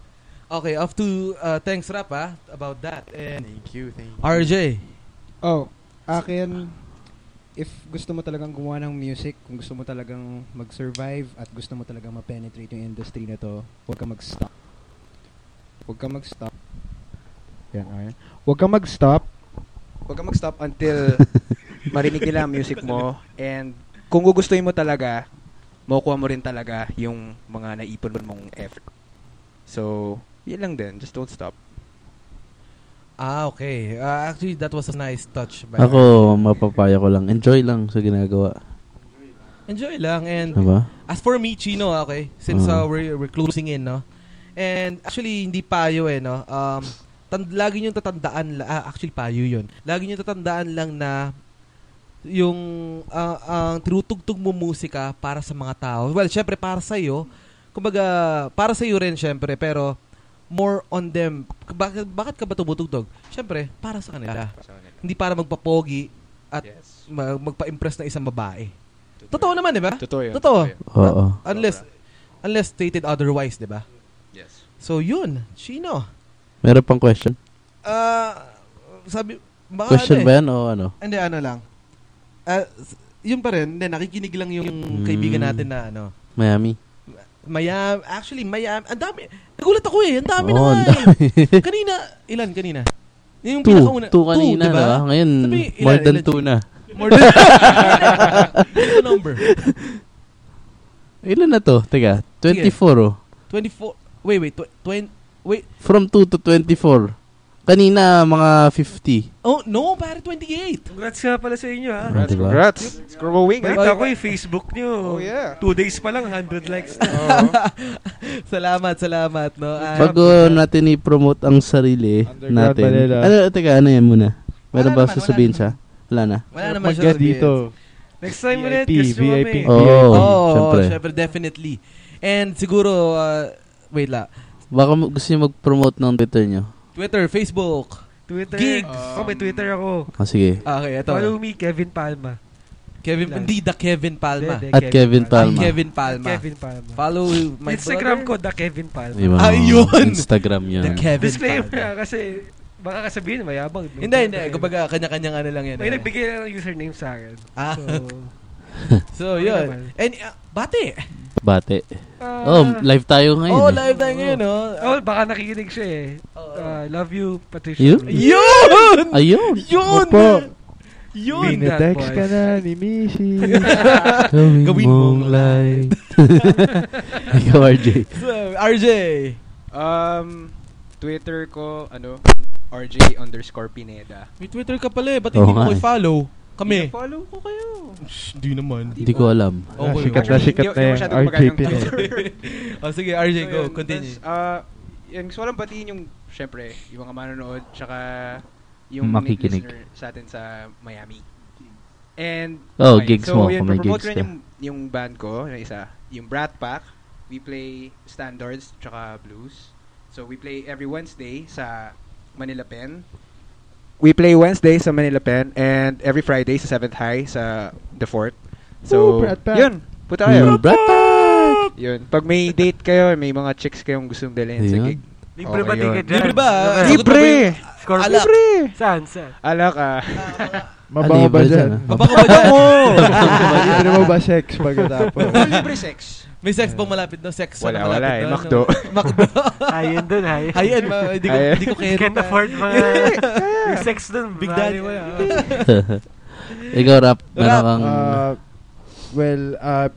S4: okay. Off to uh, thanks rap ah. About that. And
S6: Thank you, thank
S7: Ah,
S6: you.
S4: RJ.
S12: Oh, akin, if gusto mo talagang gumawa ng music, kung gusto mo talagang mag-survive at gusto mo talagang ma-penetrate yung industry na to, huwag ka mag-stop. Huwag ka mag-stop. Yan, ayan. Huwag ka mag-stop. Huwag ka mag-stop until marinig nila ang music mo. And kung gugustuhin mo talaga, makukuha mo rin talaga yung mga naipon mong effort. So, yun lang din. Just don't stop.
S4: Ah, okay. Uh, actually, that was a nice touch. By
S3: Ako, mapapaya ko lang. Enjoy lang sa ginagawa.
S4: Enjoy lang. And
S3: Diba?
S4: As for me, Chino, okay? Since uh,
S3: Mm.
S4: we're, we're closing in, no? And actually, hindi payo eh, no? Um, tan- lagi nyo tatandaan, la- ah, actually, payo yun. Lagi nyo tatandaan lang na yung ah, ang tinutugtog mo musika para sa mga tao. Well, syempre, para sa'yo. Kumbaga, para sa'yo rin, syempre. Pero, more on them. Bakit, bakit ka ba tumutugtog? Syempre, para sa kanila. Hindi para magpapogi at
S8: Yes.
S4: ma- magpa-impress ng isang babae. Totoo naman, di ba?
S8: Totoo yun.
S4: Totoo.
S8: yun.
S3: Oo.
S4: Unless unless stated otherwise, 'di ba?
S8: Yes.
S4: So 'yun, Chino.
S3: Meron pang question?
S4: Ah, sabi baka
S3: Question
S4: ano
S3: ba
S4: eh.
S3: yan o ano?
S4: Hindi ano lang. Ah, s- yun pa rin, hindi, nakikinig lang yung kaibigan
S3: Mm.
S4: natin na ano.
S3: Miami?
S4: Mayam, actually Mayam, ang dami. Nagulat ako eh, ang dami na
S3: Oo,
S4: nga
S3: ang
S4: eh.
S3: dami. [laughs]
S4: kanina, ilan kanina? Yung
S3: two.
S4: pinakauna.
S3: Two kanina,
S4: diba?
S3: diba? Ngayon,
S4: Sabi, ilan,
S3: more than
S4: ilan?
S3: two na.
S4: More [laughs] than Ano yung number.
S3: Ilan na to? Teka, 24 oh.
S4: 24. Wait, wait, tw- 20. Wait.
S3: From 2 to 24. Kanina, mga 50.
S4: Oh, no, pare 28.
S5: Congrats nga pala sa inyo,
S3: Ah,
S5: ha?
S8: Congrats,
S3: diba?
S8: congrats. It's growing.
S5: Wait,
S8: ah.
S5: ako yung Facebook
S8: Oh,
S5: nyo.
S8: yeah.
S5: Two days pa lang, 100 likes [laughs] na.
S4: [laughs] Salamat, salamat, no. Ah,
S3: Bago natin i-promote ang sarili
S7: Underground
S3: natin.
S7: Manila.
S3: Ano, teka, ano yan muna? Meron
S4: Wala
S3: ba
S4: naman,
S3: sasabihin
S4: wala
S3: siya? Wala na.
S4: wala naman siya
S7: Magka
S4: sabihin.
S7: dito.
S5: Next time
S7: VIP,
S5: ulit, guest nyo kami.
S7: VIP.
S3: Oo,
S4: Oo,
S3: oh, syempre.
S4: syempre, definitely. And siguro, uh, wait la,
S3: Baka mo- gusto niyo mag-promote ng Twitter niyo.
S4: Twitter, Facebook.
S5: Twitter.
S4: Gigs.
S5: Oh, may Twitter ako.
S3: Ah, sige.
S4: Okay, ito.
S5: Follow me, Kevin Palma.
S4: Kevin, hindi, the Kevin Palma.
S5: Hindi,
S3: At Kevin
S4: Ay,
S3: Palma.
S4: Kevin Palma.
S5: Kevin Palma.
S4: Follow my
S5: Instagram
S4: brother.
S5: ko, the Kevin Palma.
S3: Diba?
S4: Ayun!
S3: Instagram yun.
S4: The Kevin
S5: Disclaimer
S4: Palma.
S5: ah, kasi [laughs] baka kasabihin mayabang.
S4: Hindi, hindi. Kumbaga, kanya-kanyang ano lang yan.
S5: May
S4: eh.
S5: nagbigay lang ng username sa akin.
S4: Ah. [laughs]
S5: So,
S4: So,
S5: Okay
S4: yun.
S5: naman.
S4: And, uh, bate.
S3: Bate.
S5: ah,
S3: Oh, live tayo ngayon. eh.
S4: Oh, live tayo ngayon, no?
S5: Oh, baka nakikinig siya eh. Ah, love you, Patricia.
S3: Yun?
S5: Cruz.
S4: Yun!
S3: Ayun!
S4: Yun!
S7: Opo.
S4: Yun!
S5: Mean that
S7: Minetext
S5: boy.
S7: ka na ni Mishi.
S3: Gawin,
S4: Gawin mong
S3: mong light. Ikaw, RJ.
S4: [laughs] So, RJ.
S8: [laughs] Um, Twitter ko, ano, RJ underscore Pineda.
S4: May Twitter ka pala eh. Ba't
S3: Oo
S4: hindi
S3: nga
S4: mo ko
S3: eh.
S4: follow? Kami.
S8: Follow ko kayo.
S4: Hindi naman.
S3: Hindi ko alam.
S4: Okay,
S7: Sikat
S4: okay.
S7: na sikat na yung RJ Pineda.
S4: [laughs] Oh, sige, RJ, go. Continue. [laughs]
S8: Ah, yun, gusto ko lang batiin yung, syempre, yung mga manonood, tsaka yung
S3: Makikinig.
S8: listener sa atin sa Miami. And,
S3: Oh, gigs
S8: so,
S3: mo,
S8: yun,
S3: kung may
S8: promote ko rin
S3: gigs ka.
S8: yung, yung band ko, yung isa, yung Brat Pack. We play standards, tsaka blues. So, we play every Wednesday sa Manila Pen. We play Wednesday sa Manila Pen and every Friday sa 7th High sa The Fort. So,
S7: Ooh, Brat Pack.
S8: yun. Puta kayo.
S3: Yung brat pack!
S8: Yun. Pag may date kayo, may mga chicks kayong gustong dalhin sa
S3: Ayun.
S8: gig.
S5: Libre
S8: Okay,
S5: ba ticket
S8: yun.
S5: dyan?
S4: Libre ba?
S5: Ano ba?
S4: Libre.
S8: Libre!
S5: Scorpio?
S4: Alak.
S5: Saan?
S4: [laughs]
S5: Saan?
S8: Alak ah.
S7: Mabango ba
S3: Libre
S7: dyan?
S3: dyan, ah.
S4: Baka ba dyan?
S8: [laughs]
S7: Libre mo ba sex pagkatapos?
S8: libre sex.
S4: May sex bang malapit no? Sex
S8: Wala,
S4: na ano? malapit
S8: wala eh.
S4: no?
S8: Macdo.
S4: No. Macdo.
S5: Ayan dun, ay.
S4: Ayan, ma- ano hindi ko,
S8: Ayan.
S4: hindi ko kaya.
S5: You can't
S4: [laughs]
S5: afford mga... Yung sex dun.
S4: Big
S5: bali
S4: Daddy.
S5: wala.
S3: [laughs] Ikaw, rap. Meron
S4: Rap,
S3: kang...
S7: Uh, well, uh,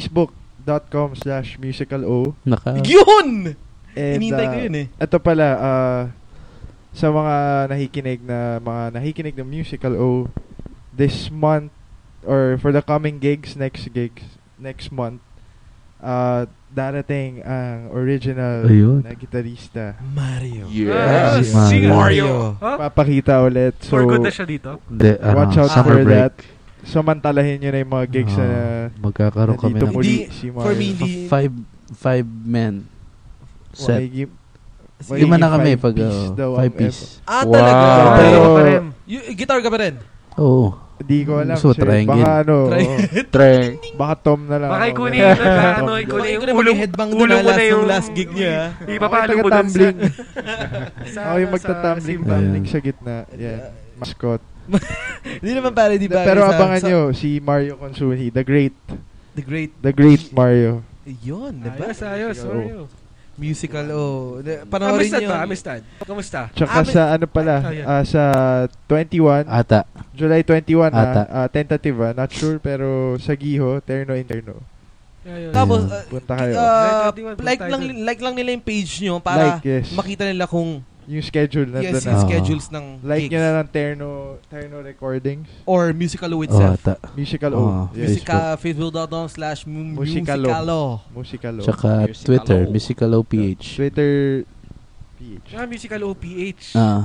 S7: facebook.com slash musical O.
S3: naka...
S4: Yun!
S7: And,
S4: Inintay ko
S7: uh,
S4: yun eh.
S7: Ito pala, ah, sa mga nakikinig na mga nakikinig ng musical O this month or for the coming gigs, next gigs, next month, uh, darating ang original
S3: Ayun.
S7: na gitarista.
S4: Mario.
S5: Ah,
S3: Yes,
S5: sige.
S3: Mario.
S5: Huh?
S7: Papakita ulit. So,
S5: For good na siya dito.
S3: De, ano,
S7: watch out for
S3: summer break.
S7: that. samantalahin nyo na yung mga gigs na
S3: Ah, magkakaroon kami
S7: nandito
S3: ng
S7: muli
S4: Hindi,
S7: si Marlon.
S4: for me, hindi.
S3: f- five five men set.
S7: Waigi-
S4: Sige.
S3: Lima na kami
S7: five
S3: pag
S7: piece
S3: oh,
S7: daw ang
S3: five piece.
S4: Ah,
S8: Wow.
S4: talaga?
S13: Ah,
S7: Pero-
S13: pa rin.
S4: Y- guitar ka pa rin?
S3: Oo.
S7: Di ko alam.
S3: Gusto mo
S7: sir.
S3: triangle?
S7: Baka ano,
S4: Try-
S8: Try.
S7: baka Tom na lang.
S13: Baka
S7: ako.
S13: ikunin
S4: [laughs]
S13: yun, baka ano,
S7: Tom.
S13: ikunin
S4: Ikaw
S13: yung
S4: na
S13: ulo,
S4: mag-headbang
S13: ulo mo
S4: na
S13: na
S4: last,
S13: yung...
S4: yung last gig niya. ah.
S13: Ipapalo
S7: Ako
S13: mo dun sa...
S5: [laughs]
S7: taga-tumbling. Ako yung magta-tumbling
S3: simbahan.
S7: tumbling
S3: Ayan.
S7: sa gitna. Yan. Mascot.
S4: [laughs] Hindi naman pare, di ba?
S7: Pero
S4: Sa-
S7: abangan
S4: sa-
S7: nyo, si Mario Consuni, the great,
S4: The Great.
S7: the great Mario.
S4: Yun, di ba?
S5: Ayos, ayos.
S7: Oo.
S5: Ah, Sorry. oh.
S4: Musical, oh. De- Panoorin
S5: Amistad
S4: nyo.
S5: ba? Amistad. Kamusta?
S7: Tsaka
S4: Ah,
S7: sa ano pala,
S5: Ay, ayan.
S7: ah, sa 21,
S3: Ata.
S7: July 21
S3: Ata.
S7: na, ah, tentative ah, not sure, pero sa Giho, Terno Interno.
S5: Ayos.
S4: Tapos,
S3: Yeah.
S4: uh,
S7: Punta kayo.
S4: uh,
S5: July 21,
S4: like
S5: punta
S4: lang
S5: tayo.
S4: like lang nila yung page nyo para
S7: Like, yes.
S4: makita nila kung
S7: Yung schedule na doon
S4: yes, yung
S3: Ah.
S7: na.
S4: schedules ng
S7: Like nyo
S4: gigs.
S7: na lang Terno, Terno Recordings,
S4: Or
S3: Oh,
S4: Musicalo itself.
S3: ata.
S7: Musical O.
S3: Oh,
S7: yes.
S4: Musica, facebook.com slash mu-
S7: Musicalo.
S4: musicalo.
S7: Musical O.
S3: Tsaka
S2: Musical
S3: Twitter,
S2: O.
S3: Musicalo PH.
S7: Twitter PH.
S5: Ah, musical OPH.
S3: Ah,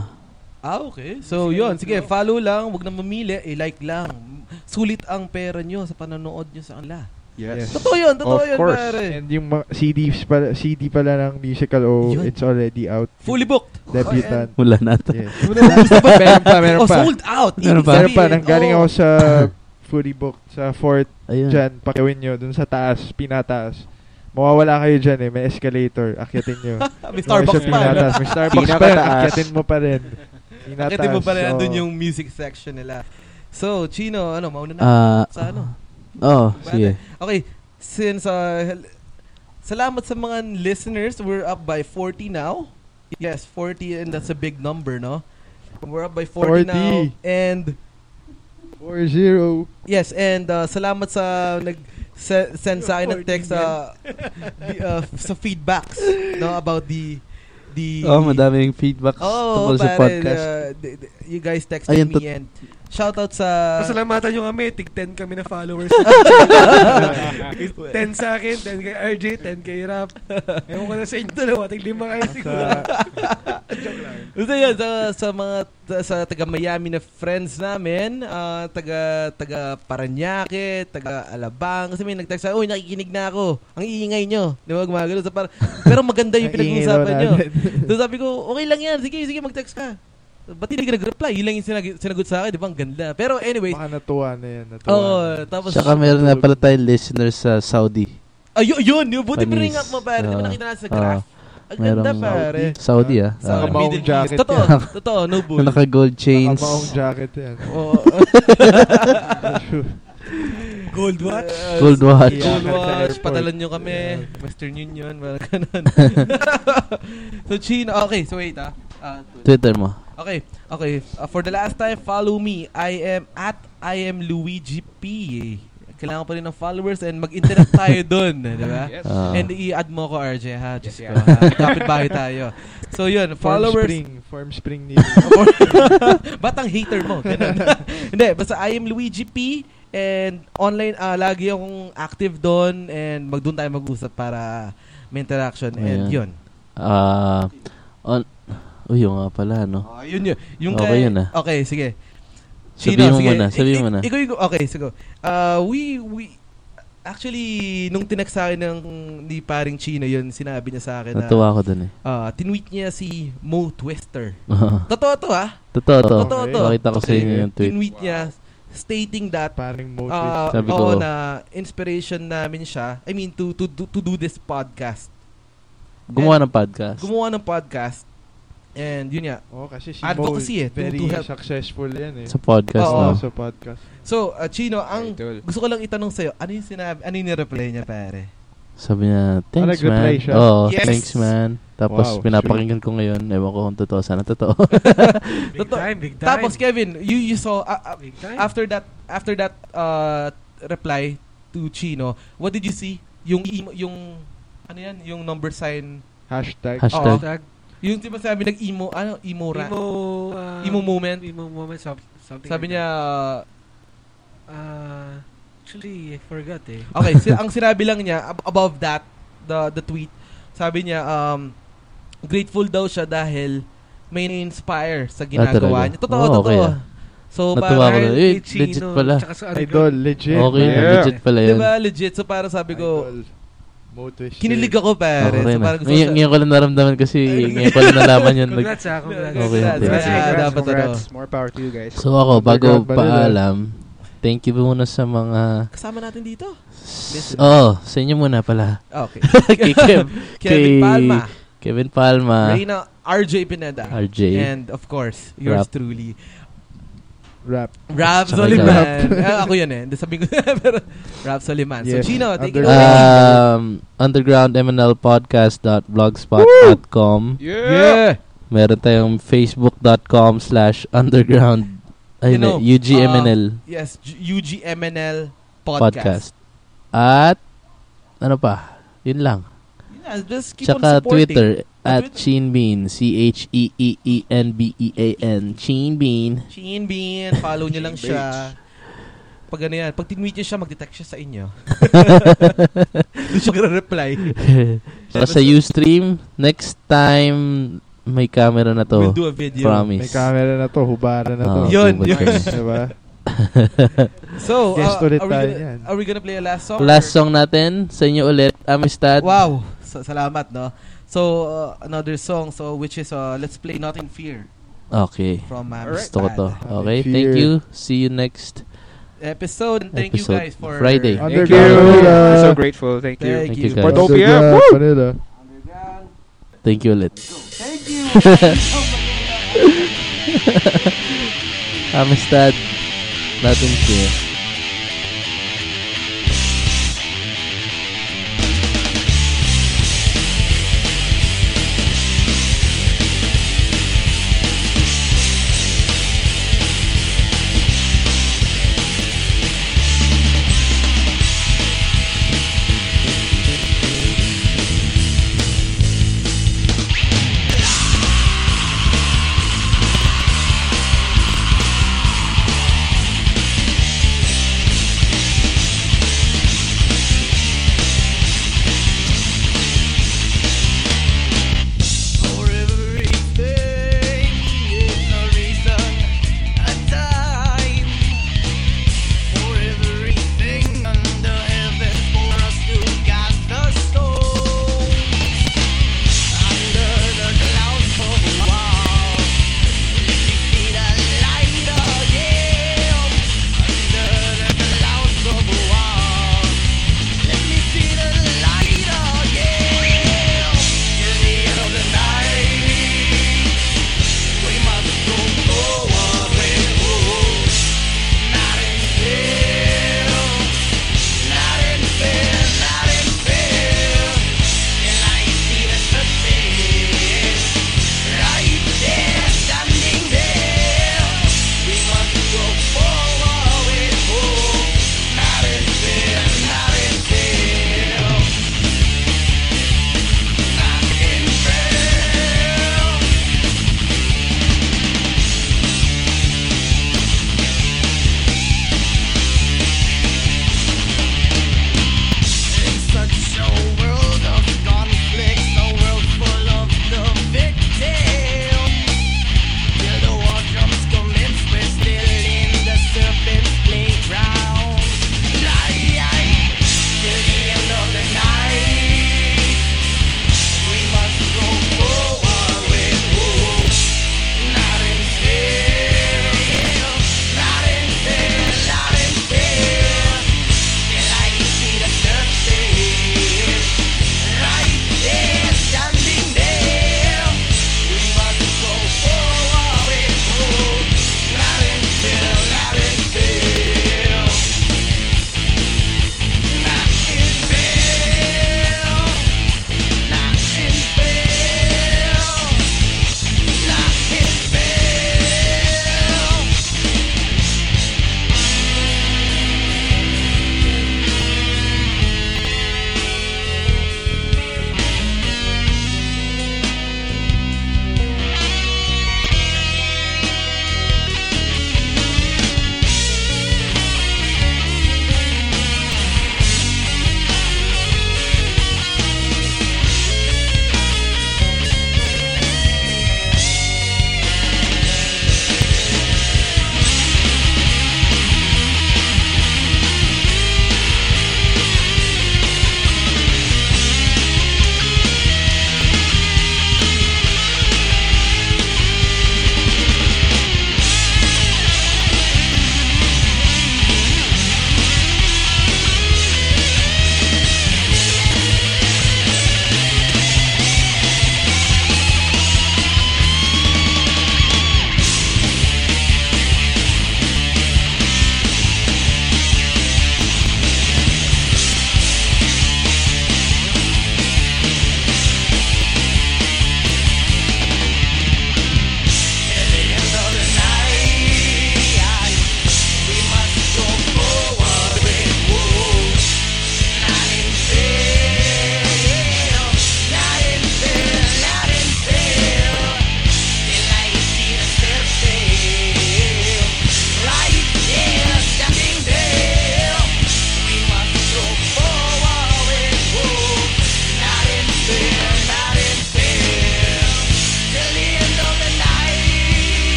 S4: Ah, okay. So, yun. Sige, follow lang. Huwag na mamili. I-like lang. Sulit ang pera nyo sa panonood nyo sa kanila.
S7: Yes.
S4: Totoo yun.
S2: Of
S4: Totoo yun,
S2: course.
S4: pare.
S7: And yung mga CDs pala, CD pala ng Musical O,
S4: Yun.
S7: it's already out.
S4: Fully booked.
S7: Debutant.
S3: wala na ata.
S4: [laughs]
S7: Yes.
S4: meron
S7: pa, meron pa.
S4: Oh, sold out.
S3: Meron
S4: Ibig
S3: pa.
S7: Pero pa,
S4: sabihin,
S7: nanggaling
S4: oh.
S7: ako
S4: [laughs]
S7: sa fully booked sa fourth
S3: Ayun.
S7: dyan, pakiwin nyo, dun sa taas, pinataas. Mawawala kayo dyan eh, may escalator, akyatin
S4: [laughs]
S7: nyo.
S4: May
S7: Sa
S4: Starbucks pa. ano?
S7: Pinataas. May Starbucks pa,
S2: Pinakataas.
S7: akyatin mo pa rin. Pinataas.
S4: Akitin mo pala,
S7: oo.
S4: nandun yung music section nila. So, Chino, ano, mauna na.
S3: Ah,
S4: sa ano?
S3: oh, sige.
S4: Okay, since, uh, hel- salamat sa mga listeners. We're up by 40 now. Yes, 40 and that's a big number, no? We're up by
S7: 40.
S4: 40, now. And,
S7: 4-0.
S4: yes, and uh, salamat sa nag se- send sa akin ng text uh, [laughs] the, uh, sa feedbacks no about the the
S3: Oh, madaming feedback tungkol
S4: Oh,
S3: sa
S4: pare,
S3: podcast.
S4: uh, d- d- you guys texted
S3: Ayun,
S4: me
S3: tot-
S4: and shout out sa
S5: Pasalamatan nyo kami, tig 10 kami na
S4: [laughs]
S5: followers. [laughs] 10 sa akin, 10 kay RJ, 10 kay Rap. Ewan ko na sa inyo dalawa, tig 5 kayo
S4: [laughs]
S5: siguro.
S4: Basta yun, sa, sa mga ta- sa taga Miami na friends namin, ah, taga taga Paranaque, taga Alabang kasi may nag-text sa, "Uy, nakikinig na ako. Ang iingay nyo." Di ba gumagano sa para
S3: [laughs]
S4: Pero maganda yung
S7: Ang ingay
S4: pinag-uusapan
S7: daw
S4: nyo. [laughs]
S7: natin.
S4: So sabi ko, "Okay lang yan. Sige, sige, mag-text ka." Ba't hindi ka nag-reply? Yun lang yung sinag- sinagot sa akin, di ba? Ang ganda. Pero anyway,
S7: Baka natuwa na yan. Natuwa
S4: oh,
S7: na.
S4: tapos
S3: Tsaka meron na pala tayong listeners sa Saudi.
S4: Ayun, yun, yun. Buti
S3: Panis.
S4: pinuring up mo, pare. Di ba
S3: Ah,
S4: nakita natin sa graph? Ang
S3: merong
S4: ganda, pare.
S3: Saudi ah.
S4: Sa
S3: Ah,
S7: Kamaong
S4: Middle East.
S7: jacket
S4: Totoo,
S3: yan.
S4: totoo. No bull.
S3: Naka-gold chains.
S7: Nakamaong jacket yan.
S4: Oo.
S5: Gold watch.
S3: Gold watch.
S7: Yeah.
S4: Gold watch.
S7: Airport.
S4: Patalan nyo kami. Western Union. Parang ganun. so, Chin. Okay, so wait ah. Ah,
S3: Twitter mo.
S4: Okay, okay. Uh, for the last time, follow me. I am at I am Luigi P. Kailangan pa rin ng followers and mag-interact tayo dun. Di ba?
S2: Yes.
S3: Ah.
S4: And i-add mo ko, RJ, ha? Diyos
S2: Yes,
S4: ko,
S2: yeah.
S4: ha? [laughs] Kapit-bahay tayo. So, yun.
S7: Form
S4: Followers,
S7: spring. Form spring ni [laughs]
S4: [laughs] Batang hater mo. Ganun. [laughs] Hindi, basta I am Luigi P. And online, ah, lagi akong active doon. And mag doon tayo mag-usap para may interaction. And
S3: Ayan.
S4: yun.
S3: Ah, on Uy, yun nga pala, no?
S4: Oh, yun yun. Yung
S3: Okay,
S4: kay-
S3: yun ah.
S4: Okay, sige.
S3: Sabihin
S4: Sino?
S3: mo
S4: Sige.
S3: muna, sabihin
S4: Ik-
S3: mo na.
S4: Ikaw yung, okay, sige. Uh, we, we, actually, nung tinext sa akin ng, ni paring Chino yun, sinabi niya sa akin na,
S3: Natuwa ako dun eh. [laughs]
S4: ah, tinweet niya si Mo Twister. Totoo to ha?
S3: Totoo, to.
S4: Totoo to.
S3: Nakita ko sa inyo yung tweet.
S4: Tinweet niya stating that
S7: Paring motive.
S4: Ah,
S3: Sabi
S4: oo,
S3: ko-
S4: na inspiration namin siya. I mean, to, to, do- to do this podcast.
S3: Gumawa ng podcast.
S4: Gumawa ng podcast. And yun nga.
S7: oh, kasi si
S4: advocacy
S7: Mo,
S4: eh, to-
S7: very
S4: to help.
S7: successful yan eh.
S3: Sa podcast
S4: Oo.
S3: na.
S7: Oo, sa podcast. Ah,
S4: So, uh, Chino, ang
S2: Idol.
S4: gusto ko lang itanong sa'yo, ano yung sinabi, ano yung nireply niya, pare?
S3: Sabi niya, thanks
S7: nag-reply
S3: man.
S7: siya?
S3: Oo,
S4: Ah, Yes!
S3: thanks man. Tapos
S7: Wow,
S3: pinapakinggan ko ngayon. Ewan ko kung totoo. Sana totoo.
S5: Big
S4: Totoo.
S5: time, big time.
S4: Tapos, Kevin, you, you saw, uh, uh,
S5: Big time.
S4: after that, after that uh, reply to Chino, what did you see? Yung, emo- yung, ano yan, yung number sign,
S7: Hashtag.
S3: Hashtag.
S5: Hashtag.
S4: yung di ba sabi nag-emo, ano, emo, ra-
S5: Emo, ah,
S4: emo moment?
S5: Emo moment. some- Something
S4: Sabi
S5: like
S4: niya, uh,
S5: that. Ah, actually, I forgot eh.
S4: Okay, si- ang sinabi lang niya ab- above that the the tweet, sabi niya um grateful daw siya dahil may inspire sa
S3: Ah, talaga?
S4: ginagawa niya. Totoo,
S3: Oh, okay
S4: totoo.
S3: ah.
S4: So,
S3: Natuwa ko
S4: parang
S3: na. Eh,
S4: Chino,
S3: legit pala.
S4: tsaka sa ano-
S7: Idol, legit.
S3: Okay,
S7: man.
S6: Yeah.
S3: legit pala yun.
S4: Diba, legit. So, parang sabi ko,
S7: Idol. Mo twisted.
S4: kinilig ako,
S3: Ako
S4: pare.
S3: rin.
S4: So,
S3: ah.
S4: parang gusto
S3: Ngayon, ngayon ko lang naramdaman kasi ngayon ko lang nalaman yun. Nag-
S5: Congrats ha, congrats.
S3: Okay,
S4: Congrats,
S3: okay.
S4: congrats,
S8: Congrats,
S4: dapat ano.
S8: congrats. More power to you guys.
S3: so ako, bago
S7: Congrats, Manila.
S3: paalam, thank you muna sa mga...
S4: Kasama natin dito.
S3: S- Oo, sa inyo muna pala. [laughs]
S4: Okay.
S3: Ah. kay
S4: [laughs]
S3: Kev,
S4: Kevin
S3: Kay- Ah.
S4: Palma,
S3: Kevin Palma,
S4: Reina RJ Pineda,
S3: RJ,
S4: and of course,
S3: Rap.
S4: yours truly.
S7: Rap.
S4: Rab
S3: Tsaka
S4: Soliman.
S3: Rap.
S4: Ah, ako yun eh. Hindi, Sabi ko, [laughs] pero Rab Soliman.
S7: Yes.
S4: So, Chino, take it
S7: Under-
S4: away.
S3: um, underground MNL
S8: Yeah!
S3: Meron tayong facebook.com slash underground
S4: You
S3: ayun
S4: know,
S3: eh, UGMNL
S4: Yes, G- UGMNL Ah,
S3: podcast.
S4: Podcast.
S3: At ano pa? Yun lang.
S4: Yeah, just keep
S3: Tsaka
S4: on supporting.
S3: Twitter
S4: Ah,
S3: at Chinbean. E C-H-E-E-E-N-B-E-A-N.
S4: [laughs]
S3: Chinbean.
S4: Chin Bean, follow nyo lang siya. Pag ano yan, pag tinweet nyo siya, mag-detect siya sa inyo. [laughs] Doon siya reply
S3: Tsaka sa Ustream, next time may camera na
S4: We'll
S3: to.
S4: do a video.
S7: May
S3: Promise.
S7: camera na to, hubara na Ano to.
S3: Oo,
S4: Yun,
S3: bubad
S4: Ah, yun.
S3: ko na.
S7: diba?
S4: So, uh,
S7: Guest
S4: are, we
S7: ulit tayo yan.
S4: gonna, are we gonna play a last song?
S3: [laughs] Last song natin sa inyo ulit, Amistad.
S4: Wow, sa- salamat, no? So, uh, another song, so which is uh, Let's Play Not in Fear
S3: Okay.
S4: from uh,
S8: Alright.
S3: Gusto ko to. Okay,
S7: Fear.
S3: thank you. See you next
S4: Episode, and thank
S3: Episode.
S4: you guys for...
S3: Friday.
S8: Thank
S7: Under
S8: you.
S7: Manila.
S8: I'm so grateful. Thank you.
S4: Thank,
S3: Thank
S4: you.
S3: you, guys.
S8: Portopia.
S7: Underground,
S8: Woo!
S7: Manila.
S3: Thank you ulit.
S4: Thank
S3: [laughs]
S4: you.
S3: Amistad. Latin Fear.
S2: oh,